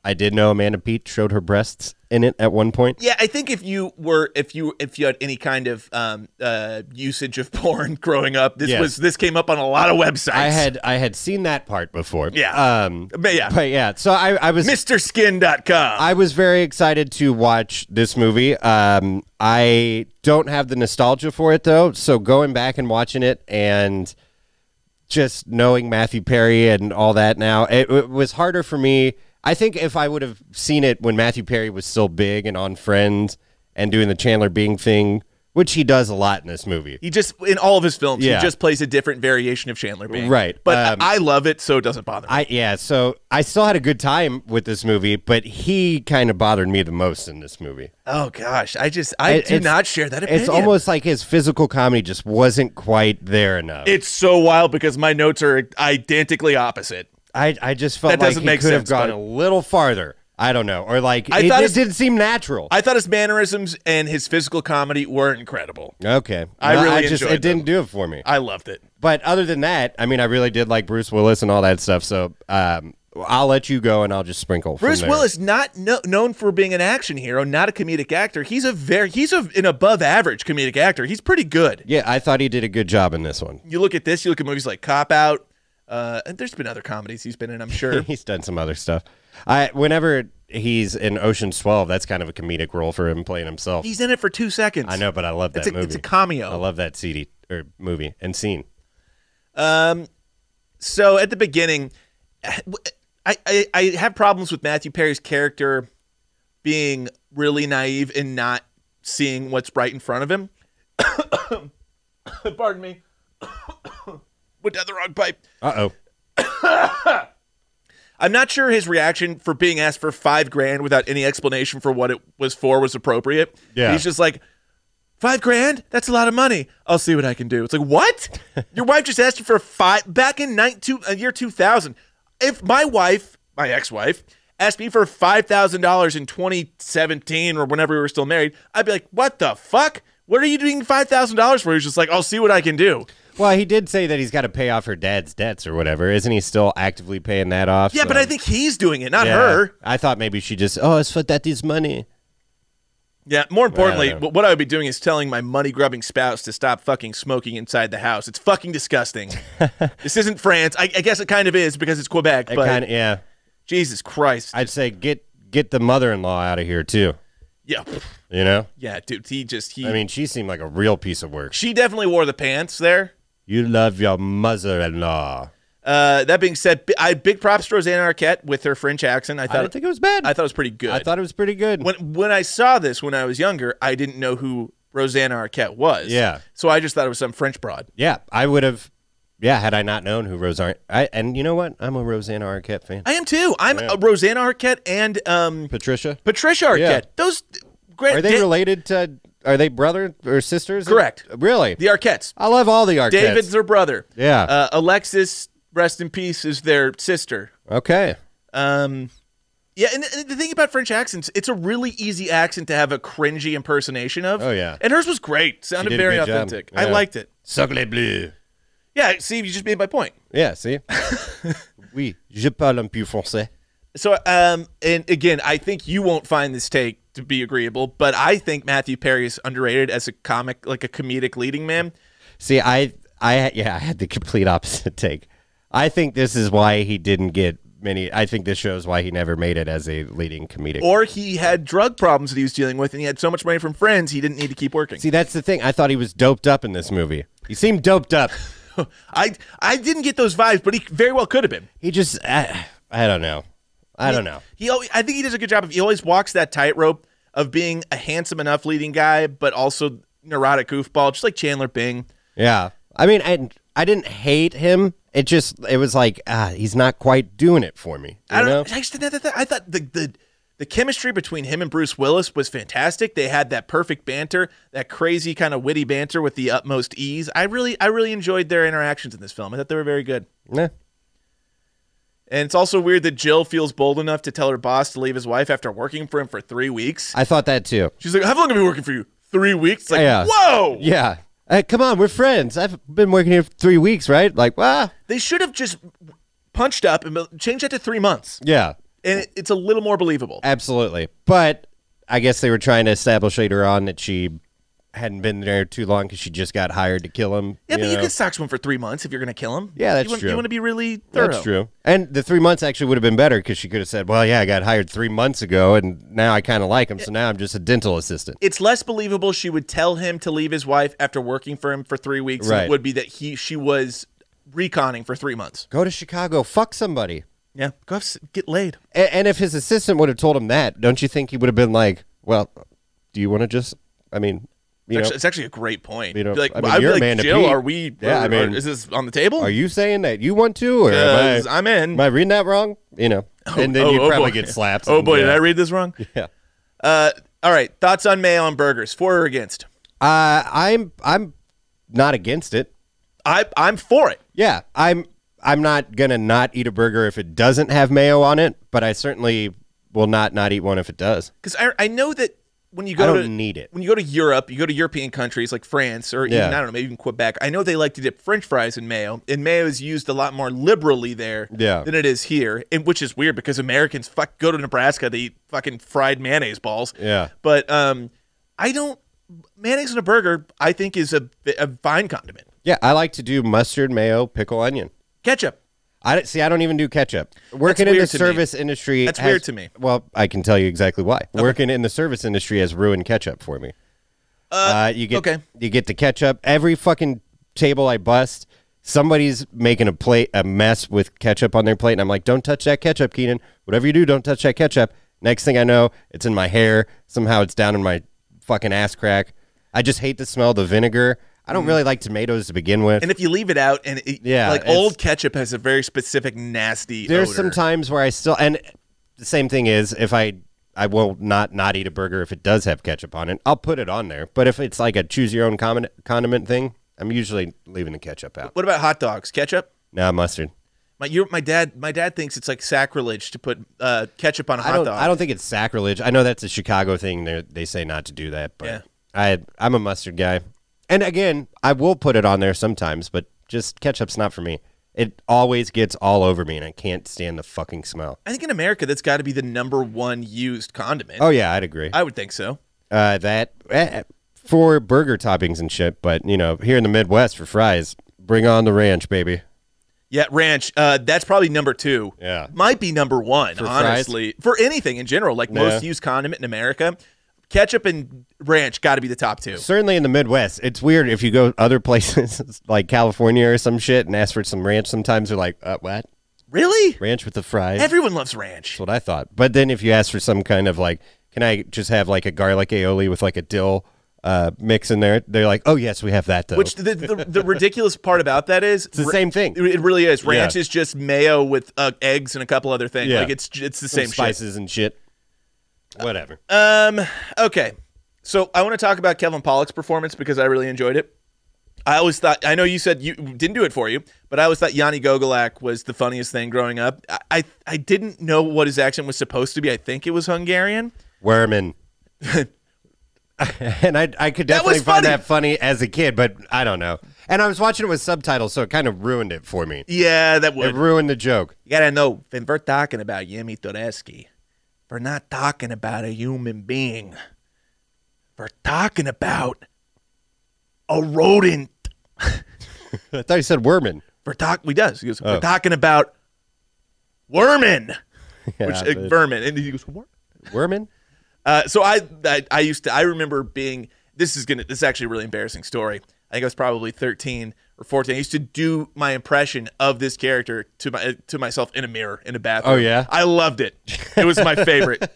[SPEAKER 5] I did know Amanda Pete showed her breasts in it at one point.
[SPEAKER 1] Yeah, I think if you were if you if you had any kind of um, uh, usage of porn growing up, this
[SPEAKER 5] Yes.
[SPEAKER 1] was this came up on a lot of websites.
[SPEAKER 5] I had I had seen that part before.
[SPEAKER 1] Yeah.
[SPEAKER 5] Um.
[SPEAKER 1] uh, But yeah.
[SPEAKER 5] But yeah. So I I was
[SPEAKER 1] MrSkin.com.
[SPEAKER 5] I was very excited to watch this movie. Um. I don't have the nostalgia for it though, so going back and watching it and just knowing Matthew Perry and all that now, it, it was harder for me. I think if I would have seen it when Matthew Perry was still big and on Friends and doing the Chandler Bing thing, which he does a lot in this movie.
[SPEAKER 1] He just in all of his films,
[SPEAKER 5] Yeah.
[SPEAKER 1] he just plays a different variation of Chandler Bing.
[SPEAKER 5] Right,
[SPEAKER 1] But
[SPEAKER 5] um,
[SPEAKER 1] I love it, so it doesn't bother me.
[SPEAKER 5] I yeah, so I still had a good time with this movie, but he kind of bothered me the most in this movie.
[SPEAKER 1] oh gosh. I just I
[SPEAKER 5] It-
[SPEAKER 1] do
[SPEAKER 5] it's-
[SPEAKER 1] not share that opinion.
[SPEAKER 5] It's almost like his physical comedy just wasn't quite there enough.
[SPEAKER 1] it's so wild because my notes are identically opposite.
[SPEAKER 5] I I just felt
[SPEAKER 1] That
[SPEAKER 5] like
[SPEAKER 1] doesn't
[SPEAKER 5] he
[SPEAKER 1] make
[SPEAKER 5] could have
[SPEAKER 1] sense,
[SPEAKER 5] gone
[SPEAKER 1] but-
[SPEAKER 5] a little farther. I don't know, or like
[SPEAKER 1] I
[SPEAKER 5] it,
[SPEAKER 1] thought
[SPEAKER 5] it
[SPEAKER 1] it's-
[SPEAKER 5] didn't seem natural.
[SPEAKER 1] I thought his mannerisms and his physical comedy were incredible.
[SPEAKER 5] okay,
[SPEAKER 1] I really
[SPEAKER 5] just
[SPEAKER 1] enjoyed
[SPEAKER 5] it didn't do it for me.
[SPEAKER 1] I loved it.
[SPEAKER 5] But other than that, I mean, I really did like Bruce Willis and all that stuff. So um, I'll let you go and I'll just sprinkle. from
[SPEAKER 1] Bruce
[SPEAKER 5] there.
[SPEAKER 1] Willis, not no, known for being an action hero, not a comedic actor. He's a very he's a, an above average comedic actor. He's pretty good.
[SPEAKER 5] Yeah, I thought he did a good job in this one.
[SPEAKER 1] You look at this, you look at movies like Cop Out, Uh, and there's been other comedies he's been in, I'm sure.
[SPEAKER 5] he's done some other stuff. I whenever he's in Ocean's Twelve, that's kind of a comedic role for him playing himself.
[SPEAKER 1] he's in it for two seconds.
[SPEAKER 5] I know, but I love that
[SPEAKER 1] It's a,
[SPEAKER 5] movie.
[SPEAKER 1] it's a cameo.
[SPEAKER 5] I love that CD or movie and scene.
[SPEAKER 1] Um, so at the beginning, I, I I have problems with Matthew Perry's character being really naive and not seeing what's right in front of him. Pardon me. Went down the wrong pipe.
[SPEAKER 5] Uh oh.
[SPEAKER 1] I'm not sure his reaction for being asked for five grand without any explanation for what it was for was appropriate.
[SPEAKER 5] Yeah.
[SPEAKER 1] He's just like, five grand? That's a lot of money. I'll see what I can do. It's like, what? Your wife just asked you for five back in 19, uh, year 2000. If my wife, my ex wife, asked me for $5,000 in 2017 or whenever we were still married, I'd be like, what the fuck? What are you doing $5,000 for? He's just like, I'll see what I can do.
[SPEAKER 5] Well, he did say that he's got to pay off her dad's debts or whatever. Isn't he still actively paying that off?
[SPEAKER 1] Yeah, but
[SPEAKER 5] So-
[SPEAKER 1] I think he's doing it, not
[SPEAKER 5] Yeah.
[SPEAKER 1] her.
[SPEAKER 5] I thought maybe she just oh, it's for daddy's money.
[SPEAKER 1] Yeah, more importantly,
[SPEAKER 5] Well, I don't know.
[SPEAKER 1] wh- what I would be doing is telling my money grubbing spouse to stop fucking smoking inside the house. It's fucking disgusting. this isn't France. I, I guess it kind of is because it's Quebec,
[SPEAKER 5] It
[SPEAKER 1] but
[SPEAKER 5] kind of yeah.
[SPEAKER 1] Jesus Christ.
[SPEAKER 5] I'd say get get the mother-in-law out of here too.
[SPEAKER 1] yeah. pff,
[SPEAKER 5] You know,
[SPEAKER 1] Yeah, dude, he just he
[SPEAKER 5] I mean, she seemed like a real piece of work.
[SPEAKER 1] she definitely wore the pants there.
[SPEAKER 5] You love your mother-in-law.
[SPEAKER 1] Uh, that being said, b- I big props to Rosanna Arquette with her French accent. I
[SPEAKER 5] I
[SPEAKER 1] thought I,
[SPEAKER 5] didn't think it was bad.
[SPEAKER 1] thought it was pretty good.
[SPEAKER 5] I thought it was pretty good.
[SPEAKER 1] when when I saw this when I was younger, I didn't know who Rosanna Arquette was.
[SPEAKER 5] Yeah.
[SPEAKER 1] So I just thought it was some French broad.
[SPEAKER 5] yeah, I would have. Yeah, had I not known who Rosanna, I and you know what, I'm a Rosanna Arquette fan.
[SPEAKER 1] I am too. I'm
[SPEAKER 5] Yeah.
[SPEAKER 1] uh, Rosanna Arquette and um
[SPEAKER 5] Patricia,
[SPEAKER 1] Patricia Arquette.
[SPEAKER 5] Yeah.
[SPEAKER 1] Those great.
[SPEAKER 5] are they
[SPEAKER 1] Da-
[SPEAKER 5] related to? Are they brother or sisters?
[SPEAKER 1] Correct.
[SPEAKER 5] Really?
[SPEAKER 1] The Arquettes.
[SPEAKER 5] I love all the Arquettes.
[SPEAKER 1] David's their brother.
[SPEAKER 5] Yeah.
[SPEAKER 1] Uh, Alexis, rest in peace, is their sister.
[SPEAKER 5] okay.
[SPEAKER 1] Um, yeah, and, and the thing about French accents, it's a really easy accent to have a cringy impersonation of.
[SPEAKER 5] Oh, yeah.
[SPEAKER 1] And hers was great. Sounded
[SPEAKER 5] did a
[SPEAKER 1] very
[SPEAKER 5] good job.
[SPEAKER 1] authentic. I
[SPEAKER 5] Yeah.
[SPEAKER 1] liked it.
[SPEAKER 5] Sacre bleu.
[SPEAKER 1] Yeah. See, you just made my point.
[SPEAKER 5] Yeah. See. oui, je parle un peu français.
[SPEAKER 1] So, um, and again, I think you won't find this take to be agreeable, but I think Matthew Perry is underrated as a comic, like a comedic leading man.
[SPEAKER 5] See, I, I, yeah, I had the complete opposite take. I think this is why he didn't get many. I think this shows why he never made it as a leading comedic.
[SPEAKER 1] or he had drug problems that he was dealing with and he had so much money from friends he didn't need to keep working.
[SPEAKER 5] See, that's the thing. I thought he was doped up in this movie. He seemed doped up.
[SPEAKER 1] I I didn't get those vibes, but he very well could have been.
[SPEAKER 5] He just, I, I don't know. I don't know.
[SPEAKER 1] He al- I think he does a good job of he always walks that tightrope of being a handsome enough leading guy but also neurotic goofball just like Chandler Bing.
[SPEAKER 5] Yeah. I mean, I, I didn't hate him. It just, it was like, ah, he's not quite doing it for me. You
[SPEAKER 1] I don't
[SPEAKER 5] know?
[SPEAKER 1] I just didn't have that- I thought the the the chemistry between him and Bruce Willis was fantastic. They had that perfect banter, that crazy kind of witty banter with the utmost ease. I really I really enjoyed their interactions in this film. I thought they were very good.
[SPEAKER 5] Nah.
[SPEAKER 1] And it's also weird that Jill feels bold enough to tell her boss to leave his wife after working for him for three weeks.
[SPEAKER 5] I thought that too.
[SPEAKER 1] She's like, How long have I been working for you? Three weeks? It's Like,
[SPEAKER 5] Yeah.
[SPEAKER 1] whoa!
[SPEAKER 5] Yeah. Hey, come on, we're friends. I've been working here for three weeks, right? Like, ah. wow.
[SPEAKER 1] They should have just punched up and changed that to three months.
[SPEAKER 5] Yeah.
[SPEAKER 1] And it, it's a little more believable.
[SPEAKER 5] Absolutely. But I guess they were trying to establish later on that she hadn't been there too long because she just got hired to kill him.
[SPEAKER 1] Yeah, but you
[SPEAKER 5] know?
[SPEAKER 1] can sock someone for three months if you're going to kill him.
[SPEAKER 5] Yeah, that's
[SPEAKER 1] you want,
[SPEAKER 5] true.
[SPEAKER 1] You want to be really thorough.
[SPEAKER 5] That's true. And the three months actually would have been better because she could have said, well, yeah, I got hired three months ago and now I kind of like him. So now I'm just a dental assistant.
[SPEAKER 1] It's less believable she would tell him to leave his wife after working for him for three weeks. than It
[SPEAKER 5] Right.
[SPEAKER 1] would be that he she was reconning for three months.
[SPEAKER 5] Go to Chicago, fuck somebody.
[SPEAKER 1] Yeah, go have s- get laid.
[SPEAKER 5] A- and if his assistant would have told him that, don't you think he would have been like, well, do you want to just, I mean, you know,
[SPEAKER 1] Actually, it's actually a great point.
[SPEAKER 5] you know,
[SPEAKER 1] Be like,
[SPEAKER 5] I mean,
[SPEAKER 1] I'd be
[SPEAKER 5] you're a
[SPEAKER 1] like,
[SPEAKER 5] man to
[SPEAKER 1] Jill,
[SPEAKER 5] beat."
[SPEAKER 1] are we?
[SPEAKER 5] Yeah, I
[SPEAKER 1] are-
[SPEAKER 5] mean,
[SPEAKER 1] is this on the table?
[SPEAKER 5] Are you saying that you want to, or am
[SPEAKER 1] 'Cause
[SPEAKER 5] I,
[SPEAKER 1] I'm in.
[SPEAKER 5] am I reading that wrong? You know, and then
[SPEAKER 1] Oh,
[SPEAKER 5] you
[SPEAKER 1] oh,
[SPEAKER 5] probably
[SPEAKER 1] boy.
[SPEAKER 5] get slapped.
[SPEAKER 1] Oh
[SPEAKER 5] and,
[SPEAKER 1] boy,
[SPEAKER 5] yeah.
[SPEAKER 1] did I read this wrong?
[SPEAKER 5] Yeah.
[SPEAKER 1] Uh, all right. Thoughts on mayo and burgers? For or against?
[SPEAKER 5] Uh, I'm I'm not against it.
[SPEAKER 1] I I'm for it.
[SPEAKER 5] Yeah, I'm I'm not gonna not eat a burger if it doesn't have mayo on it, but I certainly will not not eat one if it does.
[SPEAKER 1] because I, I know that when you go
[SPEAKER 5] I don't
[SPEAKER 1] to
[SPEAKER 5] need it.
[SPEAKER 1] when you go to Europe, you go to European countries like France or
[SPEAKER 5] Yeah.
[SPEAKER 1] even I don't know maybe even Quebec. I know they like to dip French fries in mayo, and mayo is used a lot more liberally there
[SPEAKER 5] Yeah.
[SPEAKER 1] than it is here, and which is weird because Americans fuck go to Nebraska they eat fucking fried mayonnaise balls.
[SPEAKER 5] Yeah.
[SPEAKER 1] but um, I don't mayonnaise in a burger. I think is a a fine condiment.
[SPEAKER 5] Yeah, I like to do mustard, mayo, pickle, onion.
[SPEAKER 1] Ketchup.
[SPEAKER 5] I don't- see. I don't even do ketchup. Working in the
[SPEAKER 1] weird to me.
[SPEAKER 5] service industry.
[SPEAKER 1] That's
[SPEAKER 5] has-
[SPEAKER 1] weird to me.
[SPEAKER 5] Well, I can tell you exactly why. Working in the service industry has ruined ketchup for me. Uh, you get
[SPEAKER 1] okay.
[SPEAKER 5] you get the ketchup. Every fucking table I bust, somebody's making a plate a mess with ketchup on their plate, and I'm like, "Don't touch that ketchup, Keenan. Whatever you do, don't touch that ketchup." Next thing I know, it's in my hair. Somehow, it's down in my fucking ass crack. I just hate the smell of the vinegar. I
[SPEAKER 1] Mm.
[SPEAKER 5] don't really like tomatoes to begin with.
[SPEAKER 1] And if you leave it out, and it,
[SPEAKER 5] Yeah,
[SPEAKER 1] like
[SPEAKER 5] it's-
[SPEAKER 1] old ketchup has a very specific nasty.
[SPEAKER 5] There's
[SPEAKER 1] odor.
[SPEAKER 5] some times where I still and the same thing is if I I will not not eat a burger if it does have ketchup on it. I'll put it on there. But if it's like a choose your own condiment, condiment thing, I'm usually leaving the ketchup out.
[SPEAKER 1] What about hot dogs? Ketchup?
[SPEAKER 5] Nah, mustard.
[SPEAKER 1] My your, my dad my dad thinks it's like sacrilege to put uh, ketchup on a
[SPEAKER 5] I
[SPEAKER 1] hot
[SPEAKER 5] don't
[SPEAKER 1] dog.
[SPEAKER 5] I don't think it's sacrilege. I know that's a Chicago thing. They they say not to do that, but
[SPEAKER 1] Yeah.
[SPEAKER 5] I I'm a mustard guy. And again, I will put it on there sometimes, but just ketchup's not for me. It always gets all over me and I can't stand the fucking smell.
[SPEAKER 1] I think in America that's got to be the number one used condiment.
[SPEAKER 5] Oh yeah, I'd agree.
[SPEAKER 1] I would think so.
[SPEAKER 5] uh, that eh, for burger toppings and shit. But you know, here in the Midwest for fries, bring on the ranch, baby.
[SPEAKER 1] Yeah, ranch. Uh, that's probably number two.
[SPEAKER 5] Yeah.
[SPEAKER 1] might be number one.
[SPEAKER 5] fries?
[SPEAKER 1] honestly, for anything in general, like most
[SPEAKER 5] Yeah.
[SPEAKER 1] used condiment in America, ketchup and ranch got to be the top two.
[SPEAKER 5] Certainly in the Midwest, it's weird if you go other places like California or some shit and ask for some ranch. Sometimes they're like, uh, "What
[SPEAKER 1] Really?
[SPEAKER 5] ranch with the fries?"
[SPEAKER 1] Everyone loves ranch.
[SPEAKER 5] That's what I thought. But then if you ask for some kind of like, "Can I just have like a garlic aioli with like a dill uh, mix in there?" They're like, "Oh yes, we have that though."
[SPEAKER 1] Which the, the, the ridiculous part about that is it's
[SPEAKER 5] the same thing.
[SPEAKER 1] It really is. Ranch
[SPEAKER 5] Yeah.
[SPEAKER 1] is just mayo with uh, eggs and a couple other things.
[SPEAKER 5] Yeah.
[SPEAKER 1] Like it's it's the
[SPEAKER 5] Some
[SPEAKER 1] same shit.
[SPEAKER 5] spices and shit. Whatever.
[SPEAKER 1] Um. Okay. So I want to talk about Kevin Pollock's performance because I really enjoyed it. I always thought. I know you said you didn't do it for you, but I always thought Yanni Gogolak was the funniest thing growing up. I I, I didn't know what his accent was supposed to be. I think it was Hungarian.
[SPEAKER 5] Werman. and I, I could definitely
[SPEAKER 1] was
[SPEAKER 5] find
[SPEAKER 1] funny.
[SPEAKER 5] that funny as a kid, but I don't know. And I was watching it with subtitles, so it kind of ruined it for me.
[SPEAKER 1] Yeah, that
[SPEAKER 5] It
[SPEAKER 1] would.
[SPEAKER 5] ruined the joke.
[SPEAKER 1] you gotta know when we're talking about Yemi Toreski, we're not talking about a human being. We're talking about a rodent.
[SPEAKER 5] I thought you said Werman.
[SPEAKER 1] We're talk. We does. He goes. We're talking about Werman, which
[SPEAKER 5] Yeah,
[SPEAKER 1] uh,
[SPEAKER 5] but-
[SPEAKER 1] vermin, and he goes. "Wor-"
[SPEAKER 5] Werman?
[SPEAKER 1] Uh, so I, I, I used to. I remember being. This is gonna. This is actually a really embarrassing story. I think I was probably thirteen or fourteen. I used to do my impression of this character to my to myself in a mirror in a bathroom.
[SPEAKER 5] Oh, yeah?
[SPEAKER 1] I loved it. It was my favorite.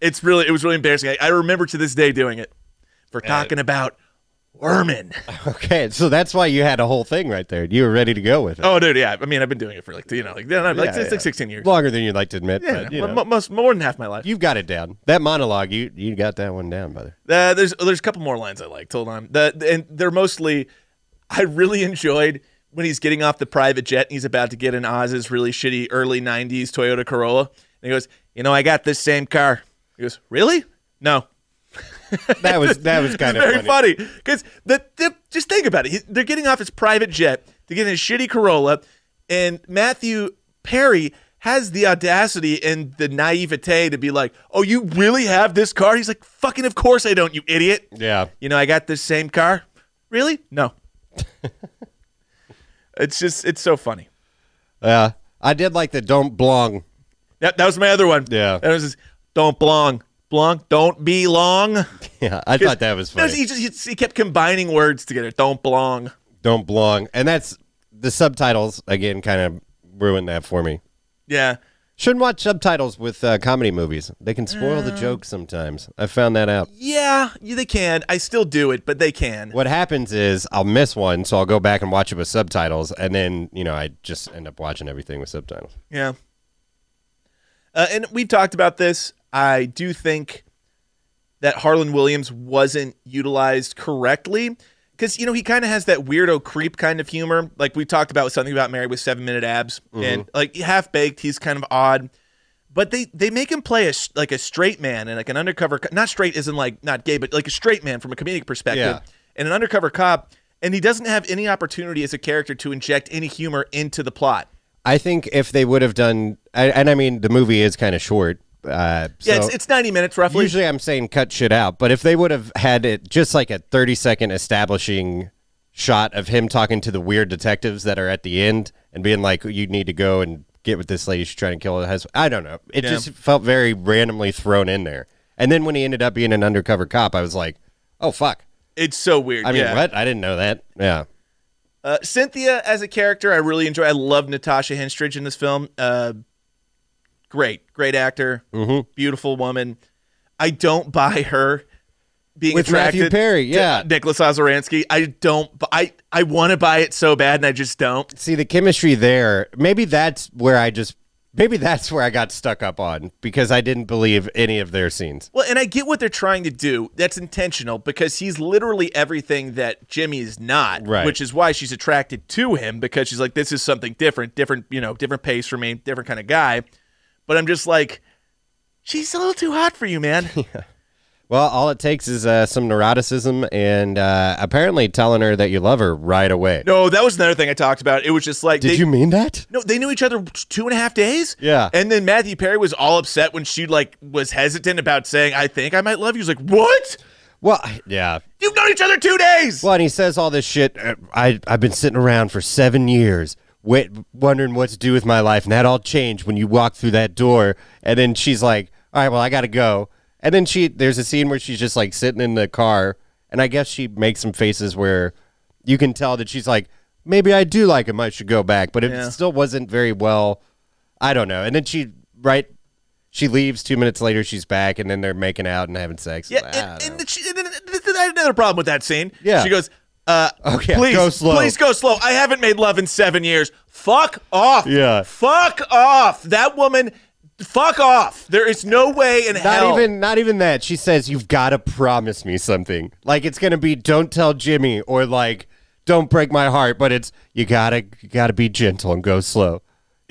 [SPEAKER 1] it's really. It was really embarrassing. I, I remember to this day doing it. We're talking about Werman.
[SPEAKER 5] Okay, so that's why you had a whole thing right there. You were ready to go with it.
[SPEAKER 1] Oh, dude, yeah. I mean, I've been doing it for like you know, like, like,
[SPEAKER 5] Yeah,
[SPEAKER 1] since
[SPEAKER 5] yeah.
[SPEAKER 1] like sixteen years.
[SPEAKER 5] Longer than you'd like to admit,
[SPEAKER 1] Yeah,
[SPEAKER 5] but you
[SPEAKER 1] mo-
[SPEAKER 5] know,
[SPEAKER 1] mo- most more than half my life.
[SPEAKER 5] you've got it down. That monologue, you you got that one down, brother.
[SPEAKER 1] Uh, there's there's a couple more lines I liked. Hold on, the, and they're mostly. I really enjoyed when he's getting off the private jet and he's about to get in Oz's really shitty early '90s Toyota Corolla, and he goes, "You know, I got this same car." He goes, "Really? No."
[SPEAKER 5] That was that was kind of
[SPEAKER 1] Very funny because the, the just think about it. He- They're getting off his private jet to get in a shitty Corolla, and Matthew Perry has the audacity and the naivete to be like, "Oh, you really have this car?" He's like, "Fucking, of course I don't, you idiot."
[SPEAKER 5] Yeah.
[SPEAKER 1] you know, I got this same car. Really? No. it's just, it's so funny.
[SPEAKER 5] Yeah. Uh, I did like the don't belong.
[SPEAKER 1] That, that was my other one.
[SPEAKER 5] Yeah.
[SPEAKER 1] That was just, don't belong. Belong. Don't be long.
[SPEAKER 5] Yeah, I thought that was
[SPEAKER 1] No,
[SPEAKER 5] funny.
[SPEAKER 1] he just, he, he kept combining words together. Don't belong.
[SPEAKER 5] don't belong. And that's the subtitles again kind of ruined that for me.
[SPEAKER 1] Yeah.
[SPEAKER 5] Shouldn't watch subtitles with uh, comedy movies. They can spoil the joke sometimes. I found that out.
[SPEAKER 1] Yeah, yeah, they can. I still do it, but they can.
[SPEAKER 5] What happens is I'll miss one, so I'll go back and watch it with subtitles, and then you know I just end up watching everything with subtitles.
[SPEAKER 1] Yeah. Uh, and we've talked about this. I do think that Harlan Williams wasn't utilized correctly because, you know, he kind of has that weirdo creep kind of humor. Like we talked about with something about Mary with seven minute abs and like half baked. He's kind of odd. But they, they make him play a, s- like a straight man and like an undercover, co- not straight isn't like not gay, but like a straight man from a comedic perspective
[SPEAKER 5] Yeah.
[SPEAKER 1] and an undercover cop. And he doesn't have any opportunity as a character to inject any humor into the plot.
[SPEAKER 5] I think if they would have done, I, and I mean the movie is kind of short. Uh,
[SPEAKER 1] Yeah,
[SPEAKER 5] so
[SPEAKER 1] it's, it's 90 minutes roughly.
[SPEAKER 5] usually I'm saying cut shit out, but if they would have had it just like a 30 second establishing shot of him talking to the weird detectives that are at the end and being like, "You need to go and get with this lady. She's trying to kill her husband." I don't know. It just felt very randomly thrown in there. And then when he ended up being an undercover cop, I was like, "Oh fuck."
[SPEAKER 1] It's so weird.
[SPEAKER 5] I mean,
[SPEAKER 1] yeah.
[SPEAKER 5] what? I didn't know that. Yeah.
[SPEAKER 1] Uh, Cynthia as a character, I really enjoy. I love Natasha Henstridge in this film. Uh, great, great actor,
[SPEAKER 5] Mm-hmm.
[SPEAKER 1] beautiful woman. I don't buy her being
[SPEAKER 5] With
[SPEAKER 1] attracted
[SPEAKER 5] Matthew Perry,
[SPEAKER 1] to
[SPEAKER 5] yeah.
[SPEAKER 1] Nicholas Ozoransky. I don't. bu- I I want to buy it so bad, and I just don't.
[SPEAKER 5] See the chemistry there. Maybe that's where I just maybe that's where I got stuck up on because I didn't believe any of their scenes.
[SPEAKER 1] Well, and I get what they're trying to do. That's intentional because he's literally everything that Jimmy is not,
[SPEAKER 5] Right.
[SPEAKER 1] which is why she's attracted to him because she's like, this is something different, different, you know, different pace for me, different kind of guy. But I'm just like, she's a little too hot for you, man.
[SPEAKER 5] Well, all it takes is uh, some neuroticism and uh, apparently telling her that you love her right away.
[SPEAKER 1] no, that was another thing I talked about. It was just like,
[SPEAKER 5] Did
[SPEAKER 1] they,
[SPEAKER 5] you mean that?
[SPEAKER 1] No, they knew each other two and a half days.
[SPEAKER 5] Yeah.
[SPEAKER 1] And then Matthew Perry was all upset when she like was hesitant about saying, I think I might love you. He's like, what?
[SPEAKER 5] Well, I- yeah.
[SPEAKER 1] You've known each other two days.
[SPEAKER 5] Well, and he says all this shit. uh, I I've been sitting around for seven years, wait, wondering what to do with my life, and that all changed when you walked through that door. And then she's like, "All right, well, I gotta go." And then she there's a scene where she's just like sitting in the car, and I guess she makes some faces where you can tell that she's like, "Maybe I do like him. I should go back," but it
[SPEAKER 1] Yeah.
[SPEAKER 5] still wasn't very well. I don't know. And then she right. She leaves two minutes later. She's back, and then they're making out and having sex.
[SPEAKER 1] Yeah,
[SPEAKER 5] I
[SPEAKER 1] and,
[SPEAKER 5] don't know.
[SPEAKER 1] and she, and- and- and- I had another problem with that scene.
[SPEAKER 5] Yeah.
[SPEAKER 1] she goes, uh,
[SPEAKER 5] Okay,
[SPEAKER 1] please,
[SPEAKER 5] go slow."
[SPEAKER 1] please go slow. I haven't made love in seven years. Fuck off.
[SPEAKER 5] Yeah.
[SPEAKER 1] fuck off. That woman, fuck off. There is no way in
[SPEAKER 5] Not
[SPEAKER 1] hell.
[SPEAKER 5] even not even that. She says you've got to promise me something. Like it's going to be don't tell Jimmy or like don't break my heart, but it's you got to you got to be gentle and go slow.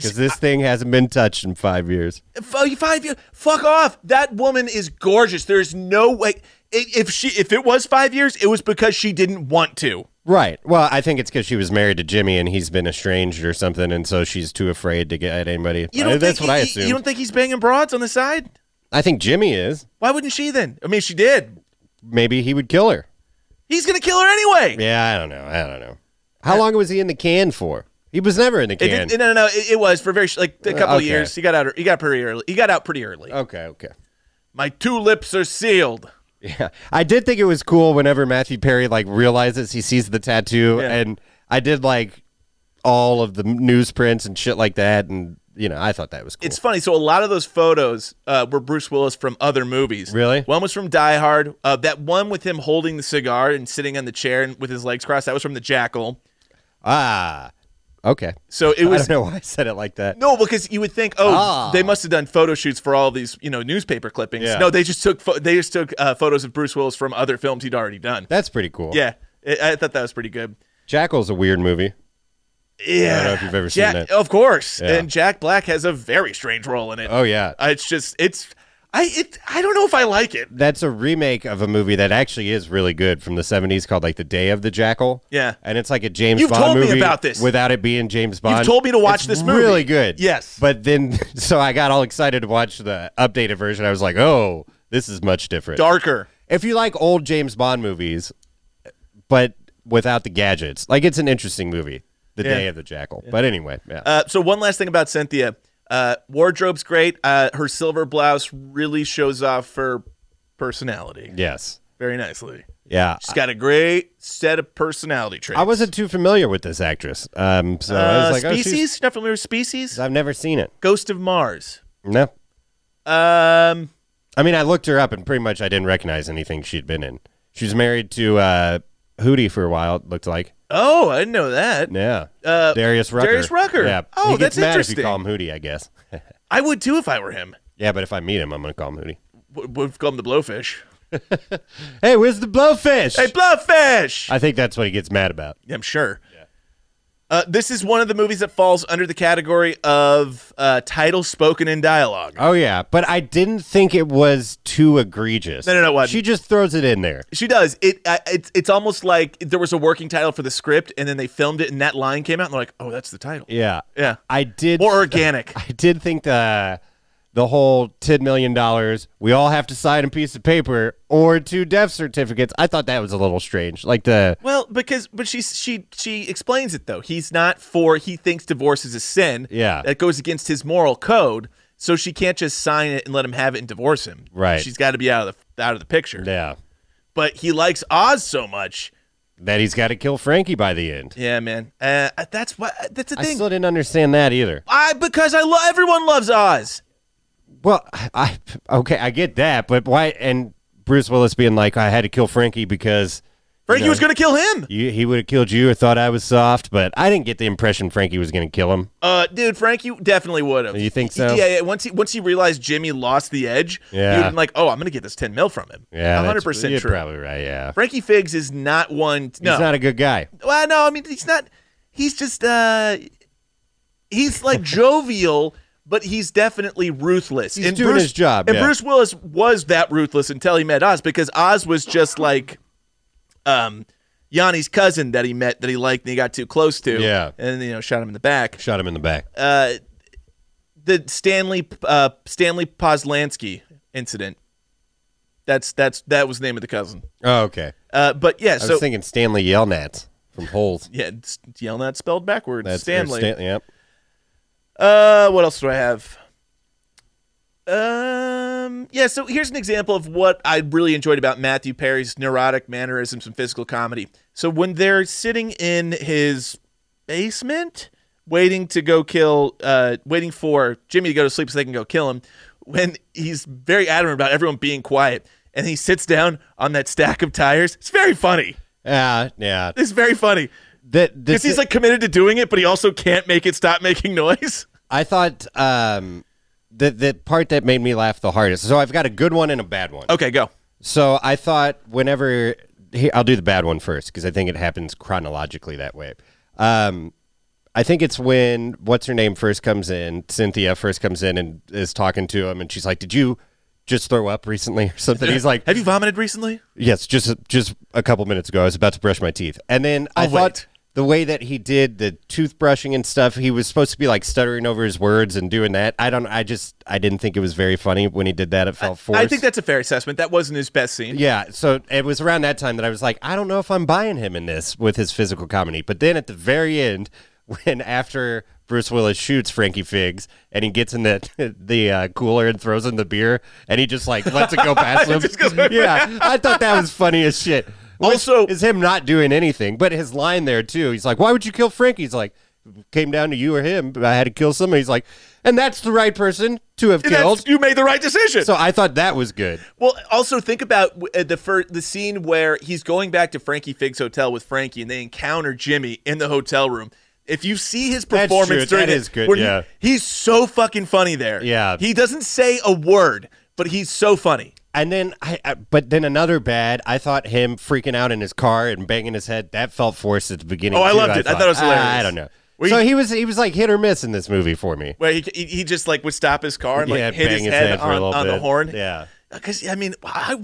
[SPEAKER 5] Cuz this thing hasn't been touched in 5 years.
[SPEAKER 1] F- oh, five years. Fuck off. That woman is gorgeous. There is no way. i- If she, if it was five years, it was because she didn't want to.
[SPEAKER 5] Right. Well, I think it's cuz she was married to Jimmy and he's been estranged or something and so she's too afraid to get at anybody. Uh,
[SPEAKER 1] You don't
[SPEAKER 5] that's
[SPEAKER 1] think,
[SPEAKER 5] what I
[SPEAKER 1] you-
[SPEAKER 5] assume.
[SPEAKER 1] You don't think he's banging broads on the side?
[SPEAKER 5] I think Jimmy is.
[SPEAKER 1] Why wouldn't she then? I mean, she did.
[SPEAKER 5] Maybe he would kill her.
[SPEAKER 1] He's gonna kill her anyway.
[SPEAKER 5] Yeah, I don't know. I don't know. How long was he in the can for? He was never in the
[SPEAKER 1] It
[SPEAKER 5] can.
[SPEAKER 1] didn't, no, no, no. It, it was for very sh- like a couple of
[SPEAKER 5] Uh, okay. Oh.
[SPEAKER 1] years. He got out. He got pretty early. He got out pretty early.
[SPEAKER 5] okay, okay.
[SPEAKER 1] My two lips are sealed.
[SPEAKER 5] Yeah, I did think it was cool whenever Matthew Perry like realizes he sees the tattoo,
[SPEAKER 1] Yeah.
[SPEAKER 5] and I did like all of the newsprints and shit like that, and you know I thought that was cool.
[SPEAKER 1] It's funny. So a lot of those photos uh, were Bruce Willis from other movies.
[SPEAKER 5] Really?
[SPEAKER 1] One was from Die Hard. Uh, that one with him holding the cigar and sitting on the chair and with his legs crossed. That was from The Jackal.
[SPEAKER 5] ah, okay.
[SPEAKER 1] So it
[SPEAKER 5] I
[SPEAKER 1] was
[SPEAKER 5] don't know why I said it like that.
[SPEAKER 1] no, because you would think, oh,
[SPEAKER 5] Ah.
[SPEAKER 1] they must have done photo shoots for all these, you know, newspaper clippings.
[SPEAKER 5] Yeah.
[SPEAKER 1] No, they just took pho- they just took uh, photos of Bruce Willis from other films he'd already done.
[SPEAKER 5] That's pretty cool.
[SPEAKER 1] yeah, I I thought that was pretty good.
[SPEAKER 5] Jackal's a weird movie.
[SPEAKER 1] Yeah,
[SPEAKER 5] I don't know if you've ever seen
[SPEAKER 1] Jack,
[SPEAKER 5] that.
[SPEAKER 1] Of course,
[SPEAKER 5] Yeah.
[SPEAKER 1] and Jack Black has a very strange role in it.
[SPEAKER 5] Oh yeah,
[SPEAKER 1] Uh, it's just it's I it I don't know if I like it.
[SPEAKER 5] that's a remake of a movie that actually is really good from the '70s called like The Day of the Jackal.
[SPEAKER 1] Yeah.
[SPEAKER 5] and it's like a James
[SPEAKER 1] You've
[SPEAKER 5] Bond
[SPEAKER 1] told me
[SPEAKER 5] movie
[SPEAKER 1] about this.
[SPEAKER 5] without it being James Bond.
[SPEAKER 1] told me to watch
[SPEAKER 5] It's
[SPEAKER 1] this movie.
[SPEAKER 5] Really good.
[SPEAKER 1] Yes.
[SPEAKER 5] but then so I got all excited to watch the updated version. I was like, oh, this is much different.
[SPEAKER 1] Darker.
[SPEAKER 5] If you like old James Bond movies, but without the gadgets, like it's an interesting movie. The
[SPEAKER 1] Yeah.
[SPEAKER 5] Day of the Jackal. But anyway, yeah.
[SPEAKER 1] Uh, so one last thing about Cynthia. Uh, wardrobe's great. Uh, her silver blouse really shows off her personality
[SPEAKER 5] yes,
[SPEAKER 1] very nicely.
[SPEAKER 5] yeah.
[SPEAKER 1] She's got a great set of personality traits.
[SPEAKER 5] I wasn't too familiar with this actress, um, so I
[SPEAKER 1] uh,
[SPEAKER 5] was like, oh, she's-
[SPEAKER 1] species. You're not familiar with species?
[SPEAKER 5] I've never seen it.
[SPEAKER 1] Ghost of Mars.
[SPEAKER 5] No.
[SPEAKER 1] Um,
[SPEAKER 5] I mean, I looked her up and pretty much I didn't recognize anything she'd been in. She was married to uh, Hootie for a while, it looked like.
[SPEAKER 1] oh, I didn't know that.
[SPEAKER 5] Yeah.
[SPEAKER 1] Uh,
[SPEAKER 5] Darius Rucker.
[SPEAKER 1] Darius Rucker.
[SPEAKER 5] Yeah.
[SPEAKER 1] Oh,
[SPEAKER 5] he gets
[SPEAKER 1] that's
[SPEAKER 5] mad if
[SPEAKER 1] interesting.
[SPEAKER 5] you call him Hootie, I guess.
[SPEAKER 1] I would too if I were him.
[SPEAKER 5] yeah, but if I meet him, I'm going to call him Hootie.
[SPEAKER 1] W- We've called him the blowfish.
[SPEAKER 5] Hey, where's the blowfish?
[SPEAKER 1] Hey, blowfish!
[SPEAKER 5] I think that's what he gets mad about.
[SPEAKER 1] I'm sure. Uh, this is one of the movies that falls under the category of uh, title spoken in dialogue.
[SPEAKER 5] Oh, yeah. But I didn't think it was too egregious.
[SPEAKER 1] No, no, no, it wasn't.
[SPEAKER 5] She just throws it in there.
[SPEAKER 1] She does it. I it's it's almost like there was a working title for the script, and then they filmed it, and that line came out, and they're like, "Oh, that's the title."
[SPEAKER 5] Yeah.
[SPEAKER 1] Yeah.
[SPEAKER 5] I did.
[SPEAKER 1] More organic.
[SPEAKER 5] I did think the the whole $10 million, we all have to sign a piece of paper or two death certificates. I thought that was a little strange. Like the,
[SPEAKER 1] Well, because but she she she explains it though. He's not for he thinks divorce is a sin.
[SPEAKER 5] Yeah.
[SPEAKER 1] That goes against his moral code. So she can't just sign it and let him have it and divorce him.
[SPEAKER 5] Right.
[SPEAKER 1] She's got to be out of the out of the picture.
[SPEAKER 5] yeah,
[SPEAKER 1] But he likes Oz so much.
[SPEAKER 5] that he's got to kill Frankie by the end.
[SPEAKER 1] Yeah, man. Uh, that's what that's the
[SPEAKER 5] I
[SPEAKER 1] thing.
[SPEAKER 5] still didn't understand that either.
[SPEAKER 1] I because I love everyone loves Oz.
[SPEAKER 5] Well, I okay, I get that, but why? And Bruce Willis being like, "I had to kill Frankie because
[SPEAKER 1] Frankie
[SPEAKER 5] know-
[SPEAKER 1] was going to kill him.
[SPEAKER 5] you, he would have killed you or thought I was soft," but I didn't get the impression Frankie was going to kill him.
[SPEAKER 1] Uh, dude, Frankie definitely would have.
[SPEAKER 5] You think so?
[SPEAKER 1] Yeah, yeah. Once he once he realized Jimmy lost the edge,
[SPEAKER 5] Yeah.
[SPEAKER 1] he would been like, "Oh, I'm gonna get this 10 mil from him."
[SPEAKER 5] Yeah, that's-
[SPEAKER 1] 100 percent
[SPEAKER 5] you're
[SPEAKER 1] true.
[SPEAKER 5] Probably right. Yeah,
[SPEAKER 1] Frankie Figs is not one. No,
[SPEAKER 5] he's not a good guy.
[SPEAKER 1] well, no. I mean, he's not. He's just. uh He's like jovial, but he's definitely ruthless.
[SPEAKER 5] He's doing his job,
[SPEAKER 1] And
[SPEAKER 5] yeah.
[SPEAKER 1] Bruce Willis was that ruthless until he met Oz, because Oz was just like, um, Yanni's cousin that he met that he liked and he got too close to.
[SPEAKER 5] Yeah.
[SPEAKER 1] and you know, shot him in the back.
[SPEAKER 5] Shot him in the back.
[SPEAKER 1] Uh, the Stanley uh, Stanley Poslansky incident. That's that's that was the name of the cousin.
[SPEAKER 5] oh, okay.
[SPEAKER 1] Uh, but yeah,
[SPEAKER 5] I
[SPEAKER 1] so
[SPEAKER 5] was thinking Stanley Yelnats from Holes.
[SPEAKER 1] Yeah, it's Yelnat spelled backwards.
[SPEAKER 5] That's or
[SPEAKER 1] Stanley.
[SPEAKER 5] Stan- yep.
[SPEAKER 1] uh, what else do I have? Um, yeah. So here's an example of what I really enjoyed about Matthew Perry's neurotic mannerisms and physical comedy. So when they're sitting in his basement, waiting to go kill, uh, waiting for Jimmy to go to sleep so they can go kill him, when he's very adamant about everyone being quiet, and he sits down on that stack of tires. It's very funny.
[SPEAKER 5] Yeah, yeah.
[SPEAKER 1] It's very funny.
[SPEAKER 5] That this
[SPEAKER 1] Because he's like committed to doing it, but he also can't make it stop making noise.
[SPEAKER 5] I thought um, the the part that made me laugh the hardest. So I've got a good one and a bad one.
[SPEAKER 1] Okay, go.
[SPEAKER 5] So I thought whenever here, I'll do the bad one first because I think it happens chronologically that way. Um, I think it's when what's her name first comes in, Cynthia first comes in and is talking to him, and she's like, "Did you just throw up recently or something?" He's like,
[SPEAKER 1] Have you vomited recently?
[SPEAKER 5] Yes, just just a couple minutes ago, I was about to brush my teeth, and then I
[SPEAKER 1] Oh,
[SPEAKER 5] thought
[SPEAKER 1] wait.
[SPEAKER 5] the way that he did the toothbrushing and stuff, he was supposed to be like stuttering over his words and doing that. I don't. I just I didn't think it was very funny when he did that. It felt forced.
[SPEAKER 1] I think that's a fair assessment. That wasn't his best scene.
[SPEAKER 5] Yeah, so it was around that time that I was like, I don't know if I'm buying him in this with his physical comedy. But then at the very end, when after Bruce Willis shoots Frankie Figs and he gets in the the uh, cooler and throws in the beer and he just like lets it go past him. yeah, I thought that was funny as shit. Which
[SPEAKER 1] Also-
[SPEAKER 5] is him not doing anything, but his line there too. He's like, "Why would you kill Frankie?" He's like, "Came down to you or him, but I had to kill somebody." He's like, "And that's the right person to have
[SPEAKER 1] That's-
[SPEAKER 5] killed."
[SPEAKER 1] you made the right decision.
[SPEAKER 5] So I thought that was good.
[SPEAKER 1] well, also think about uh, the fir- the scene where he's going back to Frankie Fig's hotel with Frankie, and they encounter Jimmy in the hotel room. If you see his
[SPEAKER 5] That's
[SPEAKER 1] performance
[SPEAKER 5] true.
[SPEAKER 1] during
[SPEAKER 5] That
[SPEAKER 1] it,
[SPEAKER 5] is good,
[SPEAKER 1] where he-
[SPEAKER 5] yeah.
[SPEAKER 1] he's so fucking funny there.
[SPEAKER 5] Yeah.
[SPEAKER 1] he doesn't say a word, but he's so funny.
[SPEAKER 5] And then I, I, but then another bad. I thought him freaking out in his car and banging his head that felt forced at the beginning.
[SPEAKER 1] Oh, I
[SPEAKER 5] too,
[SPEAKER 1] loved it. I thought it was
[SPEAKER 5] "Ah,
[SPEAKER 1] hilarious."
[SPEAKER 5] I don't know.
[SPEAKER 1] Were
[SPEAKER 5] so
[SPEAKER 1] you-
[SPEAKER 5] he was he was like hit or miss in this movie for me.
[SPEAKER 1] Where he, he, he just like would stop his car and like
[SPEAKER 5] Yeah,
[SPEAKER 1] hit
[SPEAKER 5] bang
[SPEAKER 1] his,
[SPEAKER 5] his
[SPEAKER 1] head,
[SPEAKER 5] head for a
[SPEAKER 1] on,
[SPEAKER 5] little
[SPEAKER 1] on the
[SPEAKER 5] bit.
[SPEAKER 1] horn.
[SPEAKER 5] Yeah.
[SPEAKER 1] because I mean, I,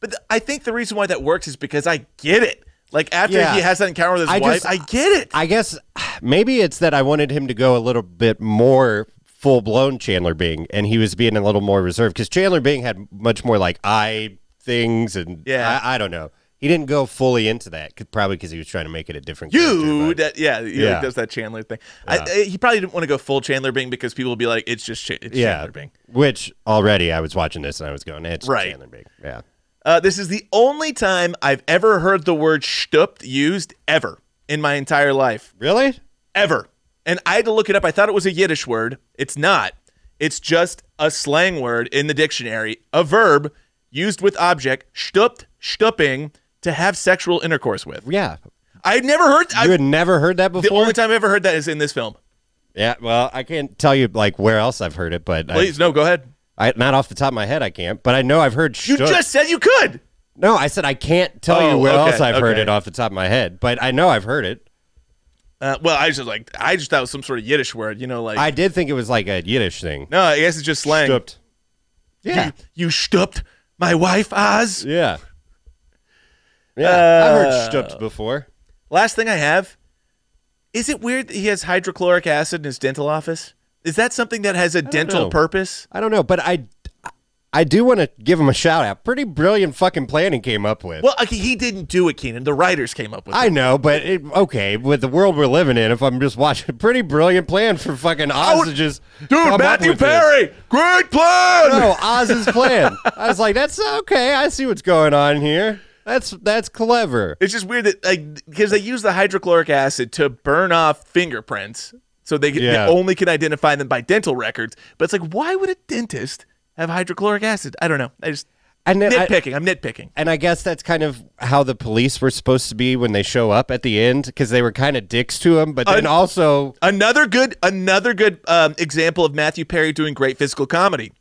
[SPEAKER 1] but the, I think the reason why that works is because I get it. Like after
[SPEAKER 5] Yeah.
[SPEAKER 1] he has that encounter with his
[SPEAKER 5] I
[SPEAKER 1] wife,
[SPEAKER 5] just-
[SPEAKER 1] I get it.
[SPEAKER 5] I guess maybe it's that I wanted him to go a little bit more full blown Chandler Bing, and he was being a little more reserved because Chandler Bing had much more like eye things and
[SPEAKER 1] Yeah.
[SPEAKER 5] I, I don't know. He didn't go fully into that 'cause- probably because he was trying to make it a different. character,
[SPEAKER 1] you
[SPEAKER 5] but-
[SPEAKER 1] that yeah, he like,
[SPEAKER 5] Yeah.
[SPEAKER 1] does that Chandler thing. I, I, he probably didn't want to go full Chandler Bing because people would be like, it's just Cha- it's
[SPEAKER 5] yeah,
[SPEAKER 1] Chandler Bing.
[SPEAKER 5] which already I was watching this and I was going, it's
[SPEAKER 1] Right.
[SPEAKER 5] Chandler Bing, yeah.
[SPEAKER 1] Uh, this is the only time I've ever heard the word "stupped" used ever in my entire life.
[SPEAKER 5] Really?
[SPEAKER 1] ever. And I had to look it up. I thought it was a Yiddish word. It's not. It's just a slang word in the dictionary, a verb used with object stupt, stupping to have sexual intercourse with.
[SPEAKER 5] Yeah.
[SPEAKER 1] I had never heard.
[SPEAKER 5] You
[SPEAKER 1] I,
[SPEAKER 5] had never heard that
[SPEAKER 1] the
[SPEAKER 5] before?
[SPEAKER 1] only time I ever heard that is in this film.
[SPEAKER 5] yeah, well, I can't tell you like where else I've heard it, but I-
[SPEAKER 1] Please, no, go ahead.
[SPEAKER 5] I, not off the top of my head I can't, but I know I've heard
[SPEAKER 1] You
[SPEAKER 5] shtup.
[SPEAKER 1] just said you could.
[SPEAKER 5] No, I said I can't tell
[SPEAKER 1] Oh,
[SPEAKER 5] you where
[SPEAKER 1] okay,
[SPEAKER 5] else I've heard
[SPEAKER 1] okay.
[SPEAKER 5] it off the top of my head, but I know I've heard it.
[SPEAKER 1] Uh, well, I just like I just thought it was some sort of Yiddish word. You know, like
[SPEAKER 5] I did think it was like a Yiddish thing.
[SPEAKER 1] no, I guess it's just slang.
[SPEAKER 5] Shtupt. Yeah.
[SPEAKER 1] You, you stupped my wife, Oz.
[SPEAKER 5] Yeah. Yeah.
[SPEAKER 1] Uh,
[SPEAKER 5] I've heard shtupt before.
[SPEAKER 1] Last thing I have is it weird that he has hydrochloric acid in his dental office? Is that something that has a dental
[SPEAKER 5] know.
[SPEAKER 1] purpose?
[SPEAKER 5] I don't know, but I I do want to give him a shout out. Pretty brilliant fucking plan he came up with.
[SPEAKER 1] Well, okay, he didn't do it, Keenan. The writers came up with it.
[SPEAKER 5] I know, but it, okay, with the world we're living in, if I'm just watching, pretty brilliant plan for fucking Oz to just come up with this.
[SPEAKER 1] great plan.
[SPEAKER 5] No, Oz's plan. I was like, that's uh, okay. I see what's going on here. That's that's clever.
[SPEAKER 1] It's just weird that like because they use the hydrochloric acid to burn off fingerprints, so they, can,
[SPEAKER 5] Yeah.
[SPEAKER 1] they only can identify them by dental records. But it's like, why would a dentist have hydrochloric acid? I don't know. I just
[SPEAKER 5] And then I-
[SPEAKER 1] nitpicking. I, am nitpicking.
[SPEAKER 5] And I guess that's kind of how the police were supposed to be when they show up at the end, because they were kind of dicks to him. But then
[SPEAKER 1] Uh,
[SPEAKER 5] also,
[SPEAKER 1] Another good, another good um, example of Matthew Perry doing great physical comedy.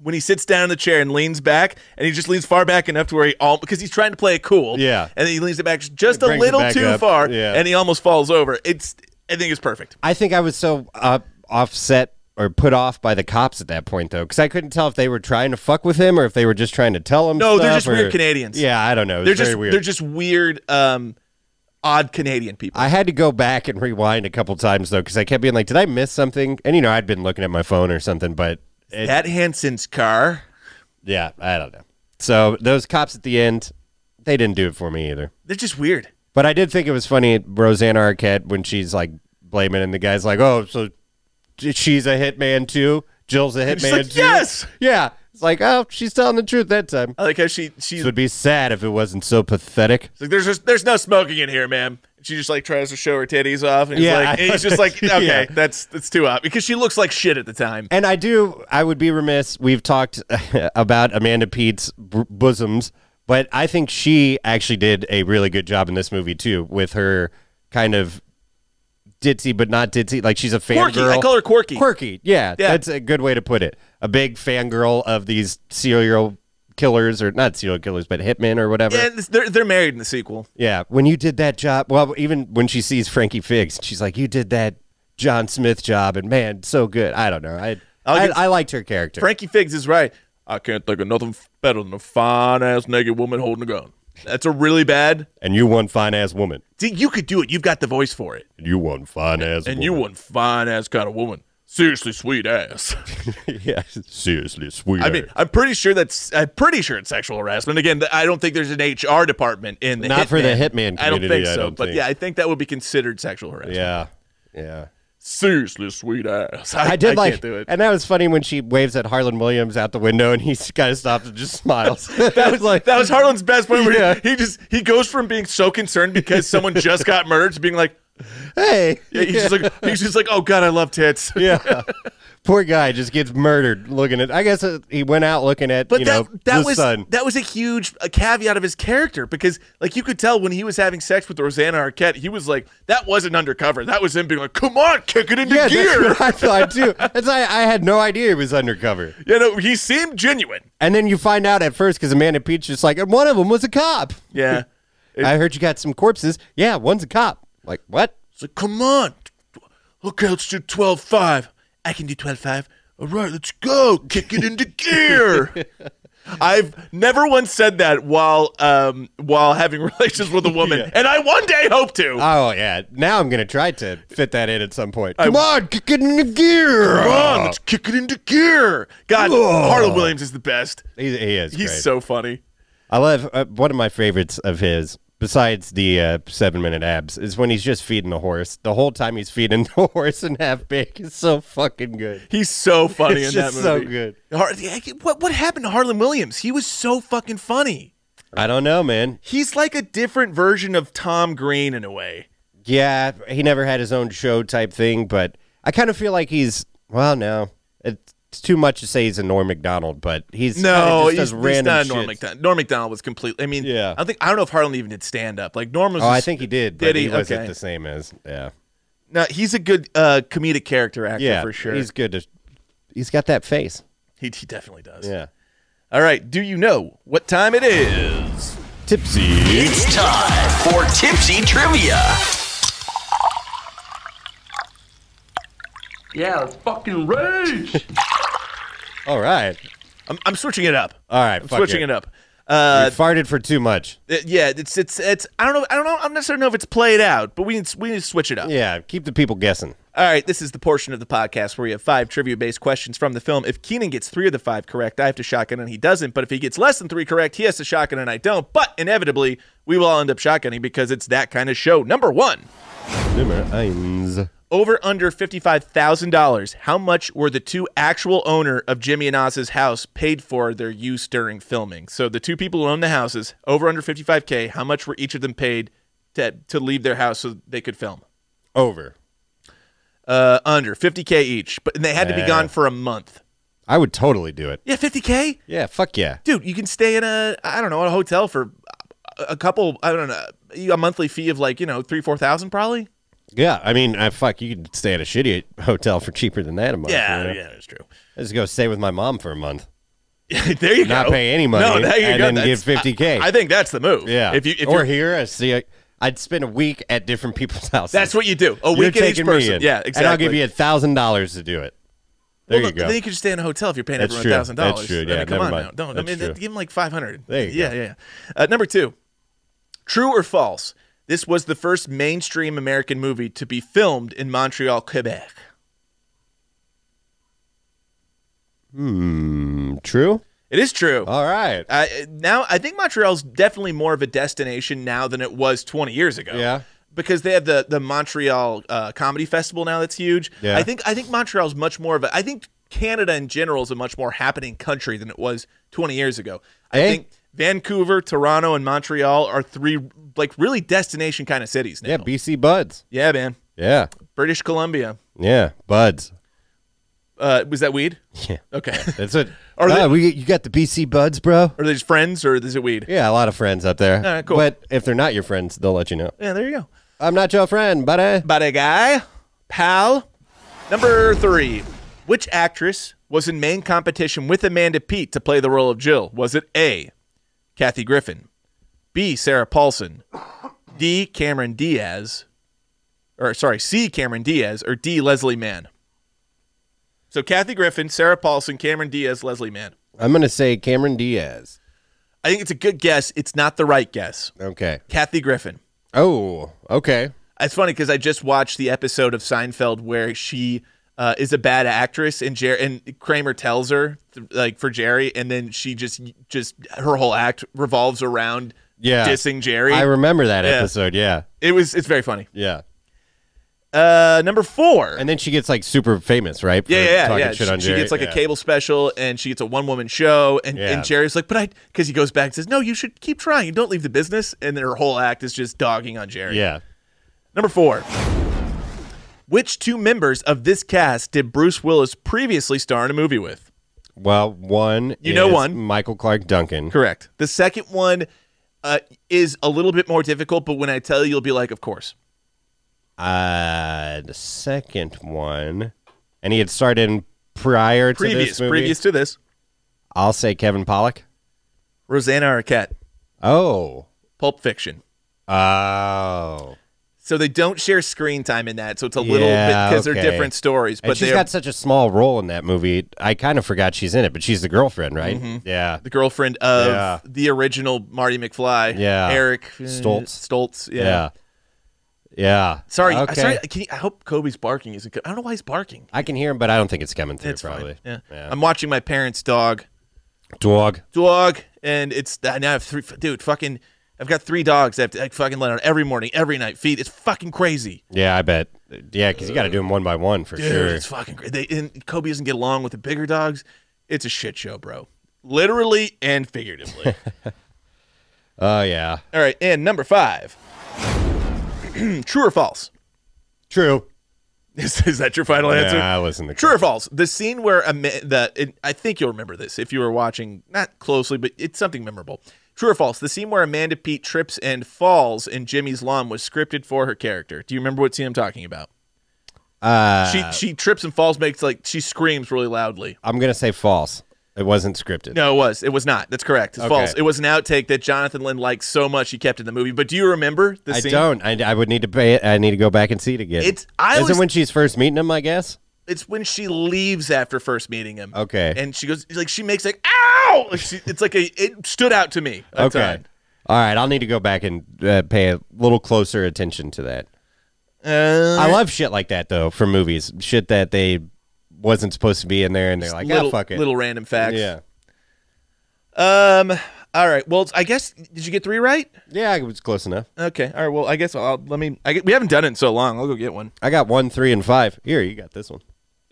[SPEAKER 1] When he sits down in the chair and leans back, and he just leans far back enough to where he all because he's trying to play it cool,
[SPEAKER 5] Yeah.
[SPEAKER 1] and then he leans it back just a
[SPEAKER 5] brings it
[SPEAKER 1] little
[SPEAKER 5] back
[SPEAKER 1] too
[SPEAKER 5] up,
[SPEAKER 1] far,
[SPEAKER 5] yeah.
[SPEAKER 1] and he almost falls over. It's, I think it's perfect.
[SPEAKER 5] I think I was so uh, offset or put off by the cops at that point, though, because I couldn't tell if they were trying to fuck with him or if they were just trying to tell him.
[SPEAKER 1] No, they're
[SPEAKER 5] stuff
[SPEAKER 1] just weird
[SPEAKER 5] or-
[SPEAKER 1] Canadians.
[SPEAKER 5] Yeah, I don't know. It was
[SPEAKER 1] they're
[SPEAKER 5] very
[SPEAKER 1] just
[SPEAKER 5] weird.
[SPEAKER 1] they're just weird, um, odd Canadian people.
[SPEAKER 5] I had to go back and rewind a couple times though, because I kept being like, "Did I miss something?" And you know, I'd been looking at my phone or something, but it,
[SPEAKER 1] that Hansen's car.
[SPEAKER 5] yeah, I don't know. So those cops at the end, they didn't do it for me either.
[SPEAKER 1] They're just weird.
[SPEAKER 5] But I did think it was funny Rosanna Arquette when she's like blaming, and the guy's like, "Oh, so she's a hitman too? Jill's a
[SPEAKER 1] she's
[SPEAKER 5] hitman
[SPEAKER 1] like,
[SPEAKER 5] too?
[SPEAKER 1] "Yes!" Oh,
[SPEAKER 5] yeah." It's like, "Oh, she's telling the truth that time."
[SPEAKER 1] I like how she she's
[SPEAKER 5] It would be sad if it wasn't so pathetic.
[SPEAKER 1] like, "There's just, there's no smoking in here, ma'am." She just like tries to show her titties off, and he's
[SPEAKER 5] Yeah,
[SPEAKER 1] like,
[SPEAKER 5] I-
[SPEAKER 1] and he's just like,
[SPEAKER 5] Yeah.
[SPEAKER 1] "Okay, that's that's too obvious," because she looks like shit at the time.
[SPEAKER 5] And I do. I would be remiss. We've talked about Amanda Pete's b- bosoms, but I think she actually did a really good job in this movie too, with her kind of ditzy but not ditzy. Like she's a fan
[SPEAKER 1] Quirky.
[SPEAKER 5] girl.
[SPEAKER 1] I call her quirky.
[SPEAKER 5] Quirky. Yeah,
[SPEAKER 1] Yeah.
[SPEAKER 5] that's a good way to put it. A big fangirl of these serial killers, or not serial killers, but hitmen or whatever.
[SPEAKER 1] Yeah, and they're they're married in the sequel.
[SPEAKER 5] Yeah, when you did that job, well, even when she sees Frankie Figs, she's like, "You did that John Smith job, and man, so good." I don't know. I I,
[SPEAKER 1] give-
[SPEAKER 5] I liked her character.
[SPEAKER 1] Frankie Figs is right. I can't think of nothing better than a fine ass naked woman holding a gun. That's a really bad.
[SPEAKER 5] and you one fine ass woman.
[SPEAKER 1] See, you could do it. You've got the voice for it.
[SPEAKER 5] And you one fine ass.
[SPEAKER 1] and you one fine ass kind of woman. Seriously, sweet ass.
[SPEAKER 5] yeah, seriously, sweet.
[SPEAKER 1] I mean, I'm pretty sure that's. I'm pretty sure it's sexual harassment. Again, th- I don't think there's an HR department in the
[SPEAKER 5] Not
[SPEAKER 1] hitman.
[SPEAKER 5] for the hitman
[SPEAKER 1] I don't
[SPEAKER 5] community,
[SPEAKER 1] think so.
[SPEAKER 5] I don't
[SPEAKER 1] but
[SPEAKER 5] think.
[SPEAKER 1] yeah, I think that would be considered sexual harassment.
[SPEAKER 5] yeah, yeah.
[SPEAKER 1] Seriously, sweet ass. I,
[SPEAKER 5] I did like,
[SPEAKER 1] Can't do it.
[SPEAKER 5] and that was funny when she waves at Harlan Williams out the window, and he kind of stops and just smiles.
[SPEAKER 1] that was like that was Harlan's best point. Where he-
[SPEAKER 5] Yeah.
[SPEAKER 1] he, just he goes from being so concerned because someone just got murdered to being like
[SPEAKER 5] hey,
[SPEAKER 1] yeah, he's just like he's just like oh god I love tits.
[SPEAKER 5] yeah. Poor guy just gets murdered looking at. I guess uh, he went out looking at
[SPEAKER 1] But
[SPEAKER 5] you
[SPEAKER 1] that,
[SPEAKER 5] know
[SPEAKER 1] that
[SPEAKER 5] the
[SPEAKER 1] was
[SPEAKER 5] sun.
[SPEAKER 1] that was a huge a caveat of his character because like you could tell when he was having sex with Rosanna Arquette, he was like that wasn't undercover. That was him being like, "Come on, kick it into
[SPEAKER 5] yeah,
[SPEAKER 1] gear."
[SPEAKER 5] that's what I thought too. That's I, I had no idea he was undercover.
[SPEAKER 1] You know, he seemed genuine.
[SPEAKER 5] And then you find out at first because Amanda Pete's just like, and one of them was a cop.
[SPEAKER 1] Yeah,
[SPEAKER 5] I heard you got some corpses. Yeah, one's a cop. Like what?
[SPEAKER 1] it's like, "Come on, okay, let's do 12-5. I can do 12-5. All right, let's go, kick it into gear." I've never once said that while um, while having relations with a woman, and I one day hope to.
[SPEAKER 5] Oh yeah. Now I'm gonna try to fit that in at some point. Come on, kick it in the
[SPEAKER 1] Come
[SPEAKER 5] gear.
[SPEAKER 1] on, let's kick it into gear. God, Harlan Williams is the best.
[SPEAKER 5] He, he is.
[SPEAKER 1] He's
[SPEAKER 5] great.
[SPEAKER 1] so funny.
[SPEAKER 5] I love uh, one of my favorites of his, besides the uh, seven minute abs, is when he's just feeding the horse. The whole time he's feeding the horse and half baked is so fucking good.
[SPEAKER 1] He's so funny
[SPEAKER 5] It's
[SPEAKER 1] in
[SPEAKER 5] just
[SPEAKER 1] that
[SPEAKER 5] so
[SPEAKER 1] movie.
[SPEAKER 5] good.
[SPEAKER 1] Har- yeah, what what happened to Harlan Williams? He was so fucking funny.
[SPEAKER 5] I don't know, man.
[SPEAKER 1] He's like a different version of Tom Green in a way.
[SPEAKER 5] Yeah, he never had his own show type thing, but I kind of feel like he's well, no, it's too much to say he's a Norm Macdonald, but he's
[SPEAKER 1] No,
[SPEAKER 5] kinda just
[SPEAKER 1] he's,
[SPEAKER 5] does
[SPEAKER 1] he's
[SPEAKER 5] random
[SPEAKER 1] not Norm
[SPEAKER 5] shit.
[SPEAKER 1] McDonald. Norm McDonald was completely. I mean,
[SPEAKER 5] Yeah.
[SPEAKER 1] I don't think I don't know if Harlan even did stand up. Like Norm was.
[SPEAKER 5] Oh, I
[SPEAKER 1] just-
[SPEAKER 5] think he did, but
[SPEAKER 1] Did
[SPEAKER 5] he,
[SPEAKER 1] he?
[SPEAKER 5] wasn't
[SPEAKER 1] Okay.
[SPEAKER 5] the same as yeah,
[SPEAKER 1] No, he's a good uh, comedic character actor
[SPEAKER 5] yeah,
[SPEAKER 1] for sure.
[SPEAKER 5] He's good. To, he's got that face.
[SPEAKER 1] he he definitely does.
[SPEAKER 5] Yeah,
[SPEAKER 1] All right. Do you know what time it is?
[SPEAKER 5] tipsy.
[SPEAKER 6] It's time for Tipsy Trivia.
[SPEAKER 2] Yeah, let's fucking rage.
[SPEAKER 5] All right,
[SPEAKER 1] I'm, I'm switching it up.
[SPEAKER 5] all right.
[SPEAKER 1] I'm
[SPEAKER 5] Uh, fuck
[SPEAKER 1] switching
[SPEAKER 5] it.
[SPEAKER 1] it up.
[SPEAKER 5] You farted for too much.
[SPEAKER 1] Uh, yeah, it's it's it's. I don't know. I don't know. I'm not sure know if it's played out, but we need we need to switch it up.
[SPEAKER 5] Yeah, keep the people guessing.
[SPEAKER 1] All right, this is the portion of the podcast where we have five trivia-based questions from the film. If Keenan gets three of the five correct, I have to shotgun and he doesn't. But if he gets less than three correct, he has to shotgun and I don't. But inevitably, we will all end up shotgunning because it's that kind of show. Number one,
[SPEAKER 5] Number eins.
[SPEAKER 1] over under fifty-five thousand dollars. How much were the two actual owner of Jimmy and Oz's house paid for their use during filming? So the two people who own the houses, over under fifty-five k. How much were each of them paid to to leave their house so they could film?
[SPEAKER 5] Over.
[SPEAKER 1] Uh, under 50k each, but and they had to be
[SPEAKER 5] Yeah.
[SPEAKER 1] gone for a month.
[SPEAKER 5] I would totally do it.
[SPEAKER 1] Yeah, 50k,
[SPEAKER 5] Yeah, fuck yeah.
[SPEAKER 1] dude. You can stay in a I don't know a hotel for a- a couple. I don't know a monthly fee of like you know three four thousand probably.
[SPEAKER 5] Yeah, I mean, I, fuck, you could stay at a shitty hotel for cheaper than that a month. you know?
[SPEAKER 1] that's true.
[SPEAKER 5] I just go stay with my mom for a month.
[SPEAKER 1] there you
[SPEAKER 5] Not
[SPEAKER 1] go.
[SPEAKER 5] pay any money
[SPEAKER 1] No, there you
[SPEAKER 5] and
[SPEAKER 1] go.
[SPEAKER 5] then
[SPEAKER 1] That's-
[SPEAKER 5] give 50K.
[SPEAKER 1] I, I think that's the move.
[SPEAKER 5] Yeah.
[SPEAKER 1] If you if
[SPEAKER 5] or
[SPEAKER 1] you're,
[SPEAKER 5] here, I see. I, would spend a week at different people's houses.
[SPEAKER 1] that's what you do. A
[SPEAKER 5] You're
[SPEAKER 1] week at each
[SPEAKER 5] taking me
[SPEAKER 1] person.
[SPEAKER 5] in,
[SPEAKER 1] Yeah, exactly.
[SPEAKER 5] And I'll give you a thousand dollars to do it. There
[SPEAKER 1] well,
[SPEAKER 5] you go.
[SPEAKER 1] Then you could just stay in a hotel if you're paying
[SPEAKER 5] That's
[SPEAKER 1] everyone
[SPEAKER 5] true.
[SPEAKER 1] thousand dollars.
[SPEAKER 5] That's true.
[SPEAKER 1] I mean,
[SPEAKER 5] Yeah,
[SPEAKER 1] come
[SPEAKER 5] never
[SPEAKER 1] on
[SPEAKER 5] mind.
[SPEAKER 1] now. Don't. I
[SPEAKER 5] That's
[SPEAKER 1] mean,
[SPEAKER 5] true.
[SPEAKER 1] give him like five hundred.
[SPEAKER 5] There you
[SPEAKER 1] yeah,
[SPEAKER 5] go.
[SPEAKER 1] yeah, yeah. Uh, number two, true or false? This was the first mainstream American movie to be filmed in Montreal, Quebec.
[SPEAKER 5] Hmm, true.
[SPEAKER 1] It is true.
[SPEAKER 5] All right.
[SPEAKER 1] Uh, now I think Montreal's definitely more of a destination now than it was 20 years ago.
[SPEAKER 5] Yeah.
[SPEAKER 1] Because they have the the Montreal uh, Comedy Festival now that's huge.
[SPEAKER 5] Yeah.
[SPEAKER 1] I think I think Montreal's much more of a I think Canada in general is a much more happening country than it was 20 years ago. I
[SPEAKER 5] Eh?
[SPEAKER 1] think Vancouver, Toronto, and Montreal are three like really destination kind of cities now.
[SPEAKER 5] yeah, BC buds.
[SPEAKER 1] yeah, man.
[SPEAKER 5] Yeah,
[SPEAKER 1] British Columbia.
[SPEAKER 5] yeah, buds.
[SPEAKER 1] Uh, was that weed?
[SPEAKER 5] Yeah.
[SPEAKER 1] Okay.
[SPEAKER 5] That's it.
[SPEAKER 1] Are
[SPEAKER 5] Ah,
[SPEAKER 1] they-
[SPEAKER 5] we, you got the BC buds, bro?
[SPEAKER 1] are they just friends or is it weed?
[SPEAKER 5] Yeah, a lot of friends up there. All
[SPEAKER 1] right, cool.
[SPEAKER 5] But if they're not your friends, they'll let you know.
[SPEAKER 1] yeah there you go.
[SPEAKER 5] I'm not your friend, buddy.
[SPEAKER 1] But a guy, pal. Number three. Which actress was in main competition with Amanda Peet to play the role of Jill? Was it A. Kathy Griffin, B. Sarah Paulson, D. Cameron Diaz, or sorry, C. Cameron Diaz, or D. Leslie Mann? So Kathy Griffin, Sarah Paulson, Cameron Diaz, Leslie Mann.
[SPEAKER 5] I'm gonna say Cameron Diaz.
[SPEAKER 1] I think it's a good guess. It's not the right guess.
[SPEAKER 5] Okay.
[SPEAKER 1] Kathy Griffin.
[SPEAKER 5] Oh, okay.
[SPEAKER 1] It's funny because I just watched the episode of Seinfeld where she uh, is a bad actress, and Jer- and Kramer tells her th- like for Jerry, and then she just just her whole act revolves around
[SPEAKER 5] Yeah.
[SPEAKER 1] dissing Jerry.
[SPEAKER 5] I remember that
[SPEAKER 1] Yeah.
[SPEAKER 5] episode. Yeah,
[SPEAKER 1] it was it's very funny.
[SPEAKER 5] yeah.
[SPEAKER 1] Uh, number four.
[SPEAKER 5] And then she gets like super famous, right? for
[SPEAKER 1] yeah, yeah,
[SPEAKER 5] talking
[SPEAKER 1] yeah.
[SPEAKER 5] shit
[SPEAKER 1] She,
[SPEAKER 5] on
[SPEAKER 1] she
[SPEAKER 5] Jerry.
[SPEAKER 1] gets like
[SPEAKER 5] Yeah.
[SPEAKER 1] a cable special, and she gets a one-woman show, and,
[SPEAKER 5] Yeah.
[SPEAKER 1] and Jerry's like, "But I," because he goes back and says, "No, you should keep trying. Don't leave the business." And then her whole act is just dogging on Jerry.
[SPEAKER 5] Yeah.
[SPEAKER 1] Number four. Which two members of this cast did Bruce Willis previously star in a movie with?
[SPEAKER 5] Well, one.
[SPEAKER 1] You know
[SPEAKER 5] is
[SPEAKER 1] one.
[SPEAKER 5] Michael Clark Duncan.
[SPEAKER 1] Correct. The second one uh, is a little bit more difficult, but when I tell you, you'll be like, of course.
[SPEAKER 5] Uh, the second one, and he had started in prior to
[SPEAKER 1] Previous,
[SPEAKER 5] this movie.
[SPEAKER 1] previous to this,
[SPEAKER 5] I'll say Kevin Pollock.
[SPEAKER 1] Rosanna Arquette,
[SPEAKER 5] Oh.
[SPEAKER 1] Pulp Fiction.
[SPEAKER 5] Oh.
[SPEAKER 1] So they don't share screen time in that, so it's a little bit
[SPEAKER 5] Yeah,
[SPEAKER 1] because they're
[SPEAKER 5] okay.
[SPEAKER 1] different stories.
[SPEAKER 5] And
[SPEAKER 1] But
[SPEAKER 5] she's
[SPEAKER 1] they're
[SPEAKER 5] got such a small role in that movie. I kind of forgot she's in it, but she's the girlfriend, right?
[SPEAKER 1] Mm-hmm.
[SPEAKER 5] Yeah.
[SPEAKER 1] the girlfriend of
[SPEAKER 5] Yeah.
[SPEAKER 1] the original Marty McFly,
[SPEAKER 5] Yeah.
[SPEAKER 1] Eric uh,
[SPEAKER 5] Stoltz.
[SPEAKER 1] Stoltz, yeah.
[SPEAKER 5] Yeah. Yeah.
[SPEAKER 1] Sorry, uh,
[SPEAKER 5] Okay.
[SPEAKER 1] sorry. Can you, I hope Kobe's barking isn't. co- I don't know why he's barking.
[SPEAKER 5] I can hear him, but I don't think it's coming through.
[SPEAKER 1] It's
[SPEAKER 5] probably.
[SPEAKER 1] fine. Yeah. I'm watching my parents' dog,
[SPEAKER 5] Dog.
[SPEAKER 1] dog, and it's I now have three. Dude, fucking, I've got three dogs. I have to I fucking let out every morning, every night. Feed. It's fucking crazy.
[SPEAKER 5] Yeah, I bet. Yeah, because you got to do them one by one for
[SPEAKER 1] Dude,
[SPEAKER 5] sure.
[SPEAKER 1] it's fucking crazy. They, and Kobe doesn't get along with the bigger dogs. It's a shit show, bro. Literally and figuratively.
[SPEAKER 5] Oh yeah.
[SPEAKER 1] All right, and number five. True or false?
[SPEAKER 5] True.
[SPEAKER 1] Is, is that your final answer?
[SPEAKER 5] Yeah, I was in the
[SPEAKER 1] True or false? The scene where a ma- the it, I think you'll remember this if you were watching not closely, but it's something memorable. True or false? The scene where Amanda Pete trips and falls in Jimmy's lawn was scripted for her character. Do you remember what scene I'm talking about?
[SPEAKER 5] Uh,
[SPEAKER 1] she she trips and falls, makes like she screams really loudly.
[SPEAKER 5] I'm gonna say false. It wasn't scripted.
[SPEAKER 1] No, it was. It was not. That's correct. It's
[SPEAKER 5] Okay.
[SPEAKER 1] false. It was an outtake that Jonathan Lynn liked so much he kept in the movie. But do you remember the
[SPEAKER 5] I
[SPEAKER 1] scene?
[SPEAKER 5] don't. I, I would need to pay it. I need to go back and see it again.
[SPEAKER 1] It's- I
[SPEAKER 5] Isn't
[SPEAKER 1] always-
[SPEAKER 5] when she's first meeting him. I guess.
[SPEAKER 1] it's when she leaves after first meeting him.
[SPEAKER 5] Okay.
[SPEAKER 1] And she goes like she makes like ow. Like she, it's like a it stood out to me. That's
[SPEAKER 5] Okay. All right, I'll need to go back and uh, pay a little closer attention to that.
[SPEAKER 1] all. Uh,
[SPEAKER 5] I love shit like that though for movies. Shit that they wasn't supposed to be in there, and they're like,
[SPEAKER 1] little,
[SPEAKER 5] "Ah, fuck it."
[SPEAKER 1] little random facts.
[SPEAKER 5] yeah,
[SPEAKER 1] Um. All right. Well, I guess did you get three right?
[SPEAKER 5] yeah, it was close enough.
[SPEAKER 1] Okay. All right. Well, I guess I'll let me. I, get- we haven't done it in so long. I'll go get one.
[SPEAKER 5] I got one, three, and five. Here, you got this one.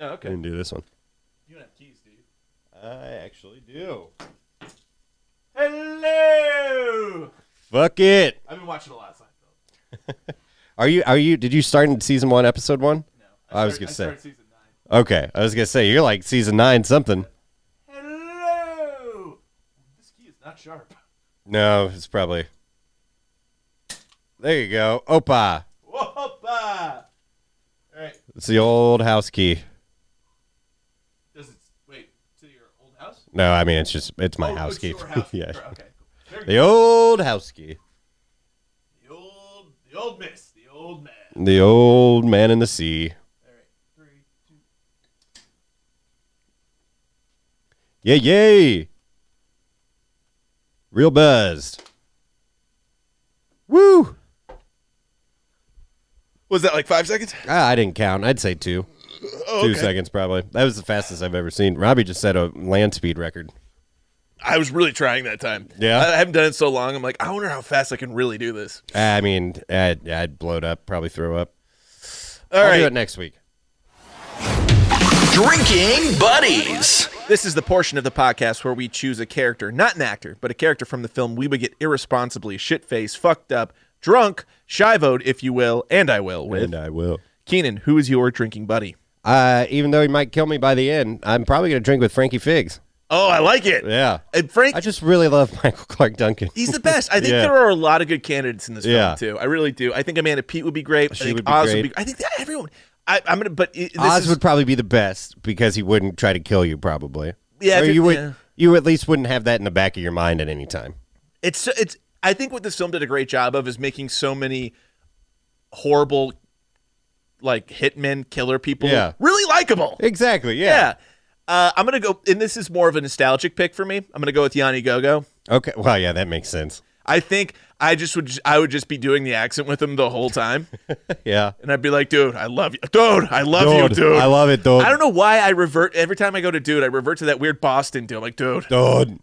[SPEAKER 1] Oh,
[SPEAKER 5] I
[SPEAKER 1] okay.
[SPEAKER 5] didn't do this one.
[SPEAKER 1] You don't have keys, do you?
[SPEAKER 5] I actually do.
[SPEAKER 1] Hello.
[SPEAKER 5] Fuck it.
[SPEAKER 1] I've been watching a lot of Seinfeld.
[SPEAKER 5] Are you? Are you? Did you start in season one, episode one? No, I, was gonna say.
[SPEAKER 1] season nine.
[SPEAKER 5] Okay, I was gonna say you're like season nine something.
[SPEAKER 1] Hello. This key is not sharp.
[SPEAKER 5] No, it's probably. There you go. Opa.
[SPEAKER 1] Whoppa! All right.
[SPEAKER 5] It's the old house key.
[SPEAKER 1] Does it wait to your old house?
[SPEAKER 5] No, I mean it's just it's my
[SPEAKER 1] Oh,
[SPEAKER 5] house
[SPEAKER 1] it's
[SPEAKER 5] key.
[SPEAKER 1] your house.
[SPEAKER 5] yeah.
[SPEAKER 1] Okay. Cool. There you
[SPEAKER 5] The old house key.
[SPEAKER 1] go. The old, the old miss, the old man.
[SPEAKER 5] The old man in the sea.
[SPEAKER 1] Three, two.
[SPEAKER 5] Yay, yay. Real buzzed. Woo.
[SPEAKER 1] Was that like five seconds?
[SPEAKER 5] Ah, I didn't count. I'd say two. Two seconds probably. That was the fastest I've ever seen. Robbie just set a land speed record.
[SPEAKER 1] I was really trying that time.
[SPEAKER 5] Yeah?
[SPEAKER 1] I, I haven't done it in so long. I'm like, I wonder how fast I can really do this.
[SPEAKER 5] I mean, I'd, I'd blow it up, probably throw up.
[SPEAKER 1] All
[SPEAKER 5] I'll
[SPEAKER 1] right.
[SPEAKER 5] do it next week.
[SPEAKER 6] Drinking Buddies.
[SPEAKER 1] This is the portion of the podcast where we choose a character, not an actor, but a character from the film we would get irresponsibly shit faced, fucked up, drunk, shivoed, if you will, and I will with.
[SPEAKER 5] And uh, I will.
[SPEAKER 1] Keenan, who is your drinking buddy?
[SPEAKER 5] Uh, even though he might kill me by the end, I'm probably going to drink with Frankie Figs.
[SPEAKER 1] Oh, I like it.
[SPEAKER 5] Yeah.
[SPEAKER 1] And Frank,
[SPEAKER 5] I just really love Michael Clark Duncan.
[SPEAKER 1] he's the best. I think
[SPEAKER 5] Yeah.
[SPEAKER 1] there are a lot of good candidates in this
[SPEAKER 5] Yeah.
[SPEAKER 1] film too. I really do. I think Amanda Pete would be great.
[SPEAKER 5] She
[SPEAKER 1] I think
[SPEAKER 5] would be
[SPEAKER 1] Oz
[SPEAKER 5] great.
[SPEAKER 1] would be. I think that everyone. I, I'm gonna. But it, this
[SPEAKER 5] Oz
[SPEAKER 1] is,
[SPEAKER 5] would probably be the best because he wouldn't try to kill you, probably.
[SPEAKER 1] Yeah,
[SPEAKER 5] Or
[SPEAKER 1] if it-
[SPEAKER 5] you would.
[SPEAKER 1] yeah.
[SPEAKER 5] You at least wouldn't have that in the back of your mind at any time.
[SPEAKER 1] it's it's. I think what this film did a great job of is making so many horrible, like hitmen, killer people,
[SPEAKER 5] Yeah.
[SPEAKER 1] really likable.
[SPEAKER 5] Exactly.
[SPEAKER 1] Yeah. Uh, I'm gonna go, and this is more of a nostalgic pick for me. I'm gonna go with Yanni Gogo.
[SPEAKER 5] Okay. Well, yeah, that makes sense.
[SPEAKER 1] I think I just would, I would just be doing the accent with him the whole time,
[SPEAKER 5] Yeah.
[SPEAKER 1] and I'd be like, "Dude, I love you, dude, I love you,
[SPEAKER 5] Dude,
[SPEAKER 1] dude."
[SPEAKER 5] I love it, dude.
[SPEAKER 1] I don't know why I revert every time I go to dude. I revert to that weird Boston dude. I'm like, dude,
[SPEAKER 5] Dude,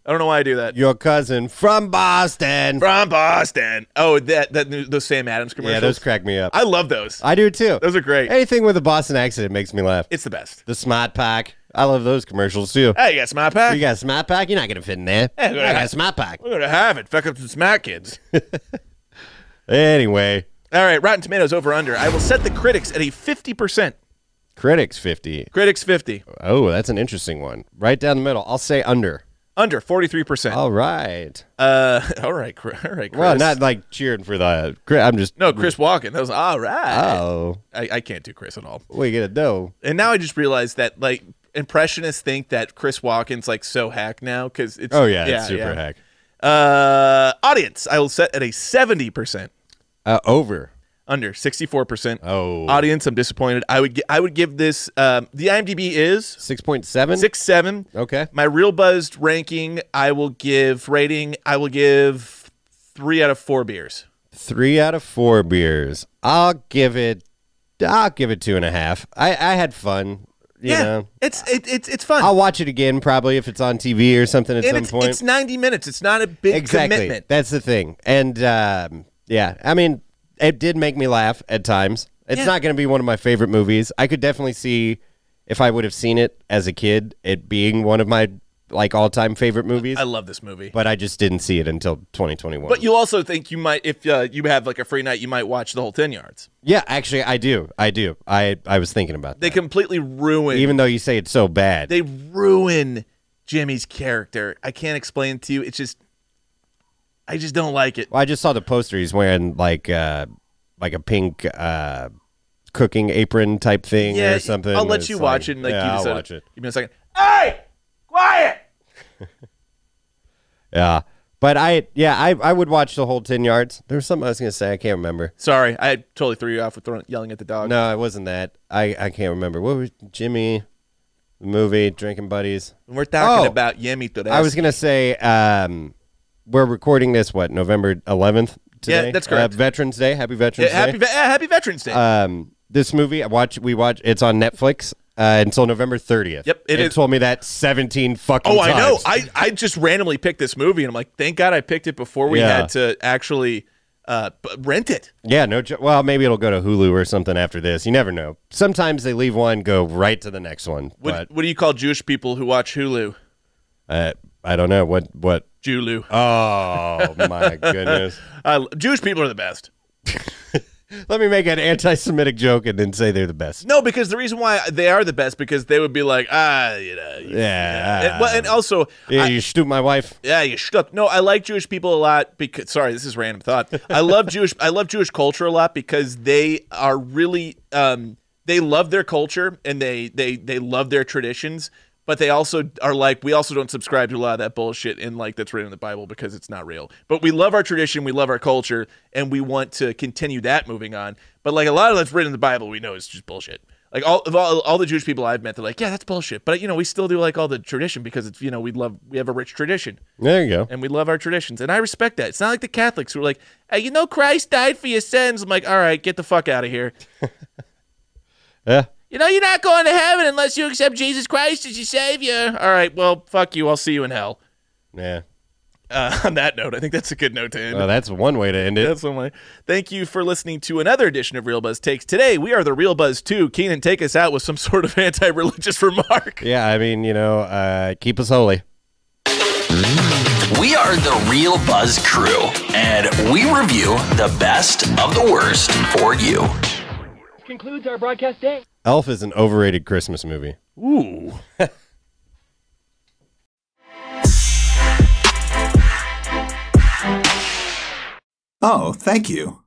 [SPEAKER 1] I don't know why I do that.
[SPEAKER 5] your cousin from Boston.
[SPEAKER 1] From Boston. Oh, that that new- those Sam Adams commercials.
[SPEAKER 5] yeah, those crack me up. I,
[SPEAKER 1] I love those.
[SPEAKER 5] do too.
[SPEAKER 1] Those are great.
[SPEAKER 5] Anything with a Boston accent makes me laugh.
[SPEAKER 1] It's the best.
[SPEAKER 5] the Smart Pack. I love those commercials too.
[SPEAKER 1] Hey, you got Smack Pack?
[SPEAKER 5] You got a Smart Pack? You're not going to fit in there. I
[SPEAKER 1] we're
[SPEAKER 5] got
[SPEAKER 1] gonna-
[SPEAKER 5] a Smart Pack.
[SPEAKER 1] We're gonna have it. Fuck up some Smack Kids.
[SPEAKER 5] Anyway,
[SPEAKER 1] All right, Rotten Tomatoes over under. I will set the critics at a fifty percent.
[SPEAKER 5] critics 50.
[SPEAKER 1] Critics fifty.
[SPEAKER 5] Oh, that's an interesting one. Right down the middle. I'll say under.
[SPEAKER 1] Under forty three percent.
[SPEAKER 5] All right.
[SPEAKER 1] Uh, all right, Chri- all right, Chris.
[SPEAKER 5] Oh. Well, not like cheering for the. Chris, I'm just.
[SPEAKER 1] no, Chris Walken. That was all right.
[SPEAKER 5] Oh,
[SPEAKER 1] I, I can't do Chris at all.
[SPEAKER 5] we get a dough.
[SPEAKER 1] And now I just realized that like impressionists think that Chris Walken's like so hack now because it's
[SPEAKER 5] Oh yeah, it's super
[SPEAKER 1] yeah.
[SPEAKER 5] hack.
[SPEAKER 1] Uh, audience, I will set at a seventy percent.
[SPEAKER 5] Uh, over.
[SPEAKER 1] Under sixty four percent.
[SPEAKER 5] Oh.
[SPEAKER 1] audience, I'm disappointed. I would gi- I would give this. Um, the IMDb is
[SPEAKER 5] Six point seven.
[SPEAKER 1] six seven.
[SPEAKER 5] Okay.
[SPEAKER 1] My real buzzed ranking, I will give rating. I will give three out of four beers.
[SPEAKER 5] Three out of four beers. I'll give it. I'll give it two and a half. I I had fun. You
[SPEAKER 1] yeah,
[SPEAKER 5] know.
[SPEAKER 1] it's it, it's it's fun.
[SPEAKER 5] I'll watch it again probably if it's on TV or something at
[SPEAKER 1] and
[SPEAKER 5] some
[SPEAKER 1] it's
[SPEAKER 5] point.
[SPEAKER 1] it's ninety minutes. It's not a big
[SPEAKER 5] exactly.
[SPEAKER 1] commitment.
[SPEAKER 5] That's the thing. And um, yeah, I mean, it did make me laugh at times. It's
[SPEAKER 1] Yeah.
[SPEAKER 5] not going to be one of my favorite movies. I could definitely see if I would have seen it as a kid, it being one of my like all-time favorite movies.
[SPEAKER 1] I love this movie.
[SPEAKER 5] but I just didn't see it until 2021.
[SPEAKER 1] But you also think you might, if uh, you have like a free night, you might watch the whole ten yards.
[SPEAKER 5] yeah, actually, I do. I do. I I was thinking about
[SPEAKER 1] They
[SPEAKER 5] that.
[SPEAKER 1] completely ruin.
[SPEAKER 5] Even though you say it's so bad,
[SPEAKER 1] they ruin Jimmy's character. I can't explain to you. It's just, I just don't like it.
[SPEAKER 5] Well, I just saw the poster. He's wearing like uh like a pink uh cooking apron type thing or something.
[SPEAKER 1] I'll let
[SPEAKER 5] It's
[SPEAKER 1] you
[SPEAKER 5] like-
[SPEAKER 1] watch it. And, like,
[SPEAKER 5] yeah,
[SPEAKER 1] you
[SPEAKER 5] I'll
[SPEAKER 1] decide-
[SPEAKER 5] watch it.
[SPEAKER 1] Give me a second. Hey, quiet.
[SPEAKER 5] Yeah, But I, yeah, I, I would watch the whole ten yards. There was something I was gonna say. I can't remember.
[SPEAKER 1] Sorry, I totally threw you off with throwing, yelling at the dog.
[SPEAKER 5] No, it wasn't that. I, I can't remember. What was Jimmy? The movie Drinking Buddies.
[SPEAKER 1] We're talking
[SPEAKER 5] Oh.
[SPEAKER 1] about Yemi Torres.
[SPEAKER 5] I was gonna say um, we're recording this what November 11th today.
[SPEAKER 1] Yeah, that's correct.
[SPEAKER 5] Uh, Veterans Day. Happy
[SPEAKER 1] Yeah,
[SPEAKER 5] Veterans
[SPEAKER 1] happy,
[SPEAKER 5] Day.
[SPEAKER 1] ve- yeah, happy Veterans Day.
[SPEAKER 5] um, this movie I watch. We watch. It's on Netflix uh, until November 30th.
[SPEAKER 1] Yep, it
[SPEAKER 5] it,
[SPEAKER 1] is-
[SPEAKER 5] told me that 17 fucking.
[SPEAKER 1] oh, I know.
[SPEAKER 5] times.
[SPEAKER 1] I, I just randomly picked this movie, and I'm like, thank God I picked it before we
[SPEAKER 5] Yeah.
[SPEAKER 1] had to actually uh, b- rent it.
[SPEAKER 5] Yeah, no. jo- Well, maybe it'll go to Hulu or something after this. You never know. Sometimes they leave one, go right to the next one.
[SPEAKER 1] What,
[SPEAKER 5] But
[SPEAKER 1] what do you call Jewish people who watch Hulu?
[SPEAKER 5] uh, I don't know what what.
[SPEAKER 1] Julu.
[SPEAKER 5] Oh my goodness!
[SPEAKER 1] Uh, Jewish people are the best.
[SPEAKER 5] Let me make an anti-Semitic joke and then say they're the best.
[SPEAKER 1] No, because the reason why they are the best because they would be like, ah, you know, you-
[SPEAKER 5] Yeah.
[SPEAKER 1] and, well, and also,
[SPEAKER 5] yeah,
[SPEAKER 1] I-
[SPEAKER 5] you stoop my wife.
[SPEAKER 1] Yeah, you shook. No, I like Jewish people a lot because sorry, this is random thought. I love Jewish I love Jewish culture a lot because they are really um they love their culture and they they they love their traditions, but they also are like we also don't subscribe to a lot of that bullshit and like that's written in the Bible because it's not real. But we love our tradition, we love our culture, and we want to continue that moving on. But like a lot of that's written in the Bible, we know is just bullshit. Like all of all, all the Jewish people I've met, they're like, yeah, that's bullshit. But you know, we still do like all the tradition because it's you know we love we have a rich tradition
[SPEAKER 5] There you go.
[SPEAKER 1] and we love our traditions, and I respect that. It's not like the Catholics who are like, hey, you know, Christ died for your sins. I'm like, all right, get the fuck out of here.
[SPEAKER 5] Yeah.
[SPEAKER 1] You know, you're not going to heaven unless you accept Jesus Christ as your savior. All right, well, fuck you. I'll see you in hell.
[SPEAKER 5] Yeah.
[SPEAKER 1] Uh, on that note, I think that's a good note to end.
[SPEAKER 5] Well, that's one way to end it.
[SPEAKER 1] That's one way. Thank you for listening to another edition of Real Buzz Takes. Today, we are the Real Buzz 2. Keenan, take us out with some sort of anti religious remark.
[SPEAKER 5] Yeah, I mean, you know, uh, keep us holy.
[SPEAKER 6] We are the Real Buzz crew, and we review the best of the worst for you.
[SPEAKER 7] concludes our broadcast day.
[SPEAKER 5] Elf is an overrated Christmas movie.
[SPEAKER 1] Ooh.
[SPEAKER 8] Oh, thank you.